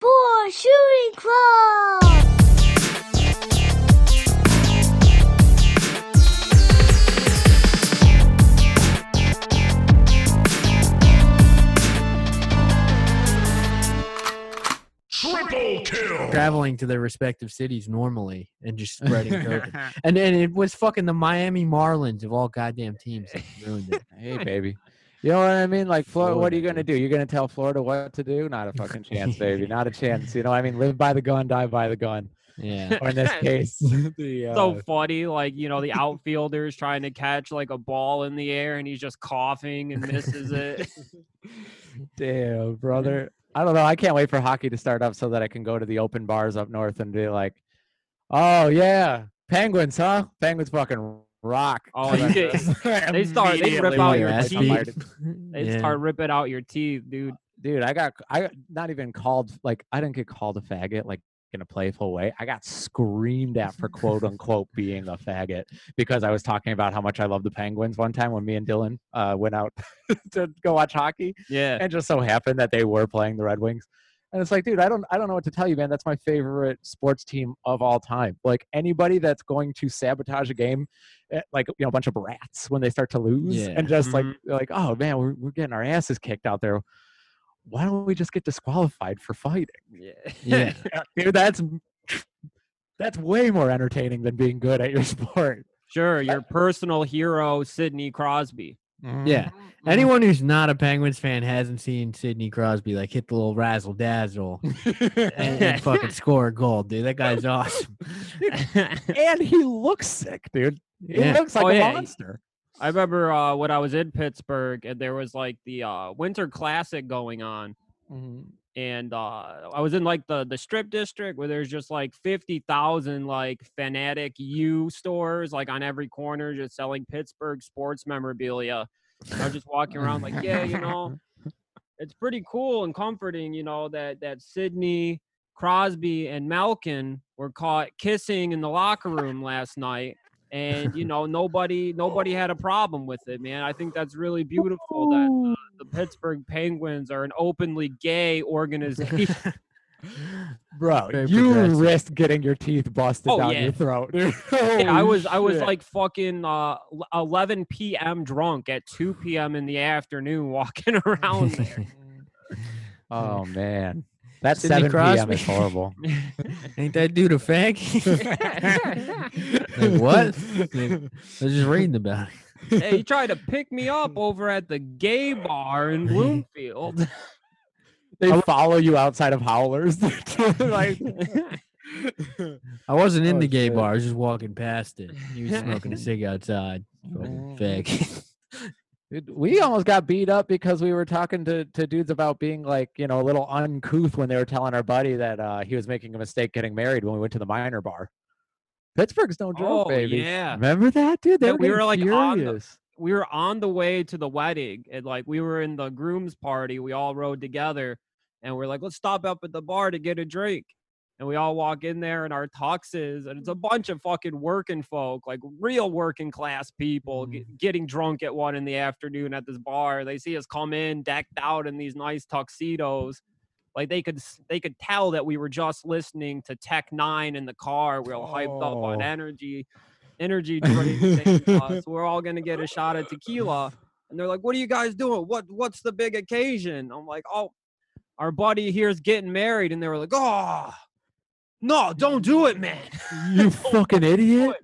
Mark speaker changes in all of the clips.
Speaker 1: Star Shooting Club!
Speaker 2: Triple kill.
Speaker 3: traveling to their respective cities normally and just spreading COVID. And then it was fucking the Miami Marlins of all goddamn teams that ruined it.
Speaker 4: hey, baby. You know what I mean? Like, Florida, what are you going
Speaker 3: Florida,
Speaker 4: to do? You're going to tell Florida what to do? Not a fucking chance, baby. Not a chance. You know what I mean? Live by the gun, die by the gun.
Speaker 3: Yeah.
Speaker 4: Or in this case, the, uh,
Speaker 5: so funny. Like, you know, the outfielder's trying to catch like a ball in uh, the air and he's just coughing and misses it.
Speaker 4: Damn, brother. I don't know. I can't wait for hockey to start up so that I can go to the open bars up north and be like, oh, yeah, Penguins, huh? Penguins fucking rock.
Speaker 5: Oh,
Speaker 4: And
Speaker 5: you
Speaker 4: then just
Speaker 5: they start- they
Speaker 4: immediately
Speaker 5: rip out
Speaker 4: went
Speaker 5: your
Speaker 4: to
Speaker 5: ass
Speaker 4: the
Speaker 5: beat.
Speaker 4: bar to
Speaker 5: They
Speaker 3: Yeah.
Speaker 5: start ripping out your teeth, dude.
Speaker 4: dude i got i got not even called like i didn't get called a faggot like in a playful way i got screamed at for quote unquote being a faggot because i was talking about how much i love the penguins one time when me and dylan uh, went out to go watch hockey
Speaker 5: Yeah.
Speaker 4: and just so happened that they were playing the red wings and it's like dude i don't i don't know what to tell you man that's my favorite sports team of all time like anybody that's going to sabotage a game eh, like you know a bunch of brats when they start to lose
Speaker 3: Yeah.
Speaker 4: and just like like oh man we're, we're getting our asses kicked out there why don't we just get disqualified for fighting
Speaker 3: Yeah.
Speaker 4: dude that's that's way more entertaining than being good at your sport
Speaker 5: Sure. Your personal hero, Sidney Crosby.
Speaker 3: Yeah. Anyone who's not a Penguins fan hasn't seen Sidney Crosby like hit the little razzle dazzle and, and fucking score a goal, dude. That guy's awesome.
Speaker 4: and he looks sick dude he
Speaker 3: Yeah.
Speaker 4: looks like
Speaker 5: Oh,
Speaker 4: a
Speaker 5: yeah.
Speaker 4: monster
Speaker 5: I remember uh, when I was in Pittsburgh and there was like the uh, Winter Classic going on.
Speaker 4: Mm-hmm.
Speaker 5: and uh, I was in like the the strip district where there's just like fifty thousand like fanatic U stores like on every corner just selling Pittsburgh sports memorabilia. And I was just walking around like, yeah, you know, it's pretty cool and comforting, you know, that that Sydney Crosby and Malkin were caught kissing in the locker room last night. And you know nobody nobody had a problem with it, man. I think that's really beautiful that the Pittsburgh Penguins are an openly gay organization.
Speaker 4: Bro,
Speaker 3: Very
Speaker 4: you
Speaker 3: progressive.
Speaker 4: risk getting your teeth busted
Speaker 5: Oh,
Speaker 4: down
Speaker 5: yeah.
Speaker 4: your throat.
Speaker 5: Yeah, I
Speaker 4: Holy
Speaker 5: was I was
Speaker 4: shit.
Speaker 5: like fucking uh, l- 11 p.m. drunk at 2 p.m. in the afternoon walking around there.
Speaker 4: oh man, that
Speaker 3: Sidney
Speaker 4: 7 p.m.
Speaker 3: Crosby.
Speaker 4: is horrible.
Speaker 3: Ain't that dude a fag? Like, what? Like, I was just reading about it.
Speaker 5: hey, he tried to pick me up over at the gay bar in Bloomfield.
Speaker 4: They follow you outside of howlers. like,
Speaker 3: I wasn't in
Speaker 4: Oh,
Speaker 3: the gay
Speaker 4: shit.
Speaker 3: bar. I was just walking past it. He was smoking a cig outside. Fucking fag.
Speaker 4: dude, we almost got beat up because we were talking to, to dudes about being like, you know, a little uncouth when they were telling our buddy that uh, he was making a mistake getting married when we went to the minor bar. Pittsburgh's no joke,
Speaker 5: Oh,
Speaker 4: baby.
Speaker 5: yeah.
Speaker 4: Remember that, dude? They
Speaker 5: Yeah,
Speaker 4: were
Speaker 5: we
Speaker 4: getting
Speaker 5: were, like, on the-
Speaker 4: furious.
Speaker 5: we were on the way to the wedding and like we were in the groom's party. We all rode together and we're like, let's stop up at the bar to get a drink. And we all walk in there in our tuxes, and it's a bunch of fucking working folk, like real working class people, ge- getting drunk at one in the afternoon at this bar. They see us come in, decked out in these nice tuxedos, like they could s- they could tell that we were just listening to Tech Nine in the car. We are all hyped up on
Speaker 4: Oh.
Speaker 5: energy energy drinks. and, uh, so we're all gonna get a shot of tequila. And they're like, "What are you guys doing? What what's the big occasion?" I'm like, "Oh, our buddy here's getting married." And they were like, "Oh, no, don't do it, man."
Speaker 4: You fucking idiot.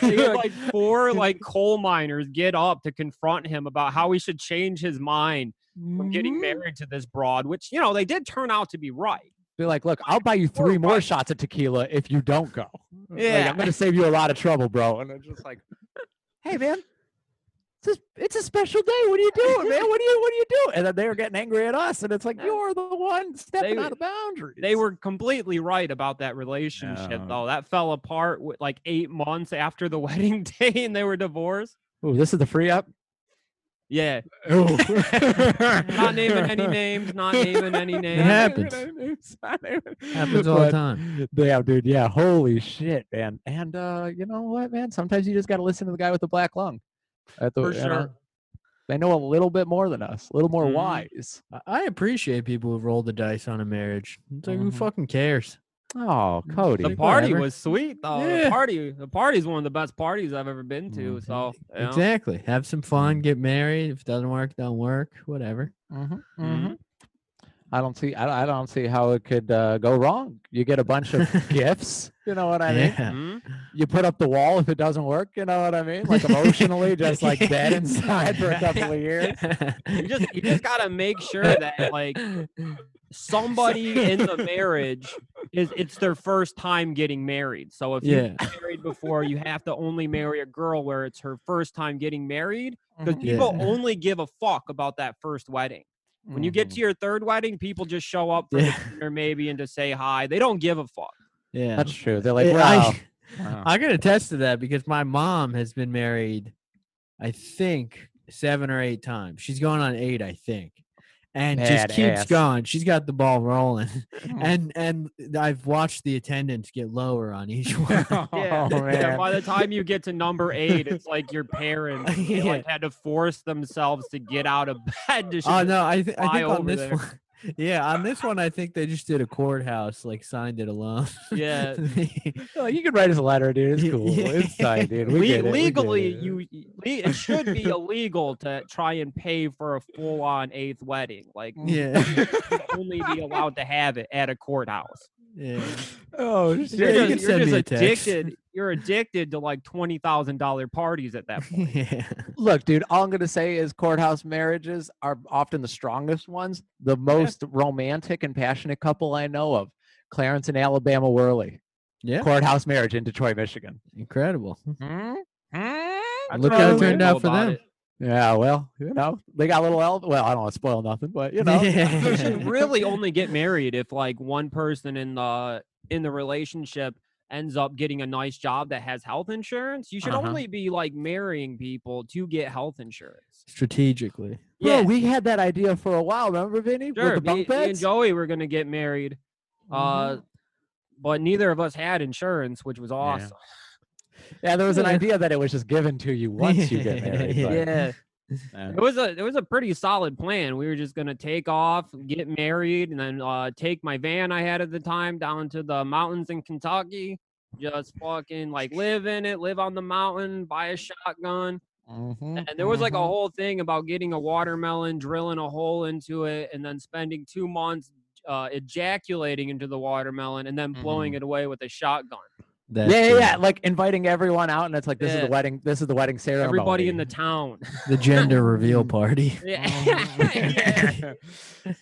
Speaker 5: They had, like four like coal miners get up to confront him about how he should change his mind from getting married to this broad, which you know they did turn out to be right.
Speaker 4: Be like, look, I'll buy you
Speaker 5: Four or
Speaker 4: three more
Speaker 5: five.
Speaker 4: shots of tequila if you don't go. Like,
Speaker 5: Yeah.
Speaker 4: I'm gonna save you a lot of trouble, bro. And I'm just like, hey, man, it's a, it's a special day. What are you doing, man? What do you what do you do? And then they were getting angry at us, and it's like you're the one stepping
Speaker 5: They-
Speaker 4: out of boundaries.
Speaker 5: They were completely right about that relationship,
Speaker 4: No.
Speaker 5: though. That fell apart with, like eight months after the wedding day, and they were divorced.
Speaker 4: Ooh, this is the free up.
Speaker 5: Yeah,
Speaker 4: not
Speaker 5: not naming any names, not naming any names.
Speaker 3: happens.
Speaker 4: happens
Speaker 3: Happens all the time.
Speaker 4: Yeah, dude. Yeah. Holy shit, man. And uh, you know what, man? Sometimes you just gotta listen to the guy with the black lung. At the,
Speaker 5: For
Speaker 4: you know,
Speaker 5: sure.
Speaker 4: They know a little bit more than us, a little more
Speaker 5: Mhm.
Speaker 4: wise.
Speaker 3: I- I appreciate people who roll the dice on a marriage. It's like who
Speaker 5: Mm-hmm.
Speaker 4: Mhm.
Speaker 3: fucking cares?
Speaker 4: Oh, Cody.
Speaker 5: The party
Speaker 3: whatever.
Speaker 5: was sweet though.
Speaker 3: Yeah.
Speaker 5: The party, the party's one of the best parties I've ever been to.
Speaker 4: Mhm.
Speaker 5: So you know.
Speaker 3: Exactly. Have some fun.
Speaker 5: Mm.
Speaker 3: Get married. If it doesn't work, don't work. Whatever.
Speaker 4: Mhm,
Speaker 5: Mhm.
Speaker 4: mhm. I don't see. I, don't- I don't see how it could uh, go wrong. You get a bunch of gifts. You know what I mean?
Speaker 3: Yeah.
Speaker 5: Mhm.
Speaker 4: You put up the wall if it doesn't work. You know what I mean? Like emotionally, just like dead inside for a couple of years.
Speaker 5: You just you just gotta make sure that like somebody in the marriage is it's their first time getting married. So if
Speaker 3: yeah.
Speaker 5: you married before, you have to only marry a girl where it's her first time getting married. Because
Speaker 4: Mhm,
Speaker 3: Mm-hmm. Yeah.
Speaker 5: people only give a fuck about that first wedding. When you get
Speaker 4: mhm.
Speaker 5: to your third wedding, people just show up for
Speaker 3: Mm-hmm. Yeah.
Speaker 5: the dinner maybe and just say hi. They don't give a fuck.
Speaker 3: Yeah.
Speaker 4: that's true. They're like,
Speaker 3: Yeah,
Speaker 4: wow.
Speaker 3: I,
Speaker 4: wow.
Speaker 3: I can attest to that because my mom has been married, I think, seven or eight times. She's going on eight, I think. And just
Speaker 4: Mad
Speaker 3: keeps
Speaker 4: ass.
Speaker 3: going. She's got the ball rolling.
Speaker 4: Mm.
Speaker 3: and and I've watched the attendance get lower on each one.
Speaker 5: Yeah.
Speaker 4: Oh, man.
Speaker 5: By the time you get to number eight, it's like your parents they,
Speaker 3: Yeah.
Speaker 5: like had to force themselves to get out of bed. To
Speaker 3: Oh
Speaker 5: shoot-
Speaker 3: no, I, th- I
Speaker 5: fly
Speaker 3: think on
Speaker 5: over
Speaker 3: this
Speaker 5: there.
Speaker 3: one. Yeah, on this one, I think they just did a courthouse, like signed it alone.
Speaker 4: Uh,
Speaker 5: Yeah.
Speaker 4: They're like, you can write us a letter, dude. It's
Speaker 3: Yeah.
Speaker 4: cool. It's fine, dude.
Speaker 5: Le-
Speaker 4: We get it. We get
Speaker 5: legally,
Speaker 4: it.
Speaker 5: you le- it should be illegal to try and pay for a full-on eighth wedding. Like,
Speaker 4: mm.
Speaker 3: yeah,
Speaker 5: you only be allowed to have it at a courthouse.
Speaker 3: yeah.
Speaker 4: Oh
Speaker 5: You're
Speaker 3: you
Speaker 5: just,
Speaker 4: shit!
Speaker 3: can
Speaker 5: you're
Speaker 3: send
Speaker 5: just
Speaker 3: me a text.
Speaker 5: addicted. You're addicted to like twenty thousand dollar parties at that point.
Speaker 3: yeah.
Speaker 4: Look, dude. All I'm gonna say is courthouse marriages are often the strongest ones. The most romantic and passionate couple I know of, Clarence and Alabama Worley,
Speaker 3: Yeah,
Speaker 4: courthouse marriage in Detroit, Michigan.
Speaker 3: incredible.
Speaker 5: That's
Speaker 3: Mm-hmm,
Speaker 5: what
Speaker 3: Look
Speaker 5: I
Speaker 3: how it
Speaker 5: always
Speaker 3: turned
Speaker 5: know
Speaker 3: out for
Speaker 5: about
Speaker 3: them.
Speaker 5: it.
Speaker 4: Yeah, well, you know, they got a little el- well. I don't want to spoil nothing, but you know,
Speaker 5: You
Speaker 3: Yeah.
Speaker 5: should really only get married if like one person in the in the relationship ends up getting a nice job that has health insurance. You should
Speaker 4: Uh-huh.
Speaker 5: only be like marrying people to get health insurance.
Speaker 3: Strategically,
Speaker 4: Bro,
Speaker 5: Yeah,
Speaker 4: we had that idea for a while. Remember, Vinny,
Speaker 5: sure.
Speaker 4: with the
Speaker 5: me- me,
Speaker 4: bunk beds? Mm-hmm.
Speaker 5: and Joey were gonna get married, uh, but neither of us had insurance, which was awesome.
Speaker 4: yeah, there was an
Speaker 3: Yeah.
Speaker 4: idea that it was just given to you once you get married.
Speaker 3: Yeah.
Speaker 4: but-
Speaker 5: It was a it was a pretty solid plan. We were just gonna take off, get married, and then uh, take my van I had at the time down to the mountains in Kentucky. Just fucking like live in it, live on the mountain, buy a shotgun.
Speaker 4: Mhm,
Speaker 5: And there was like a
Speaker 4: mhm.
Speaker 5: whole thing about getting a watermelon, drilling a hole into it, and then spending two months uh, ejaculating into the watermelon and then blowing it away with a shotgun.
Speaker 3: That's
Speaker 4: yeah, yeah,
Speaker 3: the-
Speaker 4: yeah, like inviting everyone out, and it's like this is
Speaker 5: Yeah.
Speaker 4: the wedding. This is the wedding ceremony.
Speaker 5: Everybody in the town.
Speaker 3: The gender reveal party.
Speaker 5: yeah.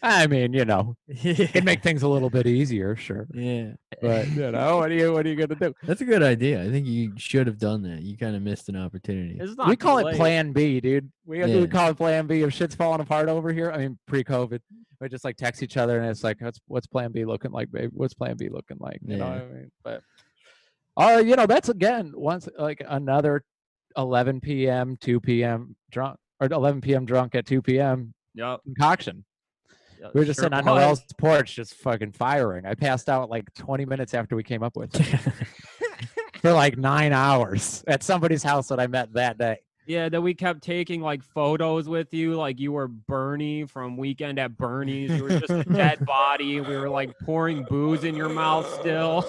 Speaker 4: I mean, you know,
Speaker 3: Yeah.
Speaker 4: it make things a little bit easier, sure,
Speaker 3: yeah,
Speaker 4: but you know, what are you what are you gonna do?
Speaker 3: that's a good idea. I think you should have done that. You kind of missed an opportunity.
Speaker 5: It's not
Speaker 4: we
Speaker 5: too
Speaker 4: call it
Speaker 5: late.
Speaker 4: Plan B, dude. We,
Speaker 3: Yeah.
Speaker 4: we call it Plan B. If shit's falling apart over here, I mean, pre-COVID, we just like text each other, and it's like, what's what's Plan B looking like, babe? What's Plan B looking like? You know
Speaker 3: Yeah.
Speaker 4: what I mean? But, uh, you know, that's again once like another 11 p.m., 2 p.m. drunk or 11 p.m. drunk at 2 p.m.
Speaker 5: Yep.
Speaker 4: concoction.
Speaker 5: Yeah,
Speaker 4: We were just
Speaker 5: sure
Speaker 4: sitting on
Speaker 5: was.
Speaker 4: Noel's porch, just fucking firing. I passed out like 20 minutes after we came up with it for like nine hours at somebody's house that I met that day.
Speaker 5: Yeah, that we kept taking like photos with you, like you were Bernie from Weekend at Bernie's. You were just a dead body. We were like pouring booze in your mouth still.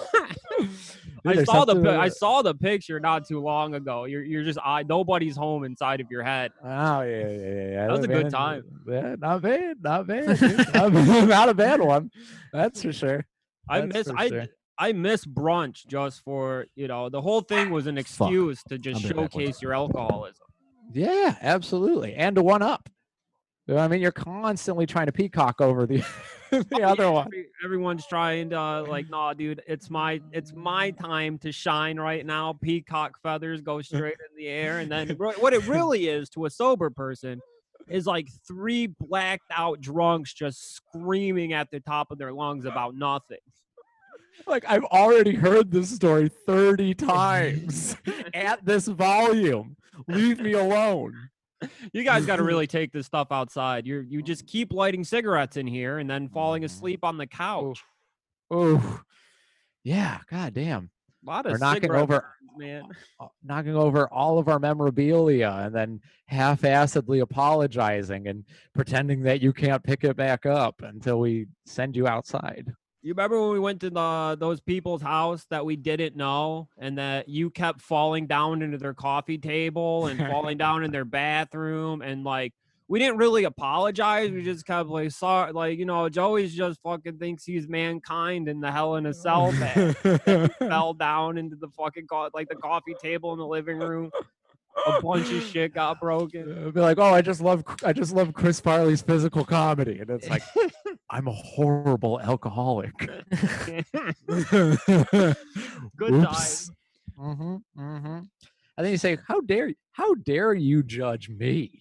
Speaker 4: Dude,
Speaker 5: I
Speaker 4: there's
Speaker 5: saw the
Speaker 4: something
Speaker 5: pi- I
Speaker 4: about-
Speaker 5: saw the picture not too long ago. You're you're just I nobody's home inside of your head.
Speaker 4: Oh yeah, yeah, yeah, yeah.
Speaker 5: That was a good
Speaker 4: man.
Speaker 5: time.
Speaker 4: Yeah, not bad, not bad, dude. not, bad- not a bad one. That's for sure.
Speaker 5: I
Speaker 4: That's
Speaker 5: miss
Speaker 4: for
Speaker 5: I
Speaker 4: sure.
Speaker 5: I miss brunch just for you know the whole thing was an excuse to just
Speaker 3: I'll be back with
Speaker 5: showcase your alcoholism.
Speaker 4: Yeah, absolutely, and to one up. You know what I mean, you're constantly trying to peacock over the the
Speaker 5: Oh,
Speaker 4: other one.
Speaker 5: Every- Everyone's trying to uh, like, nah, dude, it's my it's my time to shine right now. Peacock feathers go straight in the air, and then re- what it really is to a sober person is like three blacked out drunks just screaming at the top of their lungs about nothing.
Speaker 4: Like I've already heard this story thirty times at this volume. Leave me alone.
Speaker 5: You guys got to really take this stuff outside. You are you just keep lighting cigarettes in here
Speaker 4: Mm.
Speaker 5: and then falling asleep on the couch.
Speaker 4: Oh, yeah. God damn.
Speaker 5: A lot
Speaker 4: We're
Speaker 5: of
Speaker 4: knocking
Speaker 5: cigarette
Speaker 4: over-
Speaker 5: burns, man.
Speaker 4: uh, knocking over all of our memorabilia and then half-assedly apologizing and pretending that you can't pick it back up until we send you outside.
Speaker 5: You remember when we went to the those people's house that we didn't know, and that you kept falling down into their coffee table and falling down in their bathroom, and like we didn't really apologize. We just kept like sorry, like you know, Joey's just fucking thinks he's mankind in the Hell in a Cell bag. fell down into the fucking co- like the coffee table in the living room. A bunch of shit got broken.
Speaker 4: Uh, be like, oh, I just love, I just love Chris Farley's physical comedy, and it's like, I'm a horrible alcoholic. Good
Speaker 5: times.
Speaker 4: Mm-hmm, mm-hmm. And then you say, how dare, y- how dare you judge me?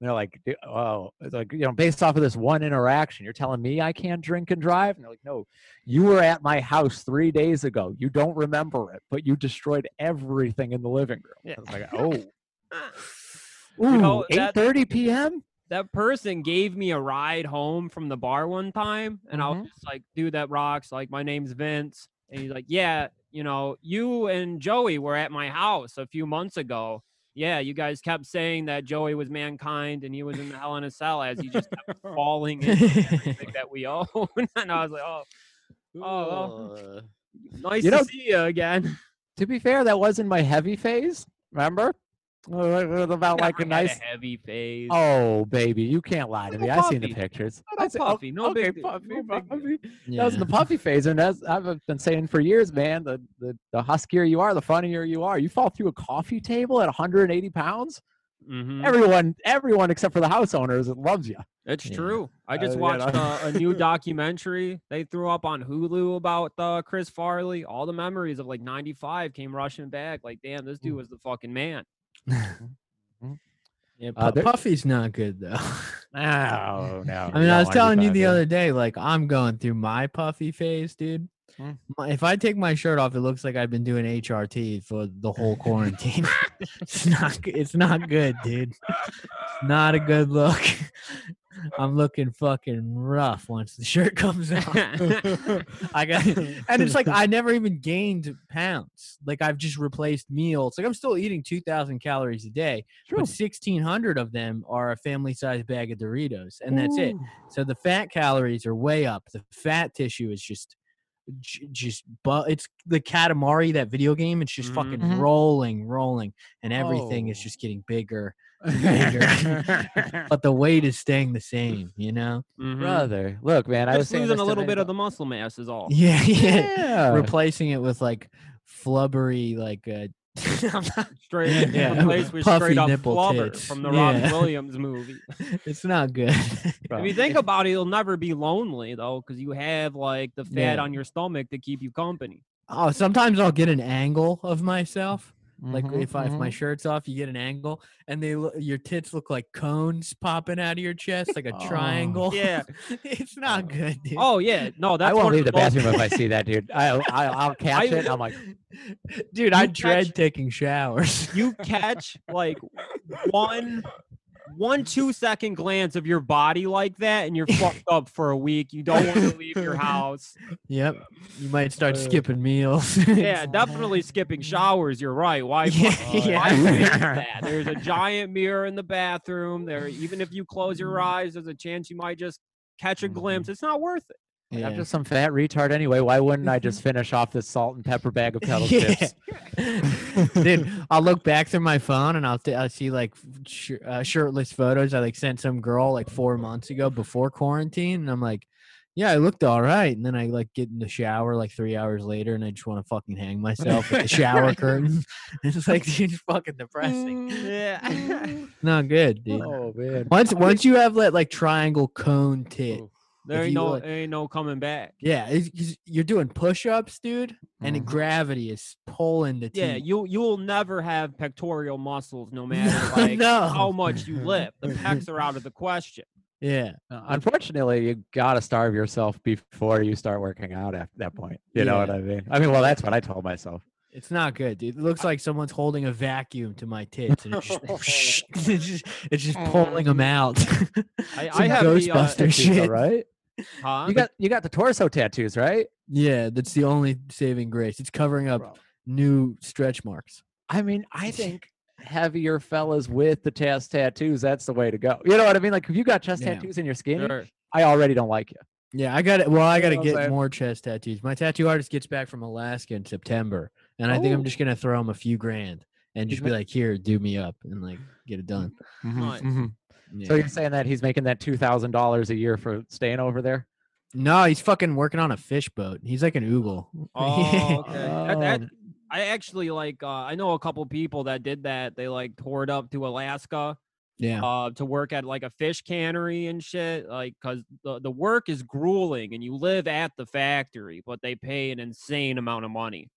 Speaker 4: And they're like, "D- oh, it's like you know, based off of this one interaction, you're telling me I can't drink and drive. And they're like, no, you were at my house three days ago. You don't remember it, but you destroyed everything in the living room.
Speaker 5: Yeah.
Speaker 4: It's like, oh.
Speaker 5: You know,
Speaker 4: Ooh,
Speaker 5: that-
Speaker 4: 8:30 p.m.
Speaker 5: that person gave me a ride home from the bar one time and i
Speaker 4: Mhm.
Speaker 5: was just like dude that rocks like my name's vince and he's like yeah you know you and joey were at my house a few months ago yeah you guys kept saying that joey was mankind and he was in the hell in a cell as he just kept falling into everything that we own and i was like oh oh well, nice
Speaker 4: You
Speaker 5: to
Speaker 4: know-
Speaker 5: see you again
Speaker 4: To be fair, that was in my heavy phase. Remember? Uh, it was About like a
Speaker 5: Never had
Speaker 4: nice.
Speaker 5: heavy phase
Speaker 4: Oh, baby, you can't lie to
Speaker 5: Little
Speaker 4: me. I seen the
Speaker 5: puffy.
Speaker 4: pictures.
Speaker 5: Little
Speaker 4: I said,
Speaker 5: puffy, no
Speaker 4: okay,
Speaker 5: big deal,
Speaker 4: puffy,
Speaker 5: no big deal.
Speaker 4: puffy. That
Speaker 3: yeah.
Speaker 4: was the puffy phase, and that's I've been saying for years, man. The, the the huskier you are, the funnier you are. You fall through a coffee table at 180 pounds.
Speaker 5: Mhm.
Speaker 4: Everyone, everyone except for the house owners loves you.
Speaker 5: It's
Speaker 3: Yeah.
Speaker 5: true. I
Speaker 4: Uh,
Speaker 5: just
Speaker 4: you
Speaker 5: watched
Speaker 4: know.
Speaker 5: uh, a new documentary they threw up on Hulu about uh, Chris Farley. All the memories of like '95 came rushing back. Like, damn, this dude was the fucking man.
Speaker 3: Yeah,
Speaker 4: Uh,
Speaker 3: Pu-
Speaker 4: there-
Speaker 3: Puffy's not good though. Ah.
Speaker 4: Oh no!
Speaker 3: I mean, I was telling you the other day, like I'm going through my puffy phase, dude.
Speaker 4: Mm.
Speaker 3: My- If I take my shirt off, it looks like I've been doing HRT for the whole quarantine. it's not. g- It's not good, dude. It's not a good look. I'm looking fucking rough once the shirt comes out. I got, and it's like I never even gained pounds. Like I've just replaced meals. Like I'm still eating 2,000 calories a day, but 1,600 of them are a family-sized bag of Doritos, and that's it. So the fat calories are way up. The fat tissue is just, j- just, but it's the Katamari that video game. It's just fucking
Speaker 4: Mhm.
Speaker 3: rolling, rolling, and everything is
Speaker 4: Oh.
Speaker 3: just getting bigger. Major. But the weight is staying the same. You know?
Speaker 5: Mhm.
Speaker 4: brother. Look, man, I was
Speaker 5: Just
Speaker 4: saying
Speaker 5: losing
Speaker 4: this
Speaker 5: a
Speaker 4: to
Speaker 5: little bit
Speaker 4: Vinny-
Speaker 5: of the muscle mass is all.
Speaker 3: Yeah, yeah.
Speaker 4: Yeah.
Speaker 3: Replacing it with like flubbery, like uh, I'm not-
Speaker 5: Straight in
Speaker 3: Yeah.
Speaker 5: the place with
Speaker 3: Puffy
Speaker 5: straight up
Speaker 3: nipple
Speaker 5: flubber
Speaker 3: tits.
Speaker 5: from the Robin
Speaker 3: Yeah.
Speaker 5: Williams movie.
Speaker 3: it's not good.
Speaker 5: If you think about it, you'll never be lonely though, because you have like the fat
Speaker 3: Yeah.
Speaker 5: on your stomach to keep you company.
Speaker 3: oh, sometimes I'll get an angle of myself. Like
Speaker 4: Mhm,
Speaker 3: if I, if my
Speaker 4: mhm.
Speaker 3: shirt's off, you get an angle, and they lo- your tits look like cones popping out of your chest, like a
Speaker 4: Oh.
Speaker 3: triangle.
Speaker 5: Yeah.
Speaker 3: it's not
Speaker 4: Oh.
Speaker 3: good, dude.
Speaker 5: Oh yeah, no, that's
Speaker 4: I won't
Speaker 5: one of
Speaker 4: leave the
Speaker 5: most-
Speaker 4: bathroom if I see that dude. I, I I'll catch it. and I'm like,
Speaker 3: dude, I
Speaker 5: you
Speaker 3: dread
Speaker 5: catch-
Speaker 3: taking showers.
Speaker 5: you catch like one one two second glance of your body like that and you're fucked up for a week you don't want to leave your house
Speaker 3: yep, you might start
Speaker 4: Uh,
Speaker 3: skipping meals.
Speaker 5: yeah definitely skipping showers you're right why
Speaker 3: Yeah,
Speaker 5: fuck-
Speaker 3: yeah.
Speaker 5: why fix that? there's a giant mirror in the bathroom there even if you close your
Speaker 3: Mm.
Speaker 5: eyes there's a chance you might just catch a
Speaker 3: Mm-hmm.
Speaker 5: glimpse it's not worth it
Speaker 4: "Like, I'm
Speaker 3: Yeah.
Speaker 4: just some fat retard anyway. Why wouldn't I just finish off this salt and pepper bag of kettle
Speaker 3: Yeah.
Speaker 4: chips?
Speaker 3: Dude, I'll look back through my phone and I'll, t- I'll see like f- sh- uh, shirtless photos I like sent some girl like four months ago before quarantine, and I'm like, yeah, I looked all right, and then I like get in the shower like three hours later, and I just want to fucking hang myself with the shower curtain. It's like dude, it's fucking
Speaker 5: Mm.
Speaker 3: depressing.
Speaker 5: yeah
Speaker 3: Not good, dude.
Speaker 4: Oh man.
Speaker 3: Once once you have that like triangle cone tit,
Speaker 4: Ooh.
Speaker 5: there
Speaker 3: If
Speaker 5: ain't
Speaker 3: you,
Speaker 5: no
Speaker 3: like-
Speaker 5: there ain't no coming back
Speaker 3: yeah, it's, 'cause you're doing push-ups, dude, and the
Speaker 4: Mhm.
Speaker 3: gravity is pulling the
Speaker 5: Mm-hmm. yeah
Speaker 3: teeth.
Speaker 5: you you'll never have pectoral muscles no matter like
Speaker 3: no.
Speaker 5: how much you lift the pecs are out of the question
Speaker 3: yeah.
Speaker 4: Uh, Unfortunately, you gotta starve yourself before you start working out. At that point, you know what
Speaker 3: Yeah.
Speaker 4: I mean. I mean, well, that's what I told myself.
Speaker 3: It's not good, dude. It looks like someone's holding a vacuum to my tits, and it's just, it's just, it's just pulling
Speaker 4: Um.
Speaker 3: them out.
Speaker 5: I,
Speaker 3: Some
Speaker 5: I have the uh,
Speaker 3: Ghostbuster shit.
Speaker 4: right?
Speaker 5: huh?
Speaker 4: You got you got the torso tattoos, right?
Speaker 3: Yeah, that's the only saving grace. It's covering up
Speaker 4: Bro.
Speaker 3: new stretch marks.
Speaker 4: I mean, I think heavier fellas with the chest tattoos, that's the way to go. You know what I mean? Like if you got chest
Speaker 3: Yeah.
Speaker 4: tattoos and you're skinny,
Speaker 5: Sure.
Speaker 4: I already don't like you.
Speaker 3: Yeah, I got it. Well, I got to
Speaker 4: know what I'm
Speaker 3: get
Speaker 4: saying?
Speaker 3: more chest tattoos. My tattoo artist gets back from Alaska in September, and I think I'm
Speaker 4: Oh.
Speaker 3: just gonna throw him a few grand and
Speaker 4: He's
Speaker 3: just
Speaker 4: Mm.
Speaker 3: be like, "Here, do me up," and like get it done.
Speaker 5: Nice.
Speaker 3: mm-hmm. Yeah.
Speaker 4: So you're saying that he's making that two thousand dollars a year for staying over there?
Speaker 3: no, he's fucking working on a fish boat. He's like an oogle.
Speaker 5: Oh, okay. That- that-
Speaker 4: Um,
Speaker 3: Oh.
Speaker 5: I actually like. Uh, I know a couple people that did that. They like toured up to Alaska
Speaker 3: yeah.
Speaker 5: uh, to work at like a fish cannery and shit. Like, cause the the work is grueling, and you live at the factory, but they pay an insane amount of money.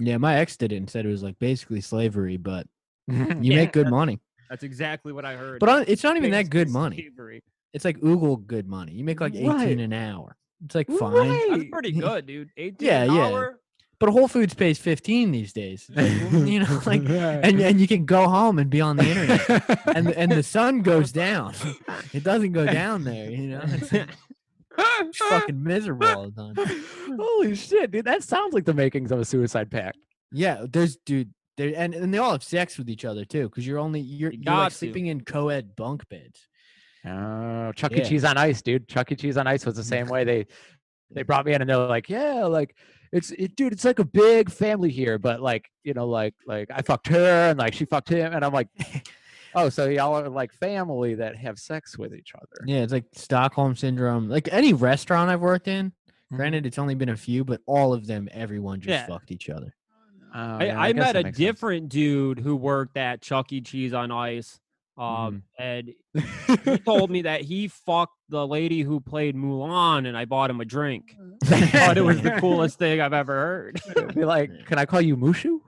Speaker 3: Yeah, my ex did it and said it was like basically slavery, but
Speaker 4: Mhm.
Speaker 3: you
Speaker 5: Yeah,
Speaker 3: make good money.
Speaker 5: That's exactly what I heard.
Speaker 3: But I- it's not even that
Speaker 5: Basically
Speaker 3: good money.
Speaker 5: slavery.
Speaker 3: It's like oogle good money. You make like 18
Speaker 4: Right.
Speaker 3: an hour. It's like fine.
Speaker 5: That's
Speaker 4: Right.
Speaker 5: pretty good, dude. Eighteen
Speaker 3: Yeah,
Speaker 5: an
Speaker 3: yeah.
Speaker 5: hour.
Speaker 3: But Whole Foods pays 15 these days. you know, like and and you can go home and be on the internet. and the, and the sun goes down. It doesn't go down there, you know. It's like, it's fucking miserable all the time.
Speaker 4: Holy shit, dude! That sounds like the makings of a suicide pact.
Speaker 3: Yeah, there's dude, there and, and they all have sex with each other too, because you're only you're,
Speaker 5: You
Speaker 3: you are
Speaker 5: got
Speaker 3: like
Speaker 5: to.
Speaker 3: sleeping in co-ed bunk beds.
Speaker 4: Oh, Chuck E.
Speaker 3: Yeah.
Speaker 4: Cheese on Ice, dude. Chuck E. Cheese on Ice was the same way. They they brought me in and they're like, yeah, like it's it, dude, it's like a big family here, but like you know, like like I fucked her and like she fucked him, and I'm like, oh, so y'all are like family that have sex with each other.
Speaker 3: Yeah, it's like Stockholm syndrome. Like any restaurant I've worked in,
Speaker 4: Mhm.
Speaker 3: granted it's only been a few, but all of them, everyone just
Speaker 5: Mm-hmm. Yeah.
Speaker 3: fucked each other.
Speaker 4: Oh,
Speaker 5: I,
Speaker 4: yeah,
Speaker 5: I,
Speaker 4: guess
Speaker 5: met
Speaker 4: that
Speaker 5: a
Speaker 4: makes sense.
Speaker 5: different dude who worked at Chuck E. Cheese on Ice. Um,
Speaker 4: Mm-hmm.
Speaker 5: and he told me that he fucked the lady who played Mulan, and I bought him a drink. Thought it was the coolest thing I've ever heard.
Speaker 4: It'd Be like, can I call you Mushu?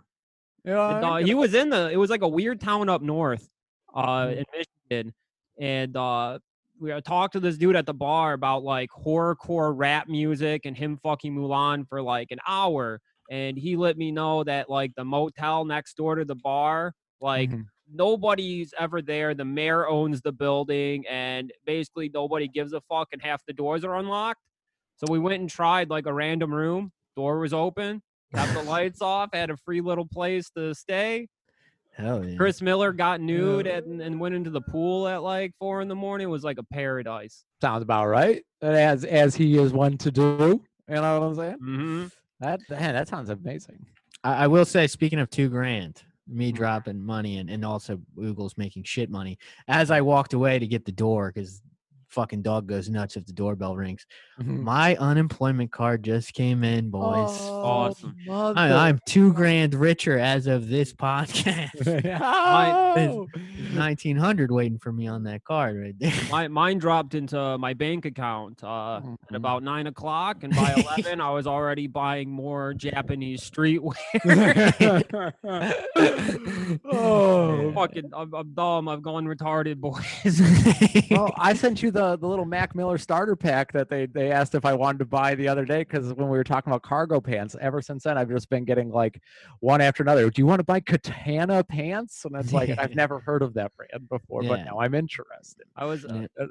Speaker 5: And, uh, he was in the. It was like a weird town up north, uh, in Michigan, and uh, we I talked to this dude at the bar about like horrorcore rap music and him fucking Mulan for like an hour, and he let me know that like the motel next door to the bar, like
Speaker 4: Mhm.
Speaker 5: nobody's ever there. The mayor owns the building, and basically nobody gives a fuck, and half the doors are unlocked. So we went and tried like a random room. Door was open, got the lights off, had a free little place to stay.
Speaker 3: Hell yeah.
Speaker 5: Chris Miller got nude and, and went into the pool at like four in the morning. It was like a paradise.
Speaker 4: sounds about right. As as he is one to do. You know what I'm saying?
Speaker 5: Mm-hmm.
Speaker 4: That man, that sounds amazing.
Speaker 3: I, I will say, speaking of two grand,
Speaker 5: Mm-hmm.
Speaker 3: me dropping money and, and also Oogles making shit money, as I walked away to get the door, because fucking dog goes nuts if the doorbell rings,
Speaker 5: Mm-hmm.
Speaker 3: my unemployment card just came in, boys.
Speaker 5: Oh,
Speaker 4: Oh,
Speaker 5: awesome.
Speaker 3: I, I'm two grand richer as of this podcast.
Speaker 4: oh.
Speaker 3: 1900 waiting for me on that card right there.
Speaker 5: My mine dropped into my bank account uh, at
Speaker 3: Mm-hmm.
Speaker 4: Mhm.
Speaker 5: about nine o'clock, and by eleven, I was already buying more Japanese streetwear.
Speaker 4: oh,
Speaker 5: Fucking, I'm, I'm dumb. I've gone retarded, boys.
Speaker 4: oh, I sent you the, the little Mac Miller starter pack that they, they asked if I wanted to buy the other day because when we were talking about cargo pants, ever since then I've just been getting like one after another. Do you want to buy Katana pants? And it's like I've never heard of that brand before, but
Speaker 3: Yeah.
Speaker 4: now I'm interested.
Speaker 5: I was uh, what
Speaker 3: Yeah.
Speaker 5: was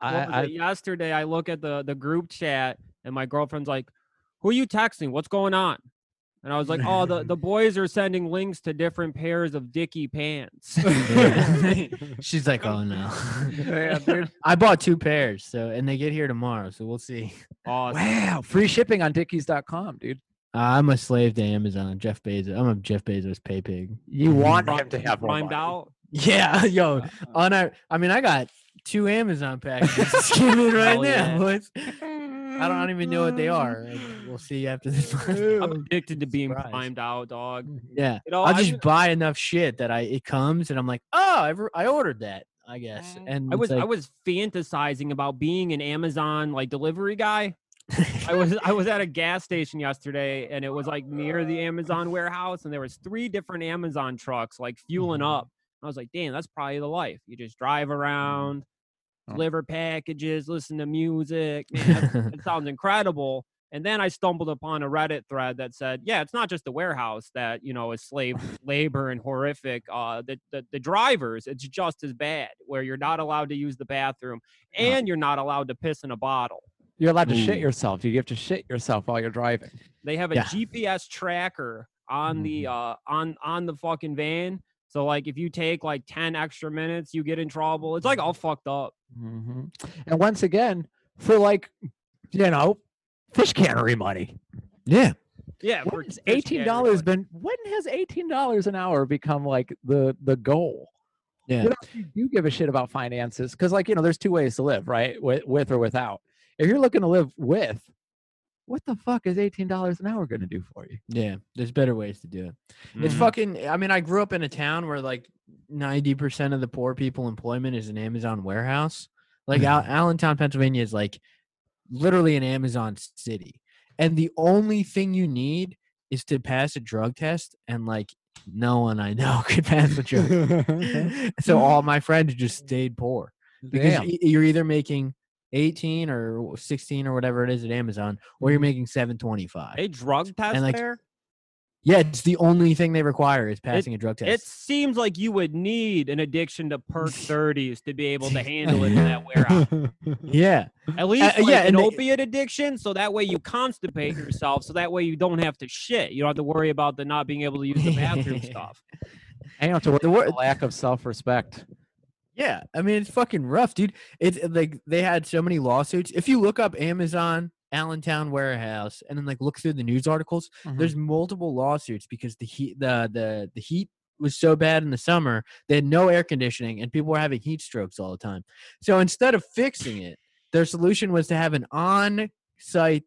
Speaker 4: I,
Speaker 5: it?
Speaker 4: I,
Speaker 5: yesterday. I look at the the group chat, and my girlfriend's like, "Who are you texting? What's going on?" And I was like, "Oh, the, the boys are sending links to different pairs of dicky pants."
Speaker 3: Yeah. She's like, oh no.
Speaker 4: yeah, dude.
Speaker 3: I bought two pairs, so and they get here tomorrow, so we'll see.
Speaker 5: awesome.
Speaker 4: Wow, free shipping on dickies.com, dude.
Speaker 3: Uh, I'm a slave to Amazon. Jeff Bezos. I'm a Jeff Bezos pay pig.
Speaker 4: You want
Speaker 5: Rhy-
Speaker 4: him to have more
Speaker 5: rhymed
Speaker 4: money.
Speaker 5: out.
Speaker 3: Yeah, yo,
Speaker 5: Uh-huh.
Speaker 3: on our, I mean, I got two Amazon packages skimming right
Speaker 5: Hell yeah.
Speaker 3: now. boys. I don't even know what they are. and We'll see after this. one.
Speaker 5: I'm addicted to being
Speaker 3: surprised.
Speaker 5: primed out, dog.
Speaker 3: yeah,
Speaker 5: You know,
Speaker 3: I'll
Speaker 5: Oh, I
Speaker 3: just
Speaker 5: was-
Speaker 3: buy enough shit that I it comes and I'm like, oh, I, re- I ordered that. I guess.
Speaker 5: Uh,
Speaker 3: And
Speaker 5: I was
Speaker 3: it's
Speaker 5: I
Speaker 3: like,
Speaker 5: was fantasizing about being an Amazon like delivery guy. I was I was at a gas station yesterday and it was like near
Speaker 3: Oh.
Speaker 5: the Amazon warehouse and there was three different Amazon trucks like fueling
Speaker 3: Mm-hmm.
Speaker 4: Mhm.
Speaker 5: up. I was like, damn, that's probably the life. You just drive around,
Speaker 4: Oh.
Speaker 5: deliver packages, listen to music. Man, that's- it sounds incredible. And then I stumbled upon a Reddit thread that said, yeah, it's not just the warehouse that, you know, is slave labor and horrific. Uh, the, the, the drivers, it's just as bad where you're not allowed to use the bathroom
Speaker 4: Yeah.
Speaker 5: and you're not allowed to piss in a bottle.
Speaker 4: You're allowed to
Speaker 3: Ooh.
Speaker 4: shit yourself. You have to shit yourself while you're driving.
Speaker 5: They have a
Speaker 3: Yeah.
Speaker 5: GPS tracker on the uh on on the fucking van. So like if you take like 10 extra minutes, you get in trouble. It's like all fucked up.
Speaker 4: hmm And once again, for like, you know, fish cannery money.
Speaker 3: Yeah.
Speaker 5: Yeah,
Speaker 4: When
Speaker 5: for
Speaker 4: has
Speaker 5: fish
Speaker 4: eighteen
Speaker 5: catering,
Speaker 4: dollars
Speaker 5: like-
Speaker 4: been? When has eighteen dollars an hour become like the the goal?
Speaker 3: Yeah.
Speaker 4: You, know, if you do give a shit about finances because, like, you know, there's two ways to live, right? With with or without. If you're looking to live with, what the fuck is eighteen dollars an hour going to do for you?
Speaker 3: Yeah. There's better ways to do it. It's
Speaker 4: Mhm.
Speaker 3: fucking eh, I mean, I grew up in a town where like 90% of the poor people employment is an Amazon warehouse. Like Al- Allentown, Pennsylvania is like literally an Amazon city. And the only thing you need is to pass a drug test and like no one I know could pass a drug so all my friends just stayed poor because
Speaker 4: Damn.
Speaker 3: e- you're either making 18 or 16 or whatever it is at Amazon, or you're making 725.
Speaker 5: a drug test
Speaker 3: like,
Speaker 5: there.
Speaker 3: Yeah, it's the only thing they require is passing a drug test.
Speaker 5: It seems like you would need an addiction to perk 30s to be able to handle it in that warehouse.
Speaker 3: yeah,
Speaker 5: At least
Speaker 3: uh,
Speaker 5: like,
Speaker 3: yeah,
Speaker 5: an
Speaker 3: and they-
Speaker 5: opiate addiction, so that way you constipate yourself, so that way you don't have to shit. You don't have to worry about the not being able to use the bathroom stuff.
Speaker 4: I know to work
Speaker 3: The
Speaker 4: the
Speaker 3: wor-
Speaker 4: lack of self respect.
Speaker 3: yeah. I mean, it's fucking rough, dude. It's uh, like they had so many lawsuits. If you look up Amazon Allentown warehouse and then like look through the news articles,
Speaker 5: Mm-hmm.
Speaker 3: there's multiple lawsuits because the heat, the the the heat was so bad in the summer they had no air conditioning and people were having heat strokes all the time. So instead of fixing it, their solution was to have an on-site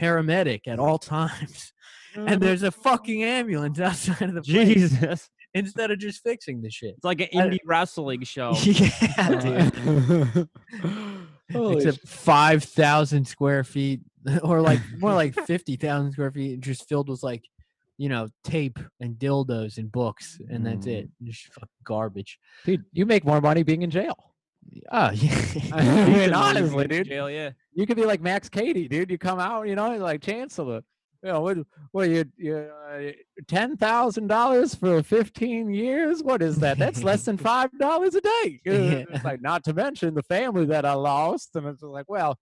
Speaker 3: paramedic at all times. And there's a fucking ambulance outside of the place
Speaker 5: Mm-hmm. Jesus.
Speaker 3: instead of just fixing the shit.
Speaker 5: It's like an
Speaker 3: I-
Speaker 5: indie wrestling show.
Speaker 3: Yeah, dude. Except five thousand square feet, or like more like fifty thousand square feet, just filled with like, you know, tape and dildos and books, and that's
Speaker 4: Mm.
Speaker 3: it. Just fucking garbage.
Speaker 4: dude, you make more money being in jail.
Speaker 3: Oh yeah,
Speaker 4: I
Speaker 5: Decent
Speaker 4: mean,
Speaker 5: money
Speaker 4: honestly,
Speaker 5: being in
Speaker 4: dude.
Speaker 5: Jail, yeah.
Speaker 4: You could be like Max Cady, dude. You come out, you know, like Chancellor. You know, what? What you? you uh, Ten thousand dollars for fifteen years? What is that? That's less than five dollars a day. You know,
Speaker 3: Yeah.
Speaker 4: It's like not to mention the family that I lost, and it's like, well,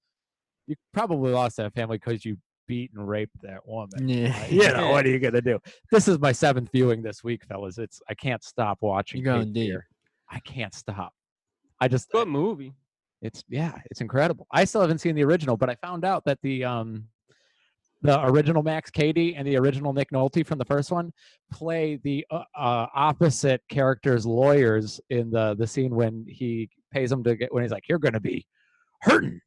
Speaker 4: you probably lost that family because you beat and raped that woman.
Speaker 3: yeah.
Speaker 4: Like, You know, what are you gonna do? This is my seventh viewing this week, fellas. It's I can't stop watching.
Speaker 3: You're
Speaker 4: Cape
Speaker 3: going deep.
Speaker 4: Fear. I can't stop. I just
Speaker 5: Good movie.
Speaker 4: it's yeah, it's incredible. I still haven't seen the original, but I found out that the um the original Max Cady and the original Nick Nolte from the first one play the uh, uh, opposite characters' lawyers in the the scene when he pays them to get when he's like, "You're gonna be hurting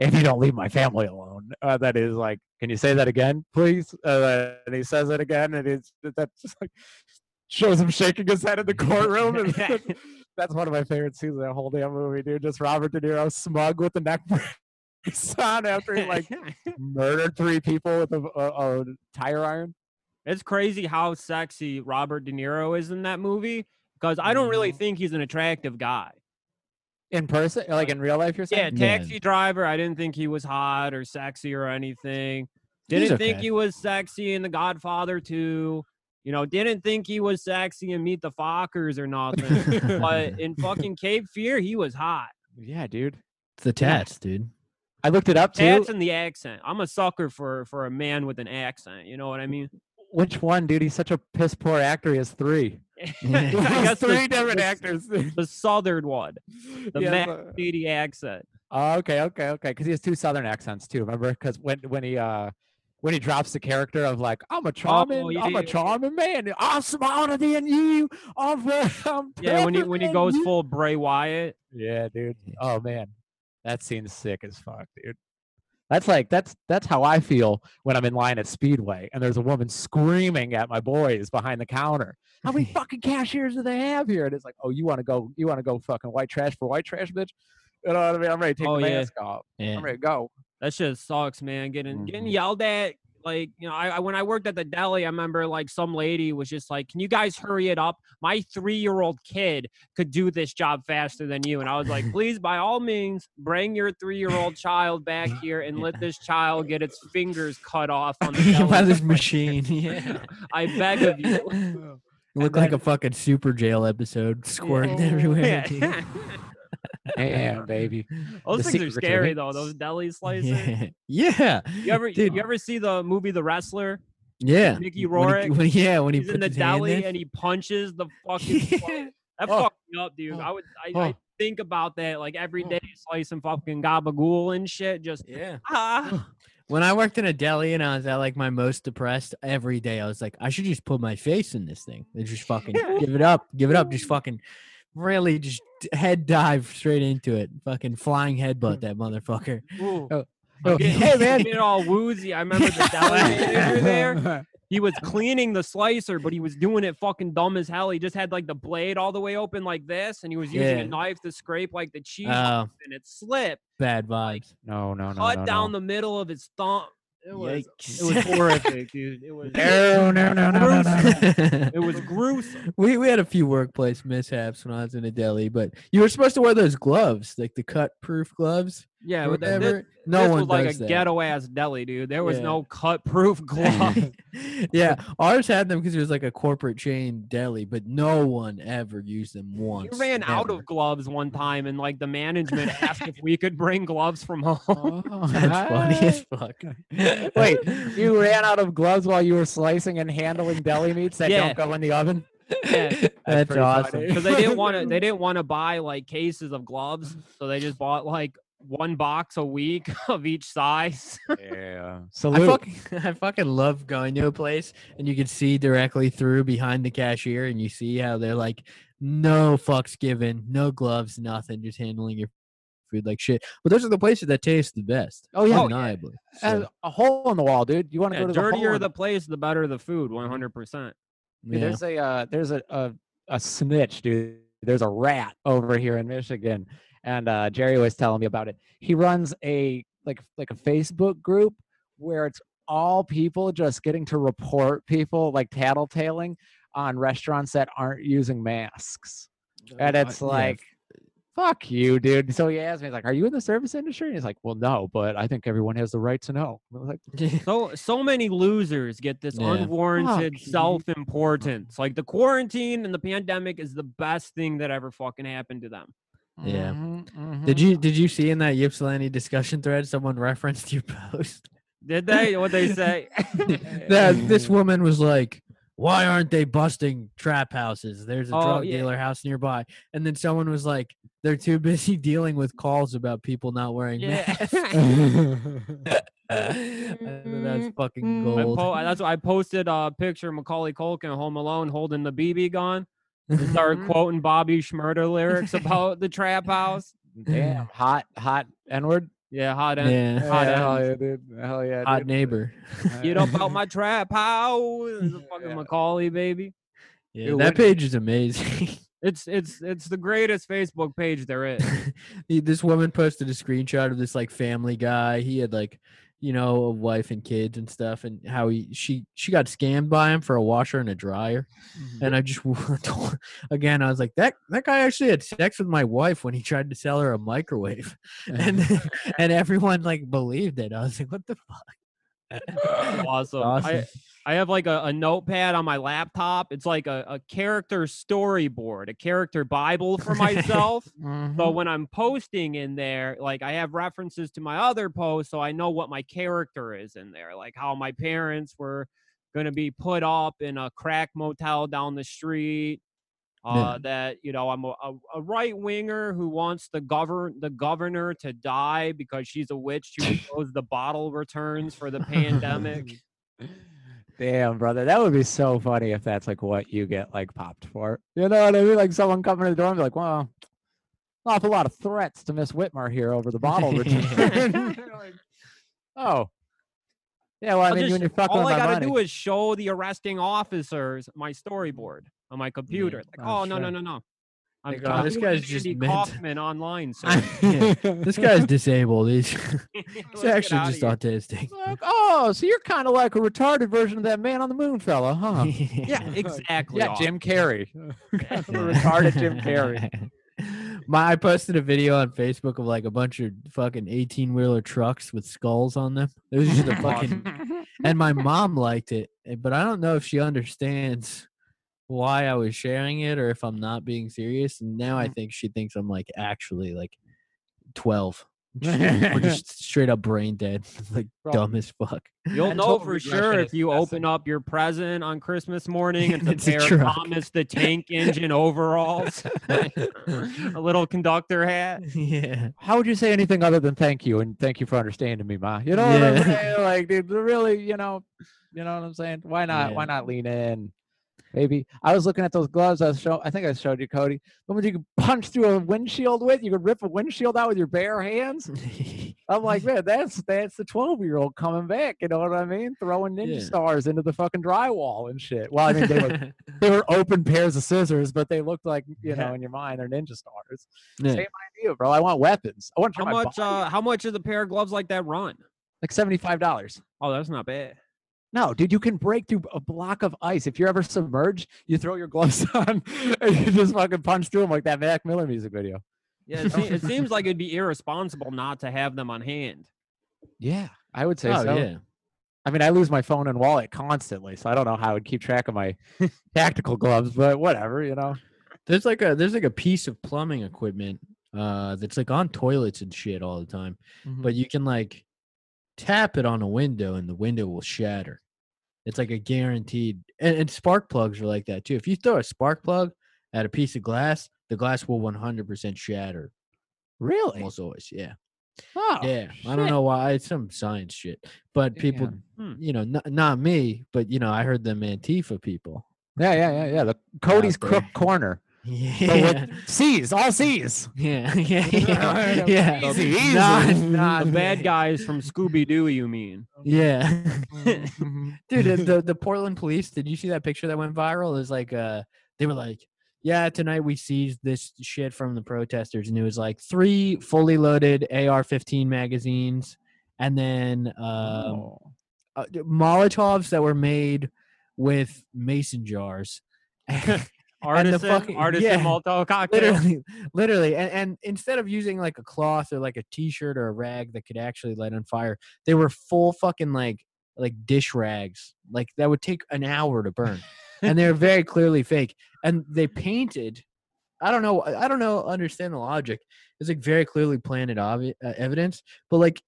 Speaker 4: if you don't leave my family alone." Uh, that is like, can you say that again, please? Uh, and he says it again, and it's that's just like shows him shaking his head in the courtroom. And that's- that's one of my favorite scenes in the whole damn movie, dude. Just Robert De Niro smug with the neck brace on after he like murdered three people with a, a, a tire iron.
Speaker 5: It's crazy how sexy Robert De Niro is in that movie because I don't really
Speaker 4: Mhm.
Speaker 5: think he's an attractive guy.
Speaker 4: In person, uh, like in real life, you're
Speaker 5: Yeah,
Speaker 4: saying?
Speaker 3: Yeah.
Speaker 5: taxi driver. I didn't think he was hot or sexy or anything.
Speaker 3: He's
Speaker 5: Didn't think
Speaker 3: okay.
Speaker 5: he was sexy in The Godfather 2. You know, didn't think he was sexy in Meet the Fockers or nothing. but in fucking Cape Fear, he was hot.
Speaker 4: Yeah, dude.
Speaker 3: It's the tats, dude.
Speaker 4: I looked it up too.
Speaker 5: That's in the accent. I'm a sucker for for a man with an accent. You know what I mean?
Speaker 4: Which one, dude? He's such a piss poor actor. He has three.
Speaker 5: I guess the-
Speaker 4: three different
Speaker 5: the-
Speaker 4: actors.
Speaker 5: The southern one, the
Speaker 4: He has
Speaker 5: Matt
Speaker 4: a-
Speaker 5: Beatty accent.
Speaker 4: Oh, okay, okay, okay. Because he has two southern accents too. Remember? Because when when he uh when he drops the character of like
Speaker 5: Oh,
Speaker 4: I'm a charming, I'm
Speaker 5: yeah.
Speaker 4: a charming man, I'm smarter than you, I'm, ver- I'm
Speaker 5: Yeah, when he
Speaker 4: better
Speaker 5: when he
Speaker 4: than
Speaker 5: goes
Speaker 4: you."
Speaker 5: full Bray Wyatt.
Speaker 4: Yeah, dude. Oh man, that scene's sick as fuck, dude. That's like that's that's how I feel when I'm in line at Speedway and there's a woman screaming at my boys behind the counter. How many fucking cashiers do they have here? And it's like, oh, you want to go, you want to go fucking white trash for white trash, bitch. You know what I mean? I'm ready to take
Speaker 5: Oh,
Speaker 4: the
Speaker 5: yeah.
Speaker 4: mask off.
Speaker 3: Yeah.
Speaker 4: I'm ready to go.
Speaker 5: That shit sucks, man. Getting getting
Speaker 3: Mm-hmm.
Speaker 4: Mhm.
Speaker 5: yelled at. Like you know, I, I when I worked at the deli, I remember like some lady was just like, "Can you guys hurry it up? My three year old kid could do this job faster than you." And I was like, "Please, by all means, bring your three year old child back here and let this child get its fingers cut off on the
Speaker 3: By
Speaker 5: deli."
Speaker 3: this machine, yeah.
Speaker 5: I beg of you.
Speaker 3: Look like a fucking super jail episode, squirting everywhere.
Speaker 5: Yeah.
Speaker 3: dude.
Speaker 4: Damn, baby.
Speaker 5: Those
Speaker 4: The
Speaker 5: things are
Speaker 4: secret to
Speaker 5: scary
Speaker 4: it.
Speaker 5: though. Those deli slices.
Speaker 3: Yeah. yeah.
Speaker 5: You ever
Speaker 3: Dude.
Speaker 5: you ever see the movie The Wrestler?
Speaker 3: Yeah.
Speaker 5: Mickey
Speaker 3: When he-
Speaker 5: Rourke,
Speaker 3: when- yeah, when he
Speaker 5: he's
Speaker 3: puts
Speaker 5: in the
Speaker 3: his hand
Speaker 5: deli
Speaker 3: there.
Speaker 5: and he punches the fucking.
Speaker 3: Yeah.
Speaker 5: plate. That
Speaker 4: Oh.
Speaker 5: fucked me up, dude.
Speaker 4: Oh.
Speaker 5: I would. I,
Speaker 4: Oh.
Speaker 5: I think about that like every
Speaker 4: Oh.
Speaker 5: day, slicing fucking gabagool and shit. Just
Speaker 3: Yeah.
Speaker 5: ah.
Speaker 3: When I worked in a deli and I was at like my most depressed every day, I was like, I should just put my face in this thing and just fucking give it up, give it up, just fucking really just d- head dive straight into it. Fucking flying headbutt that motherfucker.
Speaker 5: ooh.
Speaker 4: Oh,
Speaker 5: Get-
Speaker 4: hey man.
Speaker 5: get all woozy. I remember the deli manager there. He was cleaning the slicer, but he was doing it fucking dumb as hell. He just had like the blade all the way open like this, and he was using
Speaker 3: Yeah.
Speaker 5: a knife to scrape like the cheese, off,
Speaker 3: Oh,
Speaker 5: and it slipped,
Speaker 3: bad vibes.
Speaker 4: No, no, no.
Speaker 5: cut
Speaker 4: no,
Speaker 5: down
Speaker 4: no.
Speaker 5: the middle of his thumb. It was, it was
Speaker 3: Yikes.
Speaker 5: horrific, dude. It was,
Speaker 4: No, no, no, no, no, no, no.
Speaker 5: it was gruesome.
Speaker 3: we we had a few workplace mishaps when I was in a deli, but you were supposed to wear those gloves, like the cut proof gloves.
Speaker 5: Yeah,
Speaker 3: or
Speaker 5: but th- this,
Speaker 3: whatever. no
Speaker 5: this
Speaker 3: one
Speaker 5: was like
Speaker 3: does
Speaker 5: a
Speaker 3: that.
Speaker 5: ghetto ass deli, dude. There was
Speaker 3: Yeah.
Speaker 5: no cut proof glove.
Speaker 3: yeah, ours had them because it was like a corporate chain deli, but no one ever used them
Speaker 5: We
Speaker 3: once.
Speaker 5: ran out of gloves one time, and like the management asked if we could bring gloves from home.
Speaker 4: Oh,
Speaker 3: That's funny as fuck.
Speaker 4: Wait, you ran out of gloves while you were slicing and handling deli meats that
Speaker 5: Yeah.
Speaker 4: don't go in the oven?
Speaker 5: Yeah.
Speaker 3: That's
Speaker 4: pretty
Speaker 3: awesome.
Speaker 5: because they didn't want to they didn't want to buy like cases of gloves so they just bought like one box a week of each size
Speaker 4: yeah.
Speaker 3: I
Speaker 4: Salute.
Speaker 3: fucking, I fucking love going to a place and you can see directly through behind the cashier and you see how they're like no fucks given, no gloves, nothing, just handling your food like shit. But those are the places that taste the best.
Speaker 4: Oh, yeah.
Speaker 3: undeniably.
Speaker 4: Has
Speaker 3: So,
Speaker 4: a hole in the wall, dude. You want to
Speaker 5: the
Speaker 4: go to the hole
Speaker 5: dirtier
Speaker 4: in
Speaker 5: the place the better the food 100%
Speaker 4: Dude,
Speaker 3: yeah.
Speaker 4: There's a uh, there's a, a a snitch, dude. There's a rat over here in Michigan, and uh, Jerry was telling me about it. He runs a like like a Facebook group where it's all people just getting to report people like tattletaling on restaurants that aren't using masks, and
Speaker 3: Uh,
Speaker 4: it's
Speaker 3: yeah,
Speaker 4: like. Fuck you, dude. So he asked me, he's like, Are you in the service industry? And he's like, Well, no, but I think everyone has the right to know. I was like,
Speaker 5: so so many losers get this
Speaker 3: Yeah.
Speaker 5: unwarranted
Speaker 4: Fuck you.
Speaker 5: self-importance like the quarantine and the pandemic is the best thing that ever fucking happened to them
Speaker 3: Yeah.
Speaker 4: "Mhm, mhm."
Speaker 3: Did you did you see in that Ypsilanti discussion thread someone referenced your post?
Speaker 5: did they what they say
Speaker 3: that this woman was like, "Why aren't they busting trap houses? There's a
Speaker 5: Oh,
Speaker 3: drug
Speaker 5: yeah.
Speaker 3: dealer house nearby." And then someone was like, "They're too busy dealing with calls about people not wearing masks."
Speaker 5: yeah
Speaker 3: I thought That's fucking
Speaker 5: I
Speaker 3: gold.
Speaker 5: po- that's why I posted a picture of Macaulay Culkin Home Alone holding the BB gun. and Started quoting Bobby Schmurder lyrics about the trap house.
Speaker 4: Damn, hot, hot N word.
Speaker 5: Yeah, hot end.
Speaker 3: yeah,
Speaker 5: Hot
Speaker 4: yeah, hell
Speaker 5: ends.
Speaker 4: yeah, dude. Hell yeah,
Speaker 3: hot
Speaker 4: dude.
Speaker 3: neighbor.
Speaker 5: Get up out my trap house, fucking
Speaker 4: Yeah.
Speaker 5: Macaulay baby.
Speaker 3: Yeah,
Speaker 5: Dude,
Speaker 3: that
Speaker 5: when-
Speaker 3: page is amazing.
Speaker 5: It's it's it's the greatest Facebook page there is.
Speaker 3: Y- this woman posted a screenshot of this like family guy he had like you know a wife and kids and stuff and how he she she got scammed by him for a washer and a dryer
Speaker 5: Mm-hmm.
Speaker 3: and i just told- again i was like that that guy actually had sex with my wife when he tried to sell her a microwave and then- and everyone like believed it i was like what the fuck
Speaker 5: awesome.
Speaker 3: Awesome.
Speaker 5: I, I have like a, a notepad on my laptop. It's like a, a character storyboard, a character Bible for myself. So when I'm posting in there, like I have references to my other posts, so I know what my character is in there, like how my parents were going to be put up in a crack motel down the street. Uh, That you know, I'm a, a, a right winger who wants the govern the governor to die because she's a witch who owes the bottle returns for the pandemic.
Speaker 4: Damn, brother, that would be so funny if that's like what you get like popped for. You know what I mean? Like someone coming to the door and be like, "Well, an awful lot of threats to Miss Whitmer here over the bottle return." You're like, oh, yeah. Well, I
Speaker 5: I'll
Speaker 4: mean,
Speaker 5: just-
Speaker 4: when you're fucking
Speaker 5: all
Speaker 4: with
Speaker 5: I
Speaker 4: my
Speaker 5: gotta
Speaker 4: money,
Speaker 5: do is show the arresting officers my storyboard on my computer. Like,
Speaker 4: Oh,
Speaker 5: oh, no,
Speaker 4: sure.
Speaker 5: no, no, no. I'm,
Speaker 3: Like, oh, this
Speaker 5: doing
Speaker 3: guy's just
Speaker 5: Andy
Speaker 3: meant-
Speaker 5: Kaufman online, sir.
Speaker 3: Yeah, this guy's disabled he's,
Speaker 5: Let's
Speaker 3: he's
Speaker 5: get
Speaker 3: actually
Speaker 5: outta
Speaker 3: just
Speaker 5: here.
Speaker 3: autistic
Speaker 4: Like, oh, so you're kind of like a retarded version of that man on the moon, fella, huh?
Speaker 5: Yeah, exactly.
Speaker 4: Yeah, Jim Carrey.
Speaker 3: Yeah.
Speaker 4: retarded Jim Carrey.
Speaker 3: My, I posted a video on Facebook of like a bunch of fucking eighteen wheeler trucks with skulls on them. It was just a fucking, and my mom liked it, eh, but I don't know if she understands why I was sharing it or if
Speaker 4: Mm.
Speaker 3: I'm not being serious. And now I think she thinks I'm like actually like twelve. or just straight up brain dead, like
Speaker 4: Bro.
Speaker 3: dumb as fuck.
Speaker 5: You'll
Speaker 4: Mental
Speaker 5: know for
Speaker 4: regression
Speaker 5: sure
Speaker 4: is
Speaker 5: if you
Speaker 4: messing.
Speaker 5: open up your present on Christmas morning and
Speaker 3: It's a
Speaker 5: compare
Speaker 3: truck.
Speaker 5: Thomas the Tank Engine overalls, a little conductor hat.
Speaker 3: yeah,
Speaker 4: how would you say anything other than thank you and thank you for understanding me, ma? You know what I'm
Speaker 3: Yeah.
Speaker 4: saying? Like, dude, really, you know, you know what I'm saying? Why not? Why
Speaker 3: Yeah.
Speaker 4: not lean in? Maybe I was looking at those gloves. I was show. I think I showed you, Cody. The ones you could punch through a windshield with. You could rip a windshield out with your bare hands. I'm like, man, that's that's the 12 year old coming back. You know what I mean? Throwing ninja
Speaker 3: Yeah.
Speaker 4: stars into the fucking drywall and shit. Well, I mean, they were, they were open pairs of scissors, but they looked like you know, in your mind, they're ninja stars.
Speaker 3: Yeah.
Speaker 4: Same idea, bro. I want weapons. I want to
Speaker 5: How
Speaker 4: turn my
Speaker 5: much?
Speaker 4: body-
Speaker 5: Uh, how much is a pair of gloves like that run?
Speaker 4: like seventy-five dollars.
Speaker 5: Oh, that's not bad.
Speaker 4: No, dude, you can break through a block of ice. If you're ever submerged, you throw your gloves on and you just fucking punch through them like that Mac Miller music video.
Speaker 5: Yeah, it, se- it seems like it'd be irresponsible not to have them on hand.
Speaker 4: Yeah, I would say
Speaker 3: oh
Speaker 4: so.
Speaker 3: yeah.
Speaker 4: I mean, I lose my phone and wallet constantly, so I don't know how I would keep track of my tactical gloves, but whatever, you know.
Speaker 3: There's like a there's like a piece of plumbing equipment uh that's like on toilets and shit all the time,
Speaker 4: Mm-hmm.
Speaker 3: but you can like tap it on a window and the window will shatter. It's like a guaranteed and, and spark plugs are like that too. If you throw a spark plug at a piece of glass, the glass will 100% shatter
Speaker 4: really,
Speaker 3: almost always. Yeah.
Speaker 4: oh,
Speaker 3: yeah. I don't
Speaker 4: shit.
Speaker 3: know why. It's some science shit. But people,
Speaker 5: Damn. Hmm.
Speaker 3: you know, not, not me, but you know, I heard them Antifa people.
Speaker 4: Yeah, yeah, yeah, yeah. The Cody's
Speaker 3: there.
Speaker 4: crook corner. But
Speaker 3: Yeah.
Speaker 4: with C's, all C's.
Speaker 3: Yeah. Yeah.
Speaker 4: Yeah,
Speaker 3: Yeah. yeah.
Speaker 4: easy, easy.
Speaker 3: Not, not
Speaker 5: The bad guys from Scooby Doo, you mean?
Speaker 3: Yeah. dude the, the, the portland police did you see that picture that went viral is like uh they were like yeah tonight we seized this shit from the protesters and it was like three fully loaded ar-15 magazines and then um
Speaker 4: Oh.
Speaker 3: uh, d- molotovs that were made with mason jars
Speaker 5: Artisan,
Speaker 3: fucking-
Speaker 5: artisan
Speaker 3: yeah.
Speaker 5: Molotov cocktail.
Speaker 3: literally literally and, and instead of using like a cloth or like a t-shirt or a rag that could actually light on fire they were full fucking like like dish rags like that would take an hour to burn and they're very clearly fake and they painted i don't know i don't know understand the logic it's like very clearly planted obvi- uh, evidence but like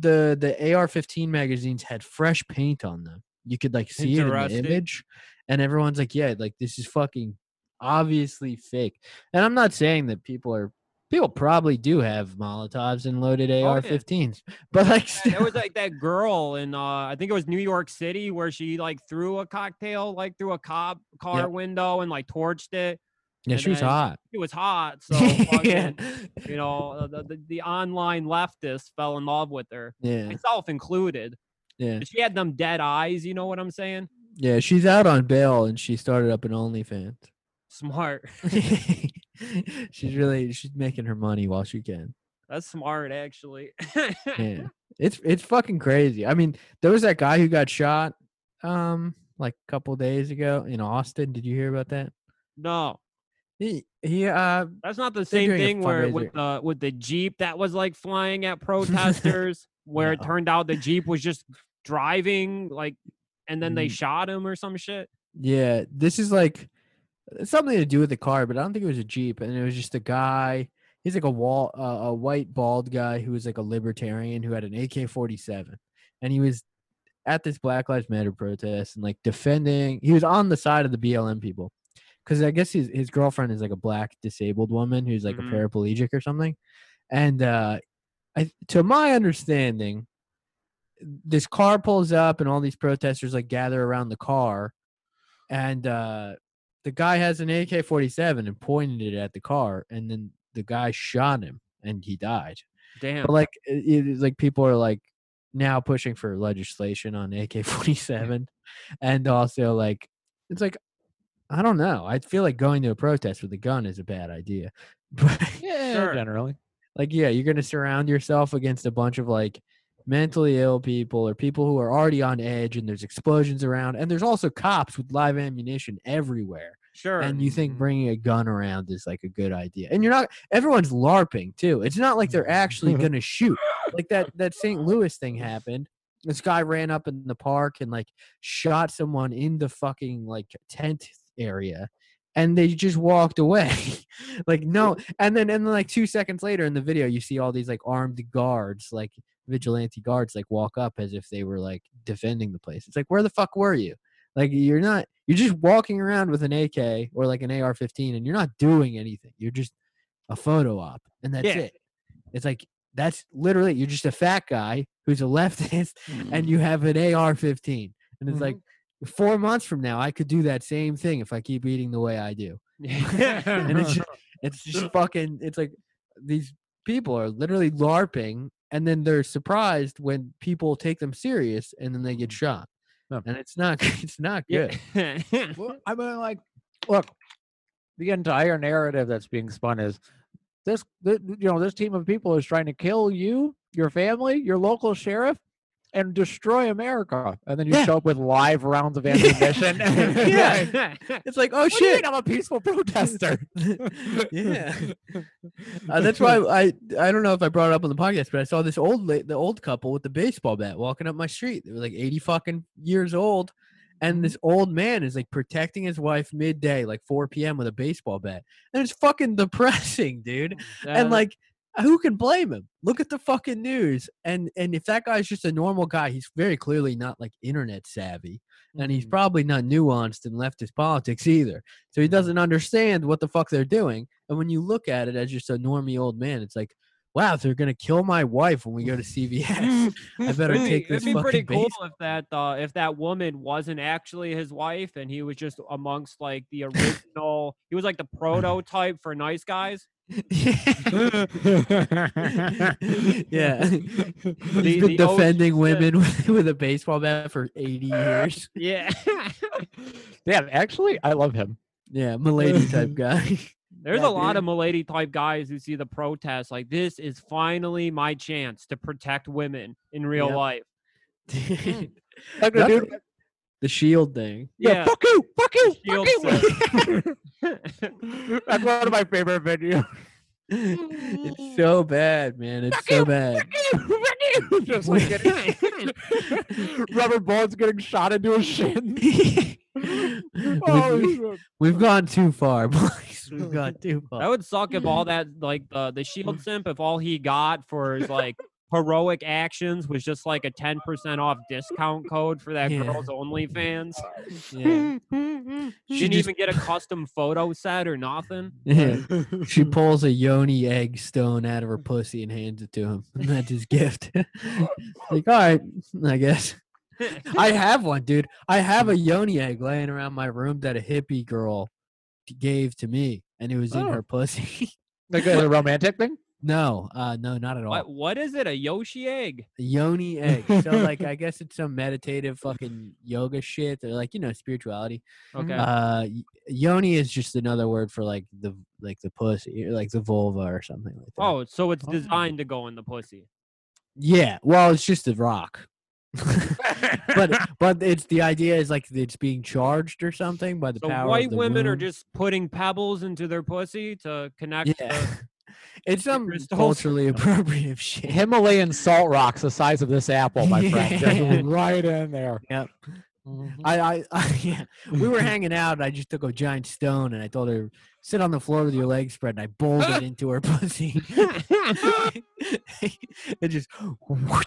Speaker 3: the the ar-15 magazines had fresh paint on them you could like see it in the
Speaker 5: Interesting.
Speaker 3: image and everyone's like yeah like this is fucking obviously fake and i'm not saying that people are people probably do have molotovs and loaded
Speaker 5: Oh, yeah.
Speaker 3: ar-15s but like
Speaker 5: Yeah, There was like that girl in uh I think it was New York City where she like threw a cocktail like through a cop car
Speaker 3: Yep.
Speaker 5: window and like torched it.
Speaker 3: yeah
Speaker 5: and
Speaker 3: she was
Speaker 5: then-
Speaker 3: hot
Speaker 5: It was hot, so
Speaker 3: yeah
Speaker 5: fucking, you know uh, the, the the online leftists fell in love with her,
Speaker 3: yeah
Speaker 5: myself included.
Speaker 3: yeah
Speaker 5: But She had them dead eyes, you know what I'm saying?
Speaker 3: yeah she's out on bail and she started up an onlyfans
Speaker 5: Smart.
Speaker 3: she's really she's making her money while she can
Speaker 5: That's smart actually.
Speaker 3: yeah it's it's fucking crazy i mean there was that guy who got shot um like a couple days ago in austin did you hear about that
Speaker 5: no.
Speaker 3: he he uh
Speaker 5: That's not the same
Speaker 3: doing a
Speaker 5: thing where with
Speaker 3: fundraiser.
Speaker 5: the with the Jeep that was like flying at protesters, where it
Speaker 3: No.
Speaker 5: turned out the Jeep was just driving like and then they
Speaker 3: Mm.
Speaker 5: shot him or some shit.
Speaker 3: Yeah, this is like it's something to do with the car, but I don't think it was a Jeep. And it was just a guy. He's like a wall, uh, a white bald guy who was like a libertarian who had an AK forty seven, and he was at this Black Lives Matter protest and like defending. He was on the side of the BLM people because I guess his his girlfriend is like a black disabled woman who's like
Speaker 5: Mhm.
Speaker 3: a paraplegic or something, and uh, I to my understanding. This car pulls up, and all these protesters like gather around the car, and uh the guy has an AK-47 and pointed it at the car and then the guy shot him and he died.
Speaker 5: Damn.
Speaker 3: But like it- it is like people are like now pushing for legislation on AK-47 and also like it's like I don't know. I feel like going to a protest with a gun is a bad idea. But
Speaker 4: Yeah,
Speaker 5: Sure.
Speaker 4: generally.
Speaker 3: like yeah, you're going to surround yourself against a bunch of like mentally ill people or people who are already on edge and there's explosions around and there's also cops with live ammunition everywhere
Speaker 5: sure. Mm. Mm-hmm.
Speaker 3: and you think
Speaker 4: Mhm.
Speaker 3: bringing a gun around is like a good idea and you're not everyone's larping too it's not like they're actually gonna shoot like that that st louis thing happened this guy ran up in the park and like shot someone in the fucking like tent area and they just walked away. like no, and then and then like two seconds later in the video, you see all these like armed guards, like vigilante guards, like walk up as if they were like defending the place. It's like where the fuck were you? Like you're not, you're just walking around with an AK or like an AR-15, and you're not doing anything. You're just a photo op, and that's
Speaker 5: Yeah.
Speaker 3: it. It's like that's literally you're just a fat guy who's a leftist,
Speaker 5: Mm-hmm.
Speaker 3: and you have an AR-15, and it's
Speaker 4: Mhm.
Speaker 3: like four months from now, I could do that same thing if I keep eating the way I do. And it's just, it's just fucking. It's like these people are literally larping, and then they're surprised when people take them serious, and then they get shot.
Speaker 4: Yeah.
Speaker 3: And it's not. It's not
Speaker 5: Mm-hmm. Yeah.
Speaker 3: good.
Speaker 4: Well, I mean, like, look, the entire narrative that's being spun is this, th- you know, this team of people is trying to kill you, your family, your local sheriff, and destroy America. And then you
Speaker 3: Yeah.
Speaker 4: show up with live rounds of ammunition. and it's
Speaker 3: Yeah.
Speaker 4: like,
Speaker 3: It's like, oh
Speaker 4: what do you
Speaker 3: shit.
Speaker 4: mean I'm a peaceful protester?
Speaker 3: yeah. Uh, that's why I I don't know if I brought it up on the podcast, but I saw this old la- the old couple with the baseball bat walking up my street. They were like eighty fucking years old,
Speaker 4: Mm-hmm.
Speaker 3: and this old man is like protecting his wife midday, like four p.m. with a baseball bat, and it's fucking depressing, dude.
Speaker 5: Um,
Speaker 3: And like, uh, who can blame him? Look at the fucking news, and and if that guy's just a normal guy, he's very clearly not like internet savvy and he's probably not nuanced in leftist politics either. So he doesn't understand what the fuck they're doing. And when you look at it as just a normie old man, it's like, wow, they're gonna kill my wife when we go to CVS. I better
Speaker 5: Really,
Speaker 3: take this
Speaker 5: It'd be pretty
Speaker 3: fucking
Speaker 5: cool
Speaker 3: base.
Speaker 5: if that uh, if that woman wasn't actually his wife and he was just amongst like the original. he was like the prototype for nice guys.
Speaker 3: yeah,
Speaker 5: The-
Speaker 3: he's been
Speaker 5: the old-
Speaker 3: defending women with, with a baseball bat for eighty years.
Speaker 5: Yeah,
Speaker 4: Damn, actually, I love him.
Speaker 3: Yeah, milady type guy.
Speaker 5: there's
Speaker 3: Yeah,
Speaker 5: a lot
Speaker 3: dude.
Speaker 5: of milady type guys who see the protest like this is finally my chance to protect women in real
Speaker 3: Yep.
Speaker 5: life.
Speaker 4: Like the dude,
Speaker 3: Nothing- the shield thing.
Speaker 4: yeah,
Speaker 5: Yeah,
Speaker 4: fuck you, fuck you,
Speaker 5: Shield
Speaker 4: fuck you. That's one of my favorite videos.
Speaker 3: it's so bad, man. It's
Speaker 4: Fuck
Speaker 3: so
Speaker 4: you,
Speaker 3: bad.
Speaker 4: Just like getting- rubber bullets getting shot into his shin.
Speaker 3: We've-
Speaker 4: Oh, shit.
Speaker 3: We've gone too far, boys. We've gone too
Speaker 5: that
Speaker 3: far.
Speaker 5: would suck if all that like uh, the shield simp if all he got for his like heroic actions was just like a 10% off discount code for that
Speaker 3: Yeah.
Speaker 5: girl's only fans
Speaker 3: Yeah.
Speaker 5: She
Speaker 3: She
Speaker 5: didn't
Speaker 3: just-
Speaker 5: even get a custom photo set or nothing.
Speaker 3: yeah. She pulls a yoni egg stone out of her pussy and hands it to him. And that's his gift. like, all right, I guess. I have one, dude. I have a yoni egg laying around my room that a hippie girl t- gave to me, and it was in
Speaker 4: Oh.
Speaker 3: her pussy.
Speaker 4: Like a romantic thing?
Speaker 3: no, uh, no, not at all.
Speaker 5: What what is it? A Yoshi egg?
Speaker 3: A yoni egg. So, like, I guess it's some meditative fucking yoga shit. They're like, you know, spirituality.
Speaker 5: Okay.
Speaker 3: Uh, y- yoni is just another word for like the like the pussy, or, like the vulva or something like that.
Speaker 5: oh, so it's
Speaker 4: Oh.
Speaker 5: designed to go in the pussy.
Speaker 3: yeah. Well, it's just a rock, but but it's the idea is like it's being charged or something by the
Speaker 5: So
Speaker 3: power.
Speaker 5: white
Speaker 3: of the
Speaker 5: women are
Speaker 3: womb.
Speaker 5: just putting pebbles into their pussy to connect.
Speaker 3: yeah. It's some
Speaker 5: crystals.
Speaker 3: culturally appropriate shit.
Speaker 4: Himalayan salt rocks the size of this apple, my friend.
Speaker 3: Yeah.
Speaker 4: Just right in there.
Speaker 3: Yep.
Speaker 4: Mhm.
Speaker 3: I, I, I yeah. we were hanging out. and I just took a giant stone and I told her sit on the floor with your legs spread, and I bowled it into her pussy. it just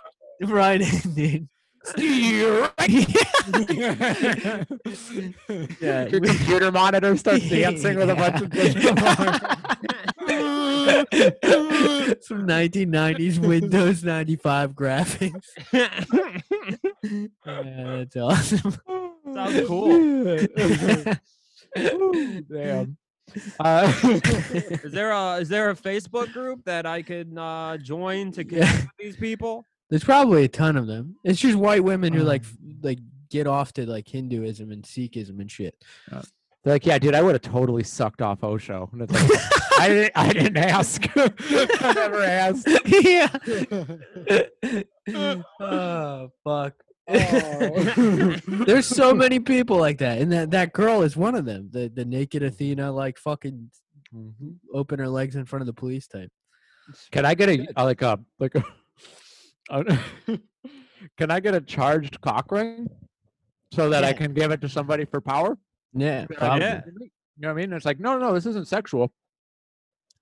Speaker 3: right in, dude. yeah. Yeah,
Speaker 4: Your
Speaker 3: we-
Speaker 4: computer monitor starts dancing with a bunch of digital
Speaker 3: Some 1990s Windows 95 graphics. Yeah, that's awesome.
Speaker 5: Sounds cool.
Speaker 4: Damn. Uh,
Speaker 5: Is there a is there a Facebook group that I could uh, join to
Speaker 3: Yeah.
Speaker 5: connect with these people?
Speaker 3: There's probably a ton of them. It's just white women who like f- like get off to like Hinduism and Sikhism and shit.
Speaker 4: They're like, yeah, dude, I would have totally sucked off Osho. And it's like, I didn't, I didn't ask. I never asked.
Speaker 3: yeah. oh fuck. There's so many people like that, and that that girl is one of them. The the naked Athena, like fucking
Speaker 4: Mhm.
Speaker 3: open her legs in front of the police type.
Speaker 4: Can I get a uh, like a like a? a- can I get a charged cock ring so that I
Speaker 3: Yeah.
Speaker 4: can give it to somebody for power?
Speaker 3: Yeah,
Speaker 4: That I
Speaker 3: probably.
Speaker 4: can
Speaker 5: Yeah.
Speaker 4: give somebody? You know what I mean? And it's like, no, no, no, this isn't sexual.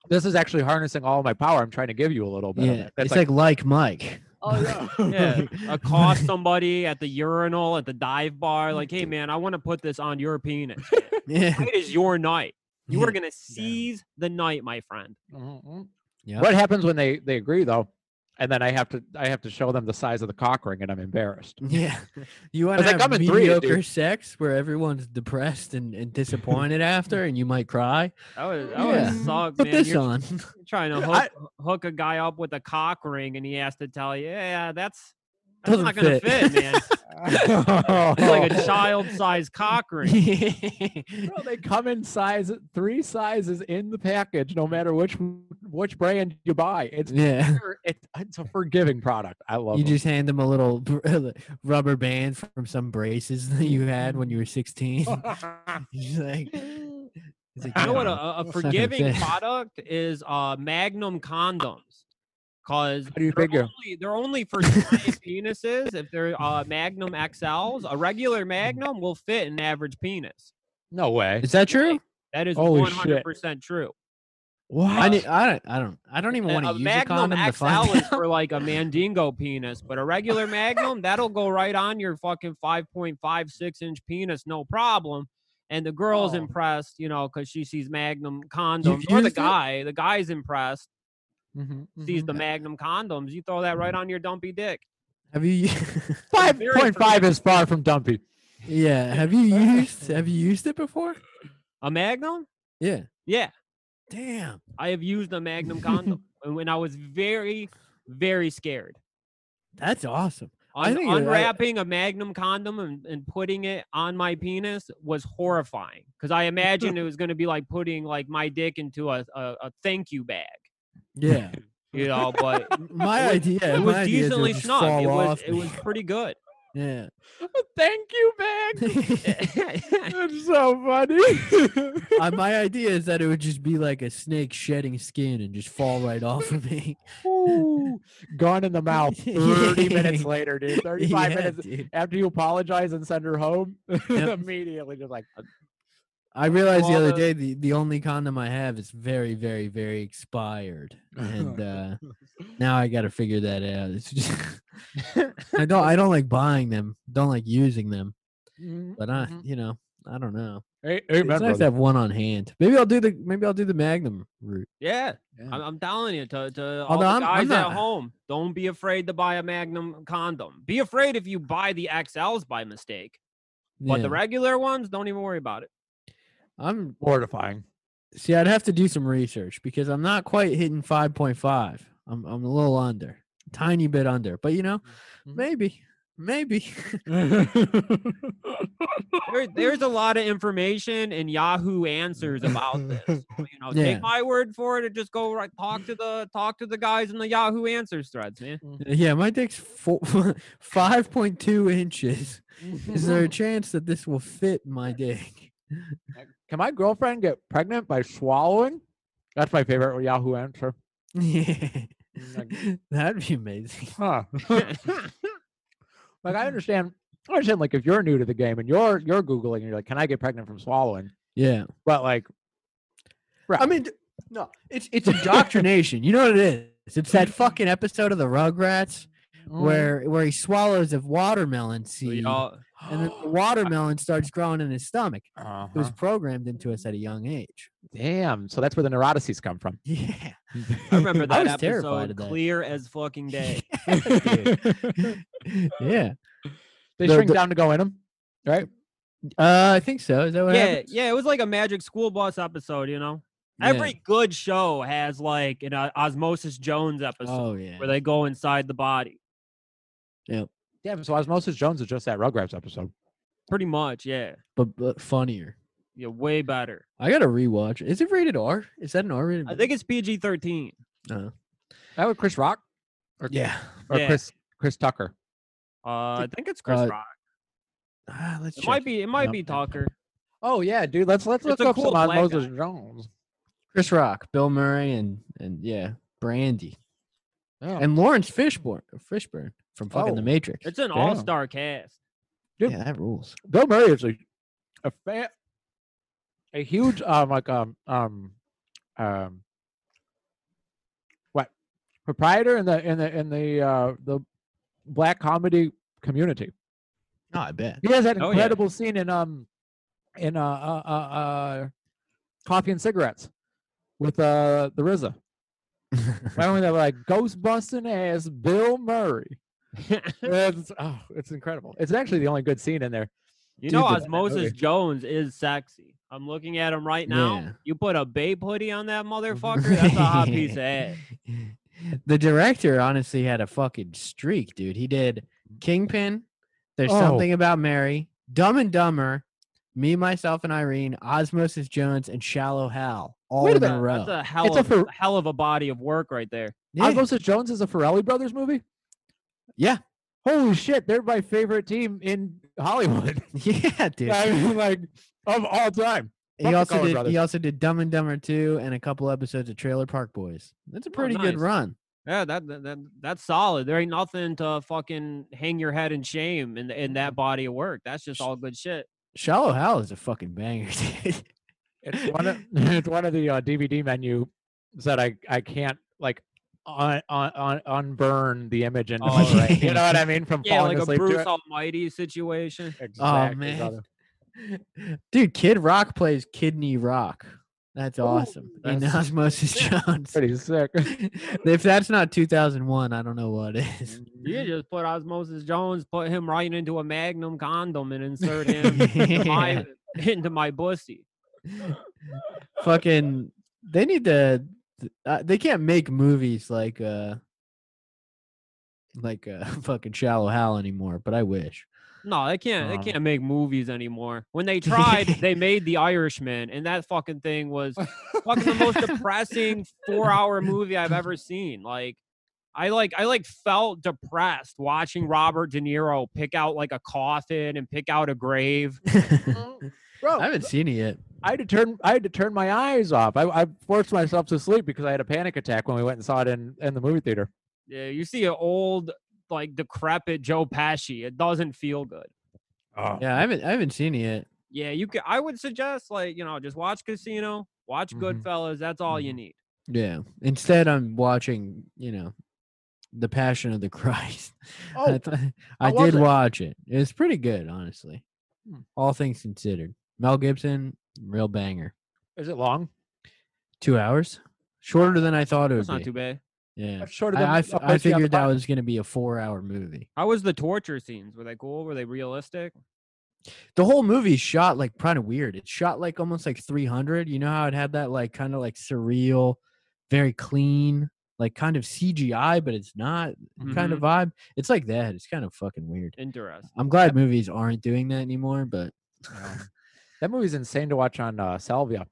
Speaker 4: This is actually harnessing all my power. I'm trying to give you a little bit. of
Speaker 3: Yeah,
Speaker 4: it. That's
Speaker 3: it's like, like Mike.
Speaker 4: oh yeah,
Speaker 5: Yeah, accost somebody at the urinal, at the dive bar, like, hey man, I want to put this on your penis.
Speaker 3: yeah.
Speaker 5: It is your night. You are
Speaker 3: Yeah.
Speaker 5: gonna seize the night, my friend.
Speaker 4: Mhm.
Speaker 3: Yeah.
Speaker 4: What happens when they they agree though, and then I have to I have to show them the size of the cock ring, and I'm embarrassed.
Speaker 3: Yeah. You want
Speaker 4: was
Speaker 3: to
Speaker 4: like,
Speaker 3: have
Speaker 4: "I'm in three, dude."
Speaker 3: mediocre sex where everyone's depressed and, and disappointed after and you might cry?
Speaker 5: That would that
Speaker 3: Yeah.
Speaker 5: would suck,
Speaker 3: Put
Speaker 5: man.
Speaker 3: this
Speaker 5: You're
Speaker 3: on.
Speaker 5: trying to
Speaker 4: I-
Speaker 5: hook, hook a guy up with a cock ring, and he has to tell you, yeah, that's that's
Speaker 3: Doesn't
Speaker 5: not gonna fit,
Speaker 3: fit." Oh.
Speaker 5: man. It's like a child-sized cock ring.
Speaker 4: Bro, they come in size three sizes in the package, no matter which which brand you buy. It's
Speaker 3: yeah.
Speaker 4: pure- it's, it's a forgiving product. I love
Speaker 3: You
Speaker 4: them.
Speaker 3: just hand them a little br- rubber band from some braces that you had when you were 16.
Speaker 4: Oh.
Speaker 3: He's like, he's like,
Speaker 5: You know
Speaker 3: "Yeah,
Speaker 5: what? A, a
Speaker 3: suck it,
Speaker 5: forgiving
Speaker 3: fit."
Speaker 5: product is uh, Magnum condoms, cause
Speaker 4: How do you
Speaker 5: they're
Speaker 4: figure?
Speaker 5: only, they're only for giant penises. If they're uh, Magnum XLs, a regular
Speaker 3: Mm-hmm.
Speaker 5: Magnum will fit an average penis.
Speaker 4: No way.
Speaker 3: Is that true?
Speaker 5: That is
Speaker 4: Holy
Speaker 5: one
Speaker 4: shit.
Speaker 5: hundred percent true.
Speaker 3: I, need, I don't. I don't. I don't even
Speaker 5: A-
Speaker 3: want
Speaker 5: a
Speaker 3: to use a
Speaker 5: Magnum
Speaker 3: condom to
Speaker 5: XL
Speaker 3: find
Speaker 5: is for like a Mandingo penis, but a regular Magnum that'll go right on your fucking five point five six inch penis, no problem. And the girl's
Speaker 4: Oh.
Speaker 5: impressed, you know, because she sees Magnum condoms, or the
Speaker 3: used it?
Speaker 5: guy, the guy's impressed,
Speaker 4: Mhm,
Speaker 3: Mm-hmm,
Speaker 5: sees
Speaker 4: mhm.
Speaker 5: the Magnum condoms. You throw that right on your dumpy dick.
Speaker 3: Have you?
Speaker 4: Five
Speaker 5: very
Speaker 4: point five is far from dumpy.
Speaker 3: yeah. Have you used? Have you used it before?
Speaker 5: A Magnum?
Speaker 3: Yeah.
Speaker 5: Yeah,
Speaker 3: Damn.
Speaker 5: I have used a Magnum condom, and when I was very, very scared.
Speaker 3: That's awesome. I
Speaker 5: Un-
Speaker 3: think that I-
Speaker 5: unwrapping a magnum condom and, and putting it on my penis was horrifying because I imagined it was going to be like putting like my dick into a, a, a thank you bag,
Speaker 3: Yeah.
Speaker 5: you know. But
Speaker 3: My idea.
Speaker 5: it
Speaker 3: my
Speaker 5: was
Speaker 3: idea is it'll
Speaker 5: decently
Speaker 3: just
Speaker 5: snug.
Speaker 3: fall
Speaker 5: It was
Speaker 3: off
Speaker 5: it
Speaker 3: me.
Speaker 5: was pretty good.
Speaker 3: Yeah.
Speaker 4: Thank you, bag.
Speaker 5: yeah,
Speaker 4: That's so funny.
Speaker 3: Uh, my idea is that it would just be like a snake shedding skin and just fall right off of me.
Speaker 4: Ooh, gone in the mouth 30 minutes
Speaker 3: Yeah.
Speaker 4: later, dude. 35
Speaker 3: Yeah,
Speaker 4: minutes
Speaker 3: dude.
Speaker 4: after you apologize and send her home.
Speaker 3: Yep.
Speaker 4: immediately just like, "Uh,
Speaker 3: I realized the
Speaker 5: all
Speaker 3: other
Speaker 5: the-
Speaker 3: day the, the only condom I have is very, very, very expired, and uh, now I got to figure that out. It's just, I don't, I don't like buying them, don't like using them,
Speaker 4: "Mm,
Speaker 3: but I,
Speaker 5: Mm-hmm.
Speaker 4: Mhm.
Speaker 3: you know, I don't know.
Speaker 4: hey,
Speaker 3: It's
Speaker 4: amen,
Speaker 3: nice to
Speaker 4: brother."
Speaker 3: have one on hand. Maybe I'll do the, maybe I'll do the Magnum route. Yeah.
Speaker 5: I'm, I'm telling you to, to all
Speaker 3: Although
Speaker 5: the
Speaker 3: I'm-
Speaker 5: guys
Speaker 3: I'm
Speaker 5: at
Speaker 3: not-
Speaker 5: home, don't be afraid to buy a magnum condom. Be afraid if you buy the XLs by mistake, but
Speaker 3: Yeah.
Speaker 5: the regular ones, don't even worry about it.
Speaker 3: I'm
Speaker 4: Mortifying.
Speaker 3: see, I'd have to do some research because I'm not quite hitting five point five. I'm, I'm a little under, tiny bit under, but you know,
Speaker 4: Mhm.
Speaker 3: maybe, maybe.
Speaker 5: there, there's a lot of information in Yahoo Answers about this. So, You know,
Speaker 3: Yeah.
Speaker 5: take my word for it, or just go right talk to the talk to the guys in the Yahoo Answers threads, man.
Speaker 3: Yeah, my dick's four, 5.2 inches. Is there a chance that this will fit my dick?
Speaker 4: Can my girlfriend get pregnant by swallowing? That's my favorite Yahoo answer.
Speaker 3: Yeah.
Speaker 4: Like,
Speaker 3: That'd be amazing.
Speaker 4: huh. like I understand. I understand. Like if you're new to the game and you're you're googling, and you're like, "Can I get pregnant from swallowing?"
Speaker 3: Yeah.
Speaker 4: But like,
Speaker 3: I mean, d- no, it's it's indoctrination. you know what it is? It's that fucking episode of the Rugrats where where he swallows a watermelon
Speaker 5: So
Speaker 3: seed
Speaker 5: y'all,
Speaker 3: and then
Speaker 5: Oh,
Speaker 3: the watermelon starts growing in his stomach.
Speaker 4: uh
Speaker 3: It was programmed into us at a young age.
Speaker 4: Damn. So that's where the neurotices come from.
Speaker 3: Yeah.
Speaker 5: I remember that
Speaker 3: I was terrified
Speaker 5: episode
Speaker 3: of that.
Speaker 5: clear as fucking day.
Speaker 3: yeah.
Speaker 4: They
Speaker 3: The-
Speaker 4: shrink
Speaker 3: the-
Speaker 4: down to go in them.
Speaker 3: Uh, I think so. Is that what
Speaker 5: yeah,
Speaker 3: happens?
Speaker 5: yeah, it was like a Magic School Bus episode, you know.
Speaker 3: Yeah.
Speaker 5: Every good show has like an uh, Osmosis Jones episode
Speaker 3: Oh yeah.
Speaker 5: where they go inside the body.
Speaker 4: Damn. So Osmosis Jones is just that Rugrats episode.
Speaker 5: Pretty much, yeah,
Speaker 3: but, but funnier.
Speaker 5: yeah, way better.
Speaker 3: I gotta rewatch. it. Is it rated R? Is that an R rated?
Speaker 5: I
Speaker 4: Mm-hmm.
Speaker 5: think it's PG thirteen.
Speaker 4: That with Chris Rock or,
Speaker 3: Yeah.
Speaker 4: or
Speaker 5: yeah.
Speaker 4: Chris Chris Tucker.
Speaker 5: Uh, I think it's Chris
Speaker 3: uh,
Speaker 5: Rock.
Speaker 3: Ah, let's
Speaker 5: It
Speaker 3: check.
Speaker 5: might be. It might
Speaker 3: Nope.
Speaker 5: be Tucker.
Speaker 4: Oh yeah, dude. Let's let's
Speaker 5: It's
Speaker 4: look
Speaker 5: a
Speaker 4: up
Speaker 5: cool
Speaker 4: some
Speaker 5: black
Speaker 4: Osmosis Jones.
Speaker 3: Chris Rock, Bill Murray, and and yeah, Brandy
Speaker 4: Yeah.
Speaker 3: and Lawrence Fishburne, Fishburne from fucking The
Speaker 4: Oh,
Speaker 3: Matrix.
Speaker 5: Oh. It's an all star cast.
Speaker 4: good.
Speaker 3: Yeah, that rules.
Speaker 4: Bill Murray is a, a fan. a huge um like um um um what proprietor in the in the in the uh the black comedy community.
Speaker 3: No, I bet.
Speaker 4: He has that
Speaker 6: Oh, yeah.
Speaker 4: incredible scene in um in uh uh, uh uh coffee and cigarettes with uh the RZA. Remember they were like ghost busting ass Bill Murray. it's, oh, it's incredible. It's actually the only good scene in there.
Speaker 5: You
Speaker 4: Dude,
Speaker 5: know,
Speaker 4: the- that
Speaker 5: Osmosis
Speaker 4: movie.
Speaker 5: Jones is sexy. I'm looking at him right now.
Speaker 3: Yeah.
Speaker 5: You put a babe hoodie on that motherfucker. That's a hot piece of ass.
Speaker 3: The director honestly had a fucking streak, dude. He did Kingpin, There's
Speaker 4: Oh.
Speaker 3: Something About Mary, Dumb and Dumber, Me, Myself, and Irene, Osmosis Jones, and Shallow Hal all
Speaker 4: Wait a
Speaker 3: in a
Speaker 4: minute,
Speaker 3: row.
Speaker 5: That's a hell
Speaker 4: It's a
Speaker 5: of
Speaker 4: fer-
Speaker 5: a hell of a body of work right there.
Speaker 3: yeah.
Speaker 4: Osmosis Jones is a Ferrelli Brothers movie?
Speaker 3: Yeah.
Speaker 4: Holy shit, they're my favorite team in Hollywood.
Speaker 3: yeah, dude.
Speaker 4: I mean, like of all time.
Speaker 3: he
Speaker 4: fuck the
Speaker 3: also
Speaker 4: Coen
Speaker 3: did
Speaker 4: brothers.
Speaker 3: he also did Dumb and Dumber 2 and a couple episodes of Trailer Park Boys. That's a pretty good
Speaker 5: Oh, nice.
Speaker 3: run.
Speaker 5: Yeah, that, that that that's solid. There ain't nothing to fucking hang your head in shame in in
Speaker 4: Mm-hmm.
Speaker 5: that body of work. That's just all good shit.
Speaker 3: Shallow Hal is a fucking banger, dude.
Speaker 4: It's one of it's one of the uh, DVD menu that I I can't like un, un, un, unburn the image into my
Speaker 5: Oh,
Speaker 4: brain. You
Speaker 3: yeah.
Speaker 4: know what I mean? From
Speaker 5: Yeah,
Speaker 4: falling
Speaker 5: like a
Speaker 4: asleep to
Speaker 5: Bruce
Speaker 4: it. Oh,
Speaker 5: Almighty situation.
Speaker 4: Exactly,
Speaker 3: man.
Speaker 4: brother.
Speaker 3: Dude, Kid Rock plays Kidney Rock. That's awesome. And
Speaker 4: that's-
Speaker 3: Osmosis Jones.
Speaker 4: Pretty sick.
Speaker 3: if that's not 2001, I don't know what is.
Speaker 5: You just put Osmosis Jones, put him right into a Magnum condom, and insert him into, my, into my pussy.
Speaker 3: Fucking, they need to. th- Uh, they can't make movies like uh, like uh, fucking Shallow Hal anymore. But I wish.
Speaker 5: No, they can't.
Speaker 4: Um,
Speaker 5: They can't make movies anymore. When they tried, they made The Irishman, and that fucking thing was fucking the most depressing four-hour movie I've ever seen. Like, I like, I like felt depressed watching Robert De Niro pick out like a coffin and pick out a grave.
Speaker 3: I
Speaker 4: Bro,
Speaker 3: haven't seen it yet.
Speaker 4: I had to turn I had to turn my eyes off. I, I forced myself to sleep because I had a panic attack when we went and saw it in, in the movie theater.
Speaker 5: Yeah, you see an old, like decrepit Joe Pesci. It doesn't feel good.
Speaker 4: Oh.
Speaker 3: Yeah, I haven't. I haven't seen it yet.
Speaker 5: Yeah, you could. I would suggest like you know just watch Casino, watch
Speaker 4: Mhm.
Speaker 5: Goodfellas. That's all you
Speaker 4: Mhm.
Speaker 5: need.
Speaker 3: Yeah. Instead, I'm watching. You know, The Passion of the Christ. I,
Speaker 4: Oh,
Speaker 3: th-
Speaker 4: how
Speaker 3: I
Speaker 4: was
Speaker 3: did
Speaker 4: it?
Speaker 3: watch it. It's pretty good, honestly.
Speaker 4: Hmm.
Speaker 3: All things considered, Mel Gibson, real banger.
Speaker 4: is it long?
Speaker 3: Two hours, shorter than I thought it would
Speaker 5: That's not
Speaker 3: be.
Speaker 5: too bad.
Speaker 3: Yeah,
Speaker 4: Shorter
Speaker 3: I,
Speaker 4: than
Speaker 3: I,
Speaker 4: a
Speaker 3: f- I
Speaker 4: Place Beyond the
Speaker 3: figured that
Speaker 4: Fire?
Speaker 3: was going to be a four-hour movie.
Speaker 5: How was the torture scenes? Were they cool? Were they realistic?
Speaker 3: The whole movie's shot like kind of weird. It's shot like almost like 300. You know how it had that like kind of like surreal, very clean, like kind of CGI, but it's not kind of vibe. It's like that. It's kind of fucking weird.
Speaker 5: Mm-hmm. Interesting.
Speaker 3: I'm glad movies aren't doing that anymore, but
Speaker 4: Yeah. That movie's insane to watch on uh, Salvia.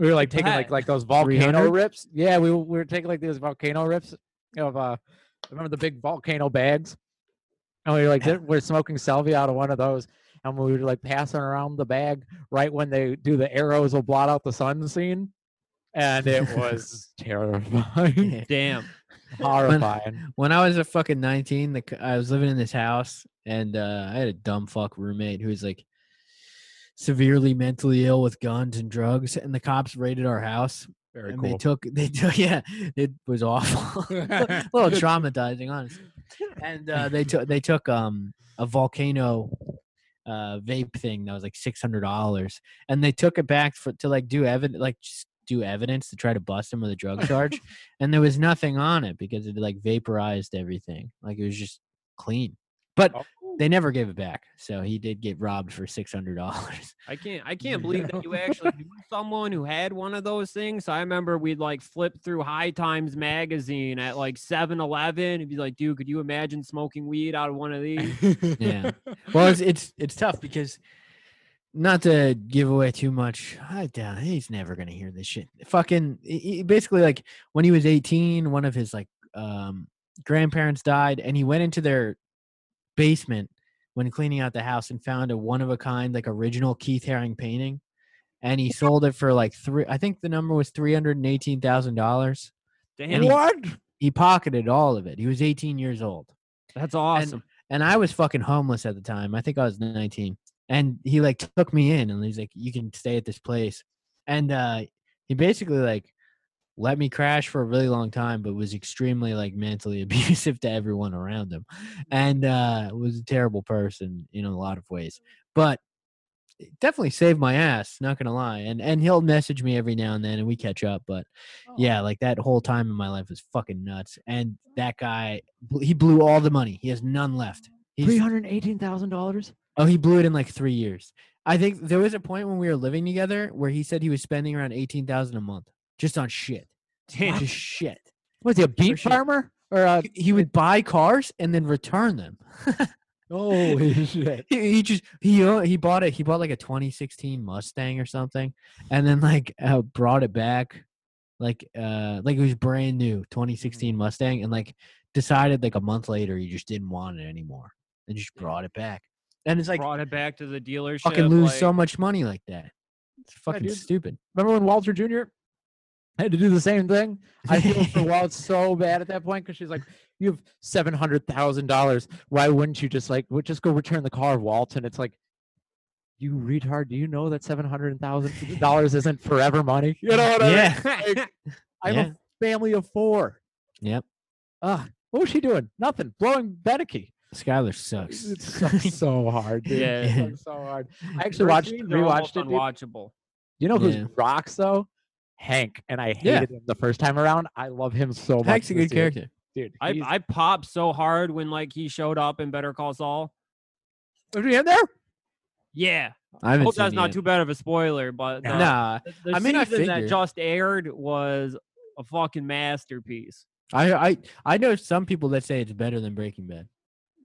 Speaker 4: We were like taking like
Speaker 5: bet.
Speaker 4: like those volcano
Speaker 3: 300?
Speaker 4: rips. Yeah, we, w- we were taking like those volcano rips of uh remember the big volcano bags? And we were like "Th- we're smoking salvia out of one of those and we were like passing around the bag right when they do the arrows will blot out the sun scene. And it was terrifying.
Speaker 5: Damn.
Speaker 4: horrifying.
Speaker 3: when I was a fucking 19, the, c- I was living in this house and uh, I had a dumb fuck roommate who was like severely mentally ill with guns and drugs and the cops raided our house
Speaker 4: Very
Speaker 3: and
Speaker 4: cool.
Speaker 3: they took they took yeah it was awful a little traumatizing honestly and uh, they took they took um a volcano uh vape thing that was like $600 and they took it back for to like do evidence like just do evidence to try to bust him with a drug charge and there was nothing on it because it like vaporized everything like it was just clean but
Speaker 4: Oh.
Speaker 3: they never gave it back so he did get robbed for $600
Speaker 5: I can't. I can't believe that you actually knew someone who had one of those things. I remember we'd like flip through High Times magazine at like 7-Eleven and be like, "Dude, could you imagine smoking weed out of one of these?"
Speaker 3: yeah. Well, it's it's it's tough because not to give away too much. I doubt he's never gonna hear this shit. Fucking he- he- basically, like when he was eighteen, one of his like um grandparents died, and he went into their basement when cleaning out the house and found a one of a kind like original Keith Haring painting, and he sold it for like three. I think the number was three hundred and eighteen thousand dollars.
Speaker 5: Damn,
Speaker 3: And he-
Speaker 4: what?
Speaker 3: He pocketed all of it. He was eighteen years old
Speaker 5: that's awesome.
Speaker 3: and I was fucking homeless at the time. I think I was 19. and he like took me in and he's like you can stay at this place and uh he basically like let me crash for a really long time but was extremely like mentally abusive to everyone around him and uh was a terrible person in a lot of ways but it definitely saved my ass not gonna lie and and he'll message me every now and then and we catch up but yeah like that whole time in my life was fucking nuts and that guy bl- he blew all the money he has none left
Speaker 4: Three
Speaker 3: He's,
Speaker 4: hundred eighteen thousand dollars.
Speaker 3: oh he blew it in like three years i think there was a point when we were living together where he said he was spending around 18000 a month just on shit
Speaker 5: Damn.
Speaker 3: just shit
Speaker 4: Was he a beet
Speaker 3: shit.
Speaker 4: farmer or uh, a?
Speaker 3: He- he would buy cars and then return them Oh.
Speaker 4: Holy shit!
Speaker 3: he, he just he o- he bought it. He bought like a 2016 Mustang or something, and then like uh, brought it back, like uh like it was brand new 2016 Mustang, and like decided like a month later he just didn't want it anymore and just brought it back. And it's like
Speaker 5: brought it back to the dealership.
Speaker 3: fucking lose so
Speaker 5: like-
Speaker 3: much money like that. It's fucking
Speaker 4: dude.
Speaker 3: stupid.
Speaker 4: Remember when Walter Jr. had to do the same thing? I feel for Walt so bad at that point because she's like, "You have seven hundred thousand dollars. Why wouldn't you just like, would just go return the car, Walt?" And it's like, "You retard! Do you know that seven hundred thousand dollars isn't forever money? You know what
Speaker 5: uh,
Speaker 4: I mean?
Speaker 3: yeah.
Speaker 4: Like, I'm
Speaker 3: Yeah.
Speaker 4: a family of four.
Speaker 3: Yep.
Speaker 4: Ah, what was she doing? Nothing. Blowing Benecky.
Speaker 3: Skylar sucks.
Speaker 4: It sucks so hard. Dude.
Speaker 5: Yeah.
Speaker 4: It
Speaker 3: Yeah.
Speaker 4: sucks so hard. I actually
Speaker 5: Her
Speaker 4: watched
Speaker 5: scenes are almost
Speaker 4: rewatched it. dude.
Speaker 5: Unwatchable.
Speaker 4: You know who's
Speaker 3: Yeah.
Speaker 4: rocks though? Hank. And I hated
Speaker 3: Yeah.
Speaker 4: him the first time around. I love him so much.
Speaker 3: Hank's a
Speaker 4: in this
Speaker 3: good
Speaker 4: series.
Speaker 3: character.
Speaker 4: dude.
Speaker 5: I
Speaker 4: he's-
Speaker 5: I popped so hard when like he showed up in Better Call Saul.
Speaker 4: was he in there?
Speaker 5: Yeah,
Speaker 3: I
Speaker 5: I
Speaker 3: haven't
Speaker 5: hope
Speaker 3: seen
Speaker 5: that's
Speaker 3: it
Speaker 5: not
Speaker 3: yet.
Speaker 5: too bad of a spoiler, but the-
Speaker 3: Nah,
Speaker 5: the, the
Speaker 3: I mean, I
Speaker 5: season that
Speaker 3: figured.
Speaker 5: just aired was a fucking masterpiece.
Speaker 3: I I I know some people that say it's better than Breaking Bad.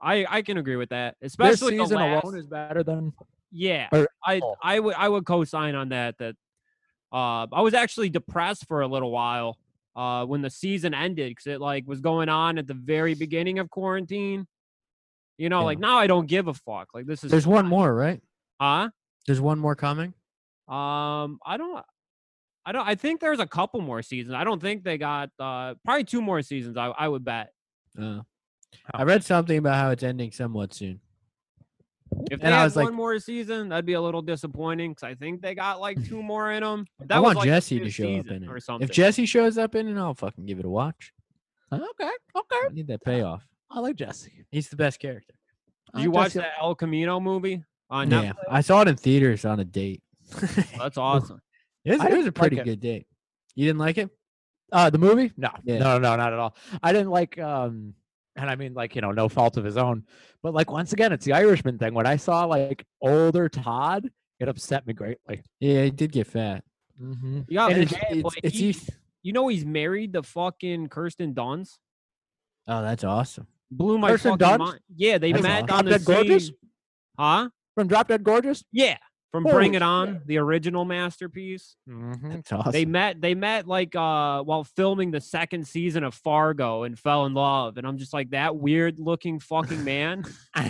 Speaker 5: I I can agree with that,
Speaker 4: This
Speaker 5: especially the
Speaker 4: season
Speaker 5: last.
Speaker 4: alone is better than
Speaker 5: yeah,
Speaker 4: or-
Speaker 5: I
Speaker 4: oh.
Speaker 5: I would I would co-sign on that. That uh, I was actually depressed for a little while uh when the season ended because it like was going on at the very beginning of quarantine. You know,
Speaker 3: Yeah.
Speaker 5: like now I don't give a fuck. Like this is
Speaker 3: There's one
Speaker 5: fine.
Speaker 3: more, right?
Speaker 5: huh.
Speaker 3: There's one more coming.
Speaker 5: Um, I don't, I don't. I think there's a couple more seasons. I don't think they got uh probably two more seasons. I I would bet.
Speaker 3: Uh, I read something about how it's ending somewhat soon.
Speaker 5: If they
Speaker 3: And I
Speaker 5: had
Speaker 3: was
Speaker 5: one
Speaker 3: like-
Speaker 5: more season, that'd be a little disappointing because I think they got like two more in them. That
Speaker 3: I
Speaker 5: was,
Speaker 3: want
Speaker 5: like, the
Speaker 3: Jesse to
Speaker 5: fifth
Speaker 3: show up
Speaker 5: season
Speaker 3: in it.
Speaker 5: or something.
Speaker 3: If Jesse shows up in it, I'll fucking give it a watch.
Speaker 4: okay, okay.
Speaker 3: I need that payoff.
Speaker 4: I like Jesse.
Speaker 3: He's the best character.
Speaker 4: I
Speaker 5: you
Speaker 4: like
Speaker 5: watch
Speaker 4: Jesse.
Speaker 5: that El Camino movie on
Speaker 3: yeah,
Speaker 5: Netflix?
Speaker 3: I saw it in theaters on a date.
Speaker 5: That's awesome.
Speaker 3: It was,
Speaker 4: I
Speaker 3: it was
Speaker 4: didn't
Speaker 3: a pretty
Speaker 4: like it.
Speaker 3: good date. You didn't like it?
Speaker 4: Uh, the movie? No,
Speaker 3: Yeah.
Speaker 4: no, no, not at all. I didn't like, um, and I mean, like, you know, no fault of his own, but like, once again, it's the Irishman thing. When I saw like older Todd, it upset me greatly.
Speaker 3: Yeah, it did get fat.
Speaker 4: Mm-hmm.
Speaker 5: You got
Speaker 3: And it's,
Speaker 5: mad,
Speaker 3: it's,
Speaker 5: like,
Speaker 3: it's
Speaker 5: he-
Speaker 3: eas-
Speaker 5: you know he's married to fucking Kirsten Dunst.
Speaker 3: oh, that's awesome.
Speaker 5: Blew my
Speaker 4: Kirsten
Speaker 5: fucking
Speaker 4: Dunst?
Speaker 5: mind. Yeah, they
Speaker 3: That's
Speaker 5: met
Speaker 3: awesome.
Speaker 5: on the
Speaker 4: Drop Dead Gorgeous?
Speaker 5: same. Huh?
Speaker 4: From Drop Dead Gorgeous.
Speaker 5: Yeah, from
Speaker 4: Holy
Speaker 5: Bring It
Speaker 4: shit.
Speaker 5: On, the original masterpiece.
Speaker 4: Mm-hmm.
Speaker 3: That's awesome.
Speaker 5: They met. They met like uh while filming the second season of Fargo and fell in love. And I'm just like that weird looking fucking man.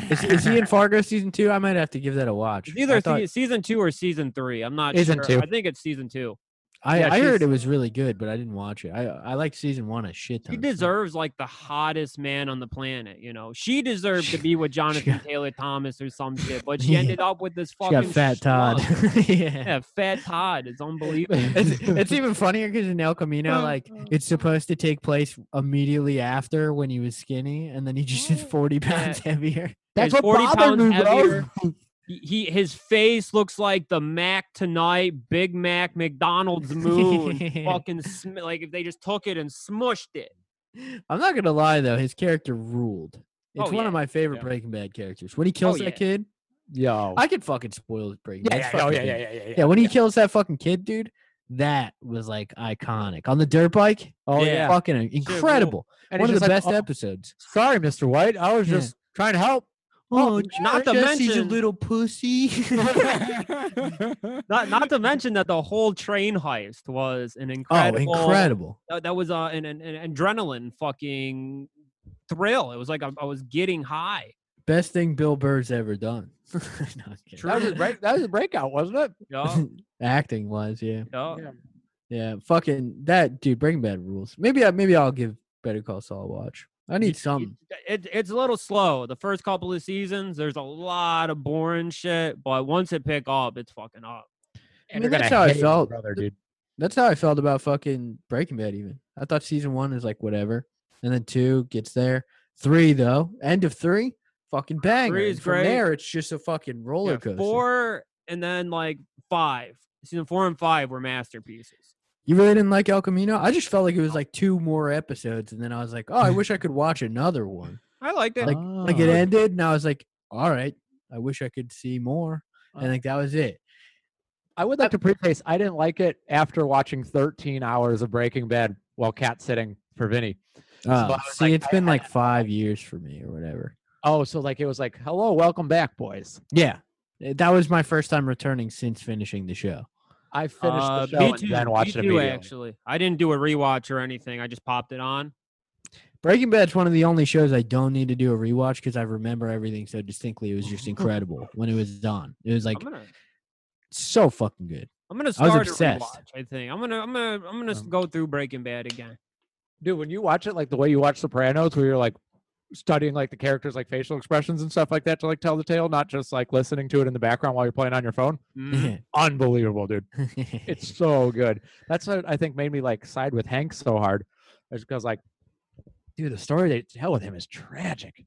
Speaker 3: is, is he in Fargo season two? I might have to give that a watch.
Speaker 5: It's
Speaker 3: I,
Speaker 5: either
Speaker 3: thought-
Speaker 5: se- season two or season three. I'm not
Speaker 4: Season
Speaker 5: sure.
Speaker 4: two.
Speaker 5: I think it's season two.
Speaker 3: I,
Speaker 4: yeah,
Speaker 3: I heard
Speaker 4: she's-
Speaker 3: it was really good, but I didn't watch it. I I liked season one a shit ton.
Speaker 5: He deserves like the hottest man on the planet. You know, she deserved to be with Jonathan
Speaker 3: got-
Speaker 5: Taylor Thomas or some shit, but she
Speaker 3: Yeah.
Speaker 5: ended up with this
Speaker 3: She
Speaker 5: fucking
Speaker 3: got fat Todd.
Speaker 5: schlub.
Speaker 3: yeah.
Speaker 5: Yeah, fat Todd. It's unbelievable.
Speaker 3: it's, it's even funnier because in El Camino, like it's supposed to take place immediately after when he was skinny, and then he just is forty pounds heavier.
Speaker 5: He's
Speaker 4: That's what
Speaker 5: 40
Speaker 4: bothered
Speaker 5: pounds
Speaker 4: me, bro.
Speaker 5: heavier. He, he his face looks like the Mac tonight, Big Mac, McDonald's moon. fucking sm- like if they just took it and smushed it.
Speaker 3: I'm not gonna lie though, his character ruled. It's
Speaker 5: Oh,
Speaker 3: one
Speaker 5: yeah.
Speaker 3: of my favorite
Speaker 4: Yeah. Oh,
Speaker 3: Breaking Bad characters. When he kills
Speaker 5: yeah.
Speaker 3: that kid,
Speaker 4: Yo.
Speaker 3: I could fucking spoil his Breaking
Speaker 4: yeah,
Speaker 3: Bad.
Speaker 4: yeah,
Speaker 3: It's
Speaker 4: oh,
Speaker 3: fucking
Speaker 4: yeah,
Speaker 3: good.
Speaker 4: yeah, yeah, yeah, yeah.
Speaker 3: Yeah, when he kills that fucking kid, dude, that was like iconic on the dirt bike.
Speaker 4: Oh
Speaker 5: Yeah.
Speaker 4: yeah.
Speaker 3: Fucking incredible.
Speaker 4: And
Speaker 3: one
Speaker 4: he's
Speaker 3: of the
Speaker 4: just
Speaker 3: best
Speaker 4: like, "Oh,
Speaker 3: episodes.
Speaker 4: Sorry, Mr. White. I was
Speaker 3: Yeah.
Speaker 4: just trying to help.
Speaker 3: Oh,
Speaker 5: not to
Speaker 3: Jesse's a
Speaker 5: mention-
Speaker 3: little pussy. Oh,
Speaker 4: oh.
Speaker 5: Not not to mention that the whole train heist was an
Speaker 3: oh,
Speaker 5: incredible.
Speaker 3: incredible.
Speaker 5: That, that was uh, an, an an adrenaline fucking thrill. It was like I, I was getting high.
Speaker 3: Best thing Bill Burr's ever done. No, I'm kidding.
Speaker 5: True.
Speaker 4: that was a break. That was a breakout, wasn't it?
Speaker 5: Yeah,
Speaker 3: Acting wise, yeah.
Speaker 5: yeah.
Speaker 4: Yeah.
Speaker 3: Yeah. Fucking that dude, Breaking Bad rules. Maybe I maybe I'll give Better Call Saul a watch. I
Speaker 5: You-
Speaker 3: need
Speaker 5: you-
Speaker 3: something.
Speaker 5: It, it's a little slow. The first couple of seasons, there's a lot of boring shit, but once it pick up, it's fucking up.
Speaker 3: I
Speaker 4: And
Speaker 3: mean,
Speaker 4: they're
Speaker 3: that's
Speaker 4: gonna
Speaker 3: how I
Speaker 4: hate his
Speaker 3: felt.
Speaker 4: brother,
Speaker 3: The-
Speaker 4: dude.
Speaker 3: That's how I felt about fucking Breaking Bad. Even I thought season one is like whatever, and then two gets there. Three though, end of three, fucking bang.
Speaker 5: is
Speaker 3: From
Speaker 5: great.
Speaker 3: there, it's just a fucking roller
Speaker 5: Yeah,
Speaker 3: coaster.
Speaker 5: four and then like five. Season four and five were masterpieces.
Speaker 3: You really didn't like El Camino? I just felt like
Speaker 5: Oh.
Speaker 3: it was like two more episodes, and then I was like, oh, I wish I could watch another one.
Speaker 5: I liked it.
Speaker 3: Like, like
Speaker 5: Oh.
Speaker 3: uh, it ended, and I was like, all right, I wish I could see more, and
Speaker 4: Oh.
Speaker 3: like that was it.
Speaker 4: I would like to preface I didn't like it after watching 13 hours of Breaking Bad while cat sitting for Vinny.
Speaker 3: Uh,
Speaker 4: was
Speaker 3: see,
Speaker 4: like,
Speaker 3: it's
Speaker 4: I
Speaker 3: been
Speaker 4: had
Speaker 3: like five years for me or whatever.
Speaker 4: Oh, so like it was like, hello, welcome back, boys.
Speaker 3: Yeah, eh, that was my first time returning since finishing the show.
Speaker 4: I finished
Speaker 5: Uh,
Speaker 4: the show
Speaker 5: B2,
Speaker 4: and then watched it
Speaker 5: B2
Speaker 4: immediately.
Speaker 5: Actually, I didn't do a rewatch or anything. I just popped it on.
Speaker 3: Breaking Bad's one of the only shows I don't need to do a rewatch because I remember everything so distinctly. It was just incredible when it was on. It was like
Speaker 5: I'm gonna,
Speaker 3: so fucking good.
Speaker 5: I'm gonna
Speaker 3: I was
Speaker 5: start a
Speaker 3: obsessed.
Speaker 5: rewatch. I think I'm gonna, I'm gonna, I'm gonna s-
Speaker 4: Um,
Speaker 5: go through Breaking Bad again.
Speaker 4: Dude, when you watch it like the way you watch Sopranos, where you're like studying like the characters like facial expressions and stuff like that to like tell the tale, not just like listening to it in the background while you're playing on your phone.
Speaker 5: Mm.
Speaker 4: Unbelievable, dude. Mm-hmm. It's so good. That's what I think made me like side with Hank so hard. Is because like, dude, the story they tell with him is tragic.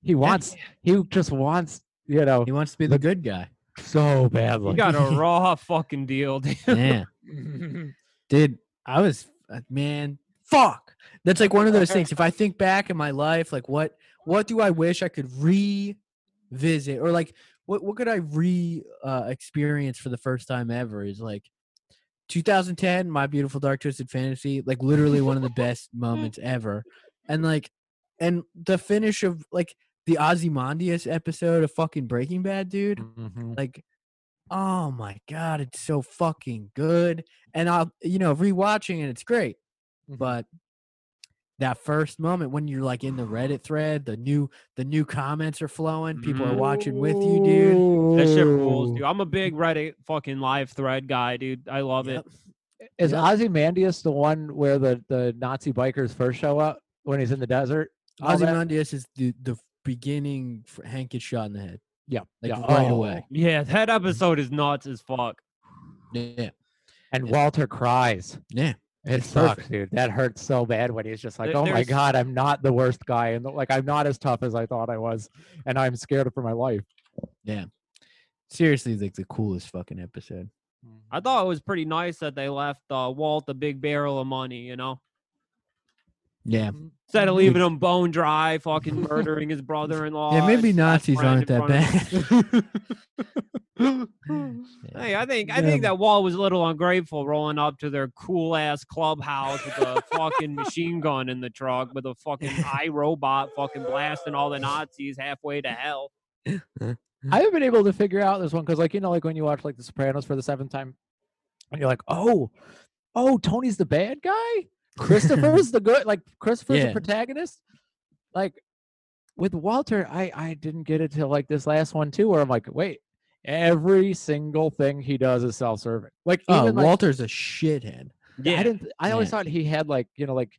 Speaker 4: He wants he just wants, you know,
Speaker 3: he wants to be the good guy.
Speaker 4: so
Speaker 5: You
Speaker 4: badly.
Speaker 5: got a raw fucking deal, dude.
Speaker 3: Yeah. Dude, I was uh, man, fuck. That's like one of those things. If I think back in my life, like what what do I wish I could revisit or like what what could I re uh, experience for the first time ever is like 2010, My Beautiful Dark Twisted Fantasy, like literally one of the best moments ever. And
Speaker 4: Mm.
Speaker 3: like and the finish of like the Ozymandias episode of fucking Breaking Bad, dude
Speaker 4: Mhm.
Speaker 3: like oh my god it's so fucking good and i'll you know rewatching it it's great
Speaker 4: Mhm.
Speaker 3: but that first moment when you're like in the reddit thread the new the new comments are flowing people are
Speaker 5: Mhm.
Speaker 3: watching with you dude
Speaker 5: That shit
Speaker 4: Ooh.
Speaker 5: rules, dude. I'm a big Reddit fucking live thread guy, dude. I love
Speaker 3: Yep.
Speaker 5: it.
Speaker 4: Is
Speaker 3: Yep.
Speaker 4: Ozymandias the one where the, the Nazi bikers first show up when he's in the desert? All that-
Speaker 3: ozymandias is the the beginning for hank gets shot in the head
Speaker 4: Yeah.
Speaker 3: like
Speaker 4: yeah.
Speaker 3: right
Speaker 4: oh.
Speaker 3: away
Speaker 5: Yeah, that
Speaker 3: Mm-hmm.
Speaker 5: episode is nuts as fuck.
Speaker 3: yeah
Speaker 4: And
Speaker 3: Yeah.
Speaker 4: Walter cries.
Speaker 3: yeah
Speaker 4: It
Speaker 3: It's
Speaker 4: sucks,
Speaker 3: perfect.
Speaker 4: dude. That hurts so bad when he's just like,
Speaker 5: There-
Speaker 4: "Oh my
Speaker 5: there's-
Speaker 4: god, I'm not the worst guy, and like I'm not as tough as I thought I was, and I'm scared for my life."
Speaker 3: seriously like the coolest fucking episode
Speaker 5: I thought it was pretty nice that they left uh, Walt a big barrel of money, you know?
Speaker 3: yeah
Speaker 5: Instead of
Speaker 3: Which-
Speaker 5: leaving him bone dry, fucking murdering his brother in law.
Speaker 3: Mm-hmm. yeah maybe nazis aren't that bad
Speaker 5: Hey, I think I
Speaker 3: Yeah.
Speaker 5: think that Walt was a little ungrateful rolling up to their cool ass clubhouse with a fucking machine gun in the truck with a fucking iRobot fucking blasting all the Nazis halfway to hell.
Speaker 4: I haven't been able to figure out this one because, like, you know, like when you watch like The Sopranos for the seventh time, and you're like, "Oh, oh, Tony's the bad guy, Christopher's the good, like Christopher's
Speaker 3: Yeah.
Speaker 4: the protagonist." Like with Walter, I I didn't get it till like this last one too, where I'm like, "Wait, every single thing he does is self-serving." Like
Speaker 3: oh
Speaker 4: even like,
Speaker 3: walter's a shithead
Speaker 4: I didn't. th- I always
Speaker 3: Yeah.
Speaker 4: thought he had like you know like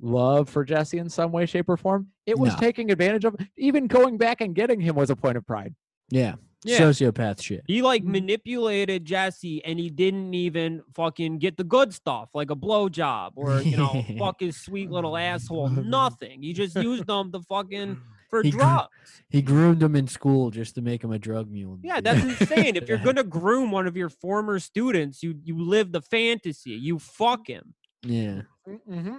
Speaker 4: love for Jesse in some way, shape, or form. It was
Speaker 3: No.
Speaker 4: taking advantage of. Even going back and getting him was a point of pride.
Speaker 3: yeah
Speaker 5: Yeah.
Speaker 3: sociopath shit
Speaker 5: He like
Speaker 4: Mm.
Speaker 5: manipulated Jesse and he didn't even fucking get the good stuff, like a blowjob or, you know, fuck his sweet little asshole. Nothing. He just used them to fucking for
Speaker 3: He gr-
Speaker 5: drugs.
Speaker 3: He groomed him in school just to make him a drug mule.
Speaker 5: Yeah,
Speaker 3: dude.
Speaker 5: that's insane. If you're gonna groom one of your former students, you you live the fantasy. You fuck him.
Speaker 3: yeah.
Speaker 4: Mm-hmm.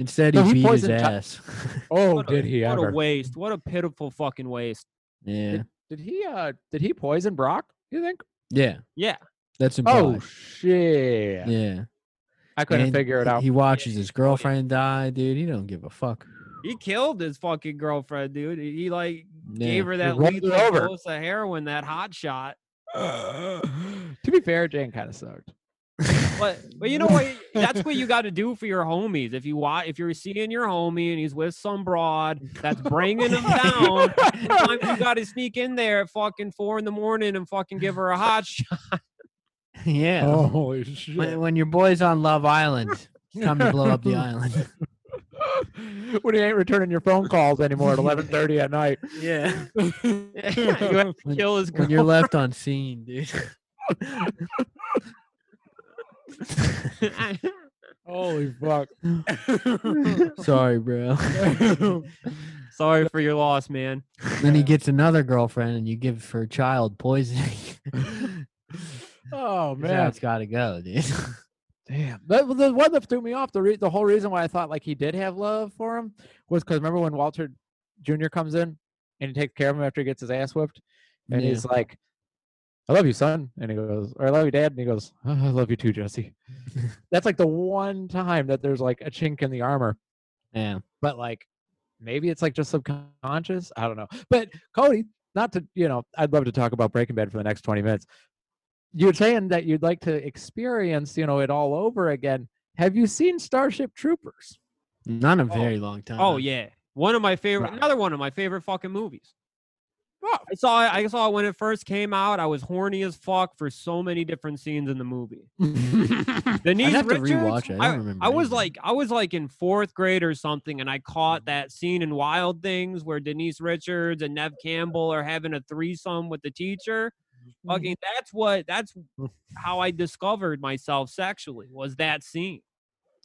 Speaker 3: Instead,
Speaker 4: So
Speaker 3: he
Speaker 4: he
Speaker 3: beat his
Speaker 4: poisoned Ti-
Speaker 3: ass.
Speaker 4: Oh,
Speaker 5: What a-
Speaker 4: did he
Speaker 5: What
Speaker 4: ever?
Speaker 5: a waste. What a pitiful fucking waste.
Speaker 3: yeah,
Speaker 4: Did he? Uh, did he poison Brock? You think?
Speaker 3: yeah,
Speaker 5: Yeah.
Speaker 3: that's
Speaker 4: Oh
Speaker 3: implied.
Speaker 4: shit!
Speaker 3: yeah.
Speaker 4: I couldn't
Speaker 3: And
Speaker 4: figure it
Speaker 3: he-
Speaker 4: out.
Speaker 3: He watches his girlfriend die, dude. He don't give a fuck.
Speaker 5: He killed his fucking girlfriend, dude. He he, like
Speaker 3: Yeah.
Speaker 5: gave her that
Speaker 4: rolled her
Speaker 5: lethal
Speaker 4: over.
Speaker 5: dose of heroin, that hot shot.
Speaker 4: to be fair, Jane kind of sucked.
Speaker 5: But but you know what? That's what you got to do for your homies. If you want, if you're seeing your homie and he's with some broad that's bringing him down, sometimes you got to sneak in there at fucking four in the morning and fucking give her a hot shot.
Speaker 3: yeah.
Speaker 4: Holy
Speaker 3: When,
Speaker 4: shit!
Speaker 3: when your boy's on Love Island, it's time to blow up the island.
Speaker 4: when you ain't returning your phone calls anymore at 11:30 at night.
Speaker 3: Yeah.
Speaker 5: you have to
Speaker 3: When-
Speaker 5: kill his
Speaker 3: When you're left unseen, dude.
Speaker 5: girl.
Speaker 4: Holy fuck!
Speaker 3: Sorry, bro.
Speaker 5: Sorry for your loss, man.
Speaker 3: then he gets another girlfriend and you give her child poisoning.
Speaker 4: Oh
Speaker 3: That's
Speaker 4: man,
Speaker 3: how it's got to go, dude.
Speaker 4: Damn. That, was the one that threw me off, the re- the whole reason why I thought like he did have love for him was because remember when Walter Jr. comes in and he takes care of him after he gets his ass whipped, and
Speaker 3: Yeah.
Speaker 4: he's like, "I love you, son," and he goes, "Or I love you, dad," and he goes, "Oh, "I love you too, Jesse." That's like the one time that there's like a chink in the armor,
Speaker 3: Yeah.
Speaker 4: but like maybe it's like just subconscious. I don't know. But Cody, not to you know, I'd love to talk about Breaking Bad for the next twenty minutes. You're saying that you'd like to experience, you know, it all over again. Have you seen Starship Troopers?
Speaker 3: Not a very long time.
Speaker 5: Oh yeah, one of my favorite,
Speaker 4: Right.
Speaker 5: another one of my favorite fucking movies.
Speaker 4: Oh,
Speaker 5: I saw it. I saw it when it first came out. I was horny as fuck for so many different scenes in the movie. Denise
Speaker 3: have to
Speaker 5: Richards.
Speaker 3: rewatch it. I don't remember
Speaker 5: I was
Speaker 3: anything.
Speaker 5: like, I was like in fourth grade or something, and I caught
Speaker 3: Mm-hmm.
Speaker 5: that scene in Wild Things where Denise Richards and Nev Campbell are having a threesome with the teacher.
Speaker 3: Mm-hmm.
Speaker 5: Fucking, that's what. That's
Speaker 3: Mm.
Speaker 5: how I discovered myself sexually. Was that scene?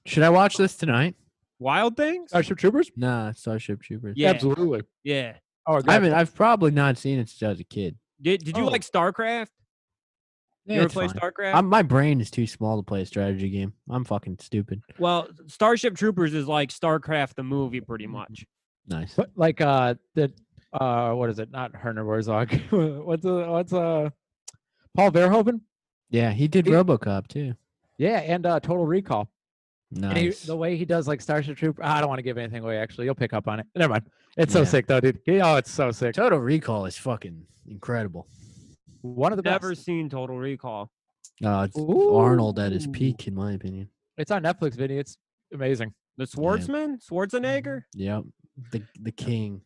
Speaker 3: Should I watch this tonight?
Speaker 5: Wild Things.
Speaker 3: Oh,
Speaker 4: Starship Troopers?
Speaker 3: Nah, Starship Troopers.
Speaker 5: Yeah.
Speaker 4: Absolutely.
Speaker 5: Yeah.
Speaker 4: Oh,
Speaker 3: I
Speaker 4: God.
Speaker 3: haven't. I've probably not seen it since I was a kid.
Speaker 5: Did Did you
Speaker 4: Oh.
Speaker 5: like StarCraft?
Speaker 3: Yeah,
Speaker 5: you ever
Speaker 3: it's
Speaker 5: play
Speaker 3: fine.
Speaker 5: StarCraft?
Speaker 3: I'm, my brain is too small to play a strategy game. I'm fucking stupid.
Speaker 5: well, Starship Troopers is like StarCraft the movie,
Speaker 3: Mm-hmm.
Speaker 5: pretty much.
Speaker 3: Nice.
Speaker 4: What- like uh the uh what is it? Not Herner Warzog. what's uh what's uh Paul Verhoeven?
Speaker 3: Yeah, he did
Speaker 4: He-
Speaker 3: RoboCop too.
Speaker 4: Yeah, and uh Total Recall. And he,
Speaker 3: Nice.
Speaker 4: the way he does like Starship Troop, I don't want to give anything away. Actually, you'll pick up on it. Never mind. It's so
Speaker 3: Yeah.
Speaker 4: sick though, dude. Yeah, Oh, it's so sick.
Speaker 3: Total Recall is fucking incredible.
Speaker 4: One of the
Speaker 5: Never
Speaker 4: best.
Speaker 5: seen Total Recall.
Speaker 3: Uh, it's Arnold at his peak, in my opinion.
Speaker 4: It's on Netflix video. It's amazing.
Speaker 5: The Swordsman, Schwarzenegger.
Speaker 3: Yep. The the king.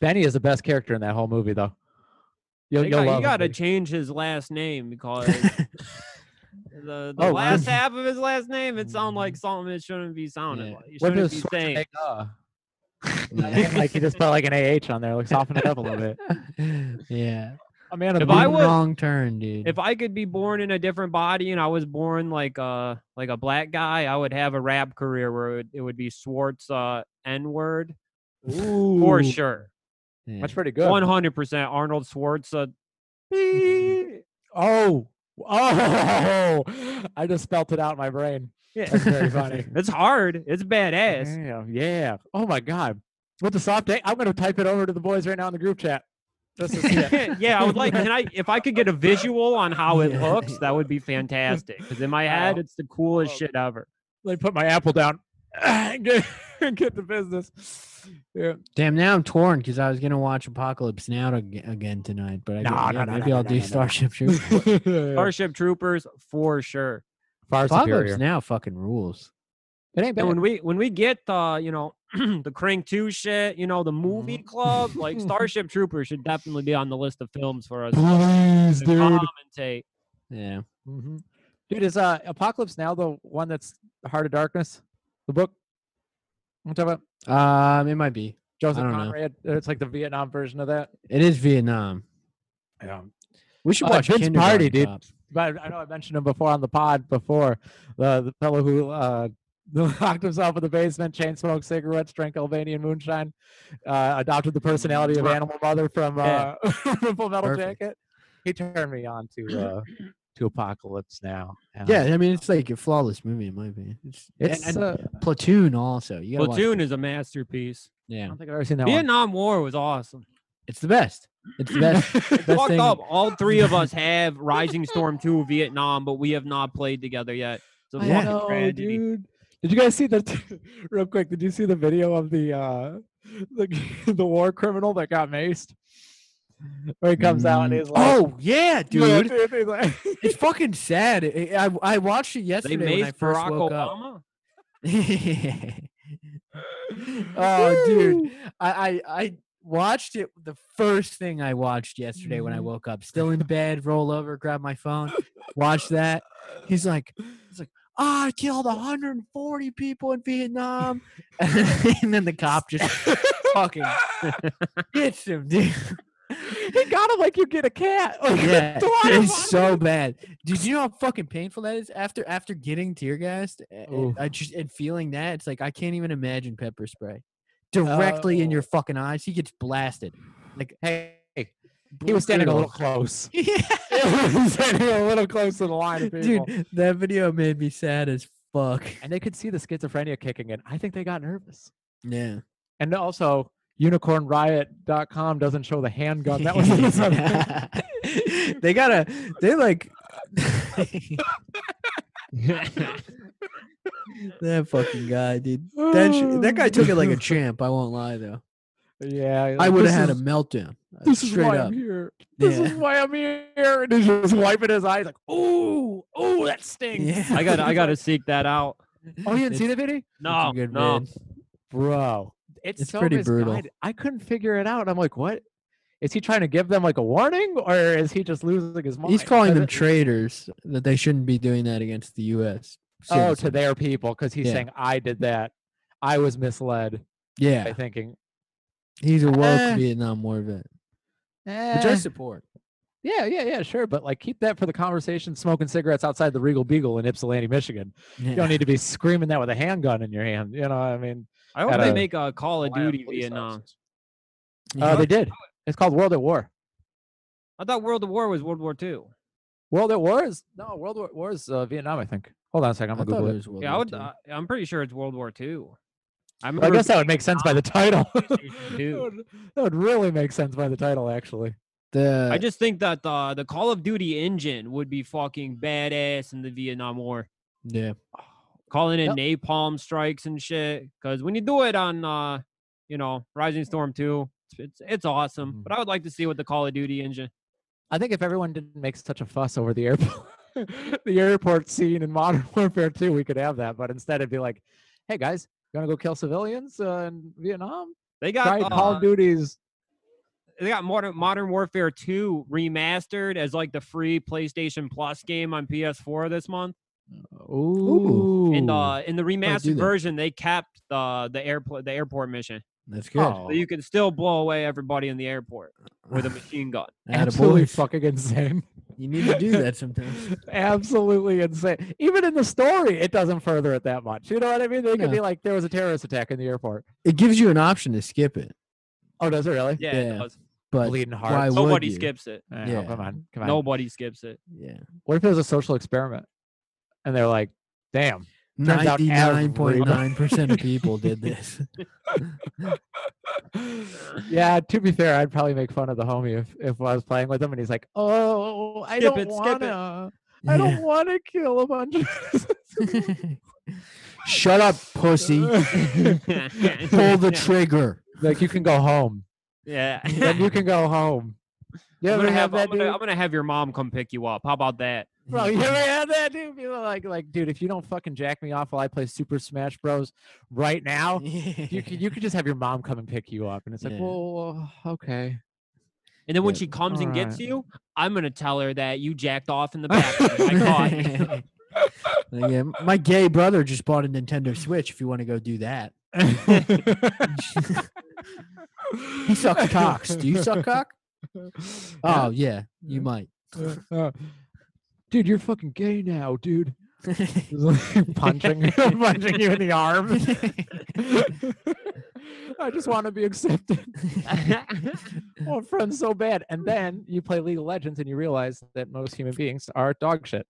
Speaker 4: Benny is the best character in that whole movie though. You'll,
Speaker 5: They
Speaker 4: you'll
Speaker 5: got-
Speaker 4: love
Speaker 5: you
Speaker 4: him,
Speaker 5: got to
Speaker 4: dude.
Speaker 5: change his last name because the, the
Speaker 4: Oh,
Speaker 5: last
Speaker 4: really? Mm.
Speaker 5: half of his last name it sounds like something it shouldn't be sounding
Speaker 3: Yeah.
Speaker 5: like. It
Speaker 4: What
Speaker 5: shouldn't
Speaker 4: does
Speaker 5: be saying.
Speaker 4: Schwarzenegger?
Speaker 3: Yeah.
Speaker 4: uh, like he just put like an AH on there, like soften it up a little bit.
Speaker 3: yeah.
Speaker 4: A man of
Speaker 5: If I
Speaker 4: the-
Speaker 3: Big
Speaker 5: was-
Speaker 3: wrong turn, dude.
Speaker 5: If I could be born in a different body and I was born like a like a black guy, I would have a rap career where it would, it would be Swartz uh, N word for
Speaker 4: Ooh,
Speaker 5: sure,
Speaker 3: Yeah.
Speaker 4: That's pretty good.
Speaker 5: one hundred percent Arnold Schwartz. Uh,
Speaker 4: Oh, oh! I just spelt it out in my brain.
Speaker 5: yeah.
Speaker 4: That's very funny.
Speaker 5: It's hard. It's badass.
Speaker 4: Damn, yeah. Oh my god. With the soft A, I'm gonna type it over to the boys right now in the group chat. Just to see it.
Speaker 5: yeah, I would like, and I if I could get a visual on how it
Speaker 3: Yeah.
Speaker 5: looks, that would be fantastic. Because in my head,
Speaker 4: Wow.
Speaker 5: it's the coolest
Speaker 4: Wow.
Speaker 5: shit ever.
Speaker 4: Let me put my apple down. get, get the business. Yeah.
Speaker 3: Damn, now I'm torn because I was gonna watch Apocalypse Now to, again tonight, but I
Speaker 4: No,
Speaker 3: guess-
Speaker 4: no,
Speaker 3: yeah,
Speaker 4: no,
Speaker 3: maybe
Speaker 4: no,
Speaker 3: I'll
Speaker 4: no,
Speaker 3: do
Speaker 4: no, no.
Speaker 3: Starship Troopers.
Speaker 5: Starship Troopers for sure.
Speaker 4: Far
Speaker 3: Apocalypse
Speaker 4: superior.
Speaker 3: Now fucking rules.
Speaker 4: It ain't
Speaker 5: And
Speaker 4: bad.
Speaker 5: when we when we get uh, you know, the Crank Two shit, you know, the movie
Speaker 3: Mm-hmm.
Speaker 5: club, like Starship Troopers should definitely be on the list of films for us. to
Speaker 4: Please,
Speaker 5: Commentate.
Speaker 3: Yeah.
Speaker 4: Mhm. Dude, is uh, Apocalypse Now the one that's the Heart of Darkness, the book? I'm talking about
Speaker 3: Um, it might be.
Speaker 4: Joseph
Speaker 3: I don't know.
Speaker 4: Conrad. It's like the Vietnam version of that.
Speaker 3: It is Vietnam.
Speaker 4: Yeah.
Speaker 3: We should
Speaker 4: Uh,
Speaker 3: watch
Speaker 4: Vince
Speaker 3: Kindergarten
Speaker 4: Party, dude.
Speaker 3: Cop.
Speaker 4: But I know I mentioned him before on the pod before the the fellow who uh, locked himself in the basement, chain smoked cigarettes, drank Albanian moonshine, uh, adopted the personality of Animal Mother from
Speaker 5: Yeah.
Speaker 4: uh, from Full Metal
Speaker 3: Perfect.
Speaker 4: Jacket. He turned me on to uh, to Apocalypse Now.
Speaker 3: Yeah, I mean it's like a flawless movie. It might be. It's, and-
Speaker 4: it's.
Speaker 3: and
Speaker 4: uh,
Speaker 3: Platoon also. You gotta watch
Speaker 5: Platoon is a masterpiece.
Speaker 4: I
Speaker 3: Yeah,
Speaker 4: don't think I've ever seen that one.
Speaker 5: Vietnam War was awesome.
Speaker 3: it's the best. It's the best. best
Speaker 5: Fucked
Speaker 3: thing-
Speaker 5: up. All three of us have Rising Storm 2 Vietnam, but we have not played together yet. It's a
Speaker 4: I
Speaker 5: fucking
Speaker 4: know,
Speaker 5: tragedy.
Speaker 4: dude. Did you guys see the real quick? Did you see the video of the uh the the war criminal that got maced? Where he comes out and
Speaker 3: Mm.
Speaker 4: he's like,
Speaker 3: Oh yeah,
Speaker 4: "Yeah,
Speaker 3: dude.
Speaker 4: He's like-
Speaker 3: It's fucking sad. I I, I watched it
Speaker 5: They
Speaker 3: yesterday when I
Speaker 5: maced
Speaker 3: first
Speaker 5: Barack
Speaker 3: woke up.
Speaker 5: Obama.
Speaker 3: oh, dude, I, I I watched it. The first thing I watched yesterday when I
Speaker 4: Mhm.
Speaker 3: woke up, still in bed, roll over, grab my phone, watch that. He's like, he's like, "Ah, I killed 140 people in Vietnam. and then the cop just fucking hits him, dude.
Speaker 4: He got him like you get a cat. Like,
Speaker 3: Yeah,
Speaker 4: throw him on
Speaker 3: it's so bad. Did you know how fucking painful that is? After after getting tear gassed, a- and
Speaker 4: Ooh.
Speaker 3: I just and feeling that, it's like I can't even imagine pepper spray directly in your fucking eyes. He gets blasted. Like
Speaker 4: Hey, he was standing a
Speaker 3: brutal.
Speaker 4: little close.
Speaker 3: yeah.
Speaker 4: he was standing a little close to the line of people.
Speaker 3: Dude, that video made me sad as fuck.
Speaker 4: And they could see the schizophrenia kicking in. I think they got nervous.
Speaker 3: Yeah.
Speaker 4: And also, unicornriot.com doesn't show the handgun. That was in the subject.
Speaker 3: they gotta they like that fucking guy, dude. That sh- that guy took it like a champ. I won't lie though.
Speaker 4: yeah.
Speaker 3: I
Speaker 4: like,
Speaker 3: would have
Speaker 4: "This
Speaker 3: had a
Speaker 4: is-
Speaker 3: meltdown. uh,
Speaker 4: This is
Speaker 3: straight
Speaker 4: why
Speaker 3: up.
Speaker 4: I'm here. This
Speaker 3: yeah.
Speaker 4: is why I'm here. And he's just wiping his eyes like, ooh, ooh, that stings.
Speaker 3: Yeah.
Speaker 5: I got to I got to seek that out.
Speaker 4: Oh, you didn't
Speaker 3: It's-
Speaker 4: see the video?
Speaker 5: No,
Speaker 3: a good
Speaker 5: Oh, no.
Speaker 3: vid.
Speaker 4: Bro, it's,
Speaker 3: It's
Speaker 4: so
Speaker 3: pretty brutal.
Speaker 4: misguided. I couldn't figure it out. I'm like, what? Is he trying to give them like a warning or is he just losing his mind?
Speaker 3: He's calling
Speaker 4: 'Cause
Speaker 3: them
Speaker 4: it-
Speaker 3: traitors that they shouldn't be doing that against the U.S.
Speaker 4: Oh, to
Speaker 3: citizens.
Speaker 4: their people because he's
Speaker 3: Yeah.
Speaker 4: saying, I did that. I was misled by
Speaker 3: yeah,
Speaker 4: thinking,
Speaker 3: he's a woke
Speaker 4: Eh.
Speaker 3: Vietnam War vet, which
Speaker 4: "Eh,
Speaker 3: I support.
Speaker 4: yeah, yeah, yeah, sure. But like, keep that for the conversation smoking cigarettes outside the Regal Beagle in Ypsilanti, Michigan. You
Speaker 3: Yeah.
Speaker 4: don't e- need to be screaming that with a handgun in your hand. You know, what I mean,
Speaker 5: I hope
Speaker 4: At
Speaker 5: they
Speaker 4: a-
Speaker 5: make a Call of
Speaker 6: Why have
Speaker 5: Duty
Speaker 6: police
Speaker 5: Vietnam.
Speaker 6: officers?
Speaker 4: Oh,
Speaker 3: Yeah.
Speaker 4: they did. It's called World at War.
Speaker 5: I thought World of War was World War Two.
Speaker 4: World at War is no World at War is uh, Vietnam, I think. Hold on a second,
Speaker 3: I
Speaker 4: I'm gonna
Speaker 3: thought
Speaker 4: Google
Speaker 3: it
Speaker 4: it.
Speaker 3: was World
Speaker 5: Yeah, I
Speaker 3: War
Speaker 5: would,
Speaker 3: Two.
Speaker 5: I, I'm pretty sure it's World War Two. I
Speaker 4: Well, I
Speaker 5: remember
Speaker 4: guess that would make sense by the title.
Speaker 5: PlayStation
Speaker 4: that,
Speaker 5: 2.
Speaker 4: would, that would really make sense by the title, actually.
Speaker 3: The
Speaker 5: I just think that uh, the Call of Duty engine would be fucking badass in the Vietnam War.
Speaker 3: yeah
Speaker 5: Calling in napalm strikes and shit. Because when you do it on, uh, you know, Rising Storm 2, it's, it's, it's awesome.
Speaker 3: Mm-hmm.
Speaker 5: But I would like to see what the Call of Duty engine.
Speaker 4: I think if everyone didn't make such a fuss over the airport, the airport scene in Modern Warfare 2, we could have that. But instead, it'd be like, "Hey guys, you want to go kill civilians uh, in Vietnam?
Speaker 5: They
Speaker 4: Try
Speaker 5: got
Speaker 4: Call
Speaker 5: uh,
Speaker 4: of Duty's."
Speaker 5: they got Modern Modern Warfare 2 remastered as like the free PlayStation Plus game on PS4 this month.
Speaker 4: Ooh,
Speaker 5: And uh in the
Speaker 3: do
Speaker 5: remastered
Speaker 3: that.
Speaker 5: version, they kept the the airport the airport mission.
Speaker 3: that's good.
Speaker 4: Oh,
Speaker 5: So you can still blow away everybody in the airport with a machine gun.
Speaker 3: Atta
Speaker 4: absolutely
Speaker 3: boy.
Speaker 4: fucking insane.
Speaker 3: You need to do that sometimes.
Speaker 4: absolutely insane. Even in the story, it doesn't further it that much. You know what I mean? They could
Speaker 3: No.
Speaker 4: be like, there was a terrorist attack in the airport.
Speaker 3: It gives you an option to skip it,
Speaker 4: Oh, does it really?
Speaker 5: Yeah, it
Speaker 3: Yeah.
Speaker 5: does.
Speaker 3: but
Speaker 4: Bleeding heart.
Speaker 3: why would
Speaker 5: nobody
Speaker 3: you?
Speaker 5: skips it.
Speaker 4: Eh, oh,
Speaker 3: yeah.
Speaker 4: come on, come on.
Speaker 5: Nobody skips it.
Speaker 3: Yeah,
Speaker 4: What if it was a social experiment? And they're like, damn. Turns out
Speaker 3: ninety-nine point nine percent of people did this.
Speaker 4: yeah, to be fair, I'd probably make fun of the homie if, if I was playing with him and he's like, oh, I
Speaker 5: Skip
Speaker 4: don't
Speaker 5: it, skip it."
Speaker 4: wanna. I don't want to kill a bunch of
Speaker 3: Yeah. Shut up, pussy. Pull the trigger.
Speaker 4: like you can go home.
Speaker 5: yeah.
Speaker 4: Then you can go home. You
Speaker 5: I'm
Speaker 4: ever
Speaker 5: gonna
Speaker 4: have,
Speaker 5: have,
Speaker 4: that
Speaker 5: I'm, gonna,
Speaker 4: dude?
Speaker 5: I'm gonna have your mom come pick you up. How about that?
Speaker 4: Bro, you ever had that dude? People are like, like, dude, if you don't fucking jack me off while I play Super Smash Bros. right now, you could you could just have your mom come and pick you up, and it's like,
Speaker 3: Yeah.
Speaker 4: well, okay.
Speaker 5: And then when
Speaker 3: Yeah,
Speaker 5: she comes and gets
Speaker 4: alright.
Speaker 5: you, I'm gonna tell her that you jacked off in the back. I caught you.
Speaker 3: Like, yeah, my gay brother just bought a Nintendo Switch. If you want to go do that, he sucks cocks. Do you suck cock? Oh yeah, you might.
Speaker 4: Uh, uh, dude, you're fucking gay now, dude. punching, punching you in the arm. I just want to be accepted. well, friends, so bad. And then you play League of Legends and you realize that most human beings are dog shit.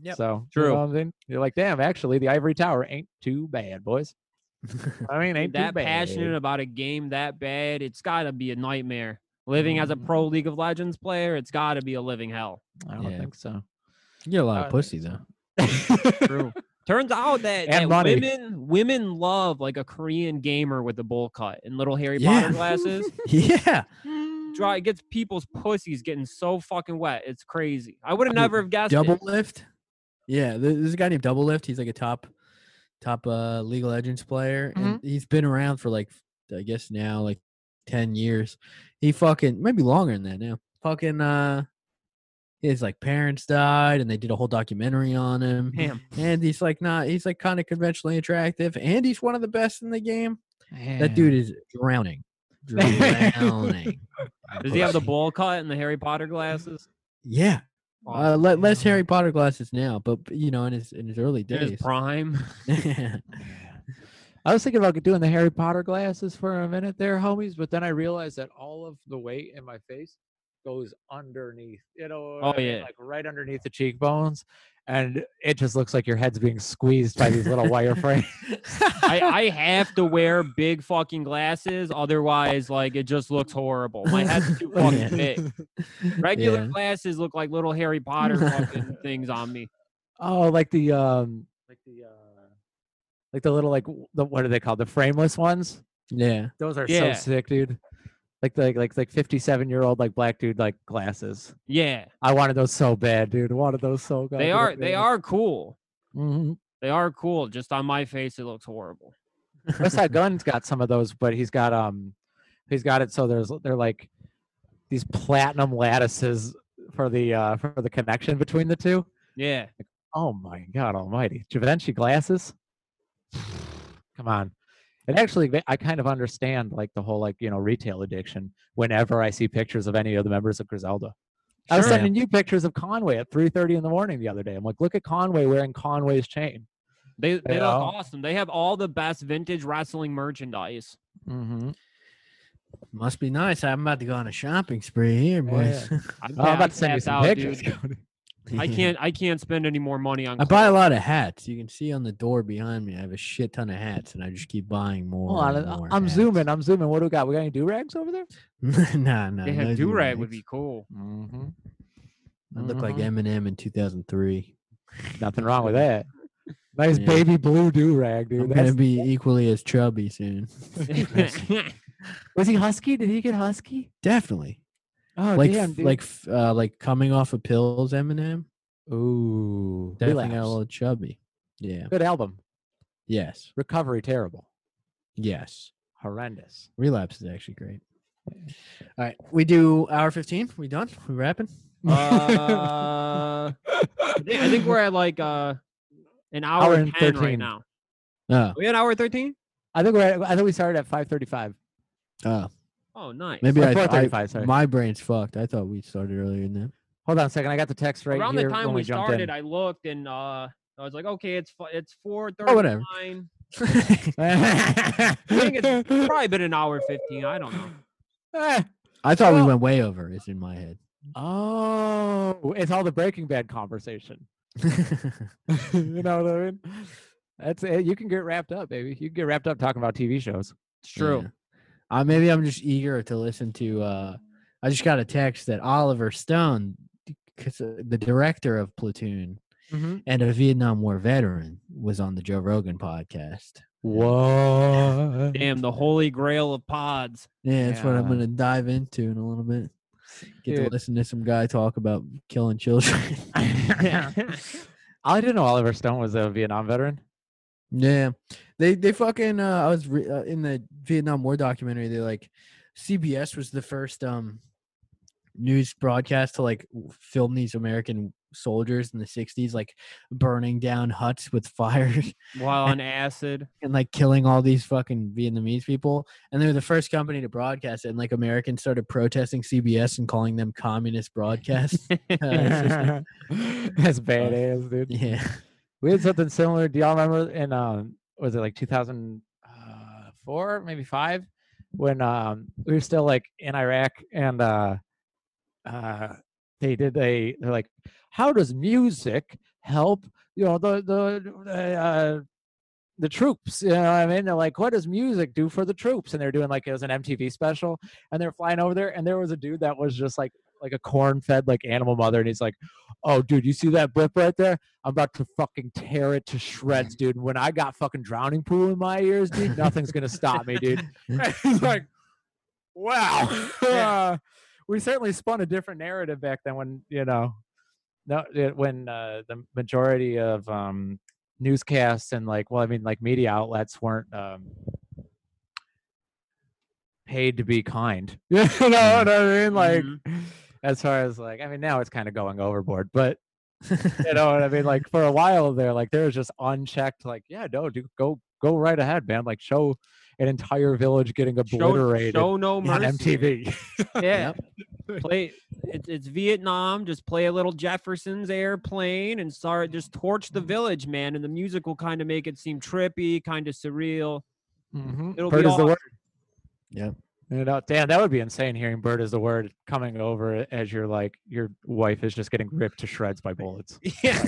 Speaker 3: Yep.
Speaker 4: So You
Speaker 5: True.
Speaker 4: know what I mean? You're like, damn, actually, the Ivory Tower ain't too bad, boys. I mean, ain't
Speaker 5: that
Speaker 4: too bad.
Speaker 5: passionate about a game that bad, it's gotta be a nightmare. Living as a pro League of Legends player, it's gotta be a living hell.
Speaker 4: I don't
Speaker 3: Yeah.
Speaker 4: think so.
Speaker 3: You're a
Speaker 4: I
Speaker 3: lot of
Speaker 4: don't
Speaker 3: pussy
Speaker 4: think
Speaker 3: though.
Speaker 5: True. Turns out that,
Speaker 4: And
Speaker 5: that
Speaker 4: money.
Speaker 5: women women love like a Korean gamer with a bowl cut and little Harry
Speaker 3: Yeah.
Speaker 5: Potter glasses.
Speaker 3: Yeah.
Speaker 5: Dry it gets people's pussies getting so fucking wet. It's crazy. I would have
Speaker 3: I mean,
Speaker 5: never have guessed
Speaker 3: Double
Speaker 5: it.
Speaker 3: Lift. Yeah, th- there's a guy named Double Lift. He's like a top, top uh, League of Legends player, and
Speaker 5: Mm-hmm.
Speaker 3: he's been around for like, I guess now like ten years. He fucking maybe longer than that now. Fucking uh, his like parents died and they did a whole documentary on him.
Speaker 5: Damn.
Speaker 3: And he's like not he's like kind of conventionally attractive and he's one of the best in the game. That dude is drowning. Drowning. in
Speaker 5: Does he have the
Speaker 3: pussy.
Speaker 5: bowl cut and the Harry Potter glasses?
Speaker 3: Yeah. Uh, le- less
Speaker 4: Yeah.
Speaker 3: Harry Potter glasses now, but you know, in his in his early
Speaker 5: In
Speaker 3: days.
Speaker 5: his prime.
Speaker 4: I was thinking about doing the Harry Potter glasses for a minute there, homies, but then I realized that all of the weight in my face goes underneath, you know, what
Speaker 5: Oh,
Speaker 4: I mean?
Speaker 5: yeah.
Speaker 4: like right underneath the cheekbones. And it just looks like your head's being squeezed by these little wire frames.
Speaker 5: I, I have to wear big fucking glasses, otherwise, like it just looks horrible. My head's too fucking
Speaker 3: Yeah.
Speaker 5: big. Regular
Speaker 3: Yeah.
Speaker 5: glasses look like little Harry Potter fucking things on me.
Speaker 4: Oh, like the um, like the uh, like the little like w- the what are they called? The frameless ones.
Speaker 3: yeah.
Speaker 4: Those are
Speaker 5: Yeah.
Speaker 4: so sick, dude. Like the like like fifty seven year old like black dude like glasses.
Speaker 5: Yeah,
Speaker 4: I wanted those so bad, dude. Wanted those so good.
Speaker 5: they are they are cool.
Speaker 4: hmm
Speaker 5: They are cool. Just on my face, it looks horrible.
Speaker 4: Westside Gun's got some of those, but he's got um, he's got it. So there's they're like these platinum lattices for the uh for the connection between the two.
Speaker 5: Yeah,
Speaker 4: Oh my God Almighty, Givenchy glasses. Come on. And actually, ma- I kind of understand like the whole like you know retail addiction. Whenever I see pictures of any of the members of Griselda, I was
Speaker 3: Sure.
Speaker 4: sending you pictures of Conway at three thirty in the morning the other day. I'm like, look at Conway wearing Conway's chain.
Speaker 5: they they
Speaker 4: Yeah.
Speaker 5: look awesome. They have all the best vintage wrestling merchandise.
Speaker 4: Mm-hmm.
Speaker 3: Must be nice. I'm about to go on a shopping spree here,
Speaker 5: Oh,
Speaker 3: boys.
Speaker 5: I'm,
Speaker 4: I'm about
Speaker 5: tapped-
Speaker 4: to send you
Speaker 5: tapped
Speaker 4: some
Speaker 5: out,
Speaker 4: pictures.
Speaker 5: dude.
Speaker 4: Cody.
Speaker 5: I can't I can't spend any more money on.
Speaker 3: I buy a lot of hats. You can see on the door behind me, I have a shit ton of hats, and I just keep buying more.
Speaker 4: Hold on,
Speaker 3: and
Speaker 4: I-
Speaker 3: more
Speaker 4: I'm
Speaker 3: hats.
Speaker 4: zooming. I'm zooming. What do we got? We got any do rags over there?
Speaker 3: nah, nah.
Speaker 5: Yeah,
Speaker 3: no
Speaker 5: do rag would
Speaker 3: do-rags.
Speaker 5: be cool.
Speaker 4: Mm-hmm.
Speaker 3: I look like Eminem in 2003.
Speaker 4: Nothing wrong with that. Nice
Speaker 3: Yeah.
Speaker 4: baby blue do rag, dude.
Speaker 3: I'm
Speaker 4: That's-
Speaker 3: gonna be equally as
Speaker 5: Oh,
Speaker 3: chubby soon. That's-
Speaker 4: was he husky? Did he get husky?
Speaker 3: Definitely.
Speaker 4: Oh,
Speaker 3: like,
Speaker 4: damn,
Speaker 3: f-
Speaker 4: dude.
Speaker 3: like, f- uh, like coming off of pills, Eminem.
Speaker 4: ooh,
Speaker 3: Definitely got a
Speaker 4: relapse.
Speaker 3: little chubby. Yeah.
Speaker 4: good album.
Speaker 3: Yes.
Speaker 4: Recovery terrible,
Speaker 3: Yes.
Speaker 4: horrendous.
Speaker 3: Relapse is actually great. All right, we do hour 15. We done? We wrapping?
Speaker 5: uh, I think- I think we're at like uh, an hour,
Speaker 4: Hour
Speaker 5: and
Speaker 4: and
Speaker 5: 10 right
Speaker 4: 13.
Speaker 5: now.
Speaker 3: Oh,
Speaker 5: we at hour 13?
Speaker 4: I think we're. At, I think we started at five thirty-five.
Speaker 3: oh,
Speaker 5: Oh, nice.
Speaker 3: maybe
Speaker 4: Or
Speaker 3: I, I-
Speaker 4: 4:35, sorry.
Speaker 3: my brain's fucked. I thought we started earlier than that.
Speaker 4: Hold on a second. I got the text right
Speaker 5: Around
Speaker 4: here
Speaker 5: the time
Speaker 4: when
Speaker 5: we,
Speaker 4: we, jumped
Speaker 5: started,
Speaker 4: in.
Speaker 5: I looked and uh, I was like, okay, it's fu- it's
Speaker 4: Oh,
Speaker 5: 4:39.
Speaker 3: whatever.
Speaker 5: think it's probably been an hour 15. I don't know.
Speaker 4: Ah,
Speaker 3: I thought we
Speaker 4: Well-
Speaker 3: went way over. Is in my head.
Speaker 4: oh, it's all the Breaking Bad conversation. you know what I mean? That's it. You can get wrapped up, baby. You can get wrapped up talking about TV shows.
Speaker 5: It's true.
Speaker 3: Yeah. Uh, maybe I'm just eager to listen to. Uh, I just got a text that Oliver Stone, d- 'cause, uh, the director of Platoon
Speaker 4: Mm-hmm.
Speaker 3: and a Vietnam War veteran, was on the Joe Rogan podcast.
Speaker 4: Whoa.
Speaker 5: Damn, the holy grail of pods.
Speaker 3: Yeah, that's what I'm
Speaker 4: Yeah.
Speaker 3: gonna dive into in a little bit. Get to
Speaker 4: Dude.
Speaker 3: listen to some guy talk about killing children.
Speaker 4: I didn't know Oliver Stone was a Vietnam veteran.
Speaker 3: yeah, they they fucking. Uh, I was re- uh, in the Vietnam War documentary. They like CBS was the first um news broadcast to like w- film these American soldiers in the '60s, like burning down huts with fires.
Speaker 5: While on acid.
Speaker 3: and like killing all these fucking Vietnamese people. And they were the first company to broadcast it. And like Americans started protesting CBS and calling them communist broadcasts. Uh,
Speaker 4: That's badass, dude.
Speaker 3: yeah.
Speaker 4: We had something similar. Do y'all remember in um was it like 2004, maybe 5 when um we were still like in Iraq and uh uh they did a they're like how does music help you know the the the, uh the troops, you know what I mean? They're like, what does music do for the troops? And they're doing like it was an MTV special and they're flying over there and there was a dude that was just like like a corn fed like animal mother and he's like, Oh dude, you see that blip right there? I'm about to fucking tear it to shreds, dude. When I got fucking drowning pool in my ears, dude, nothing's gonna stop me, dude. It's like, wow. Uh, we certainly spun a different narrative back then when you know, no, it- when uh, the majority of um, newscasts and like, well, I mean, like media outlets weren't. Um,
Speaker 5: Mm-hmm.
Speaker 4: Paid to be kind, you know what I mean? Like, as far as like I mean now it's kind of going overboard, but you know what I mean? Like for a while there, like there was just unchecked, like, yeah, no, dude, go go right ahead, man. Like show an entire village getting
Speaker 5: Show,
Speaker 4: obliterated
Speaker 5: show no
Speaker 4: on
Speaker 5: mercy.
Speaker 4: MTV.
Speaker 5: Yeah. Play it's, it's Vietnam. Just play a little Jefferson's airplane and start just torch
Speaker 4: Mm.
Speaker 5: the village, man. And the music will kind of make it seem trippy, kind of surreal.
Speaker 4: Mhm.
Speaker 5: It'll be
Speaker 4: Bird is the
Speaker 5: all-
Speaker 4: word.
Speaker 3: Yeah.
Speaker 4: You know, damn, that would be insane hearing "Bird is the word" coming over as your like your wife is just getting ripped to shreds by bullets.
Speaker 5: Yeah.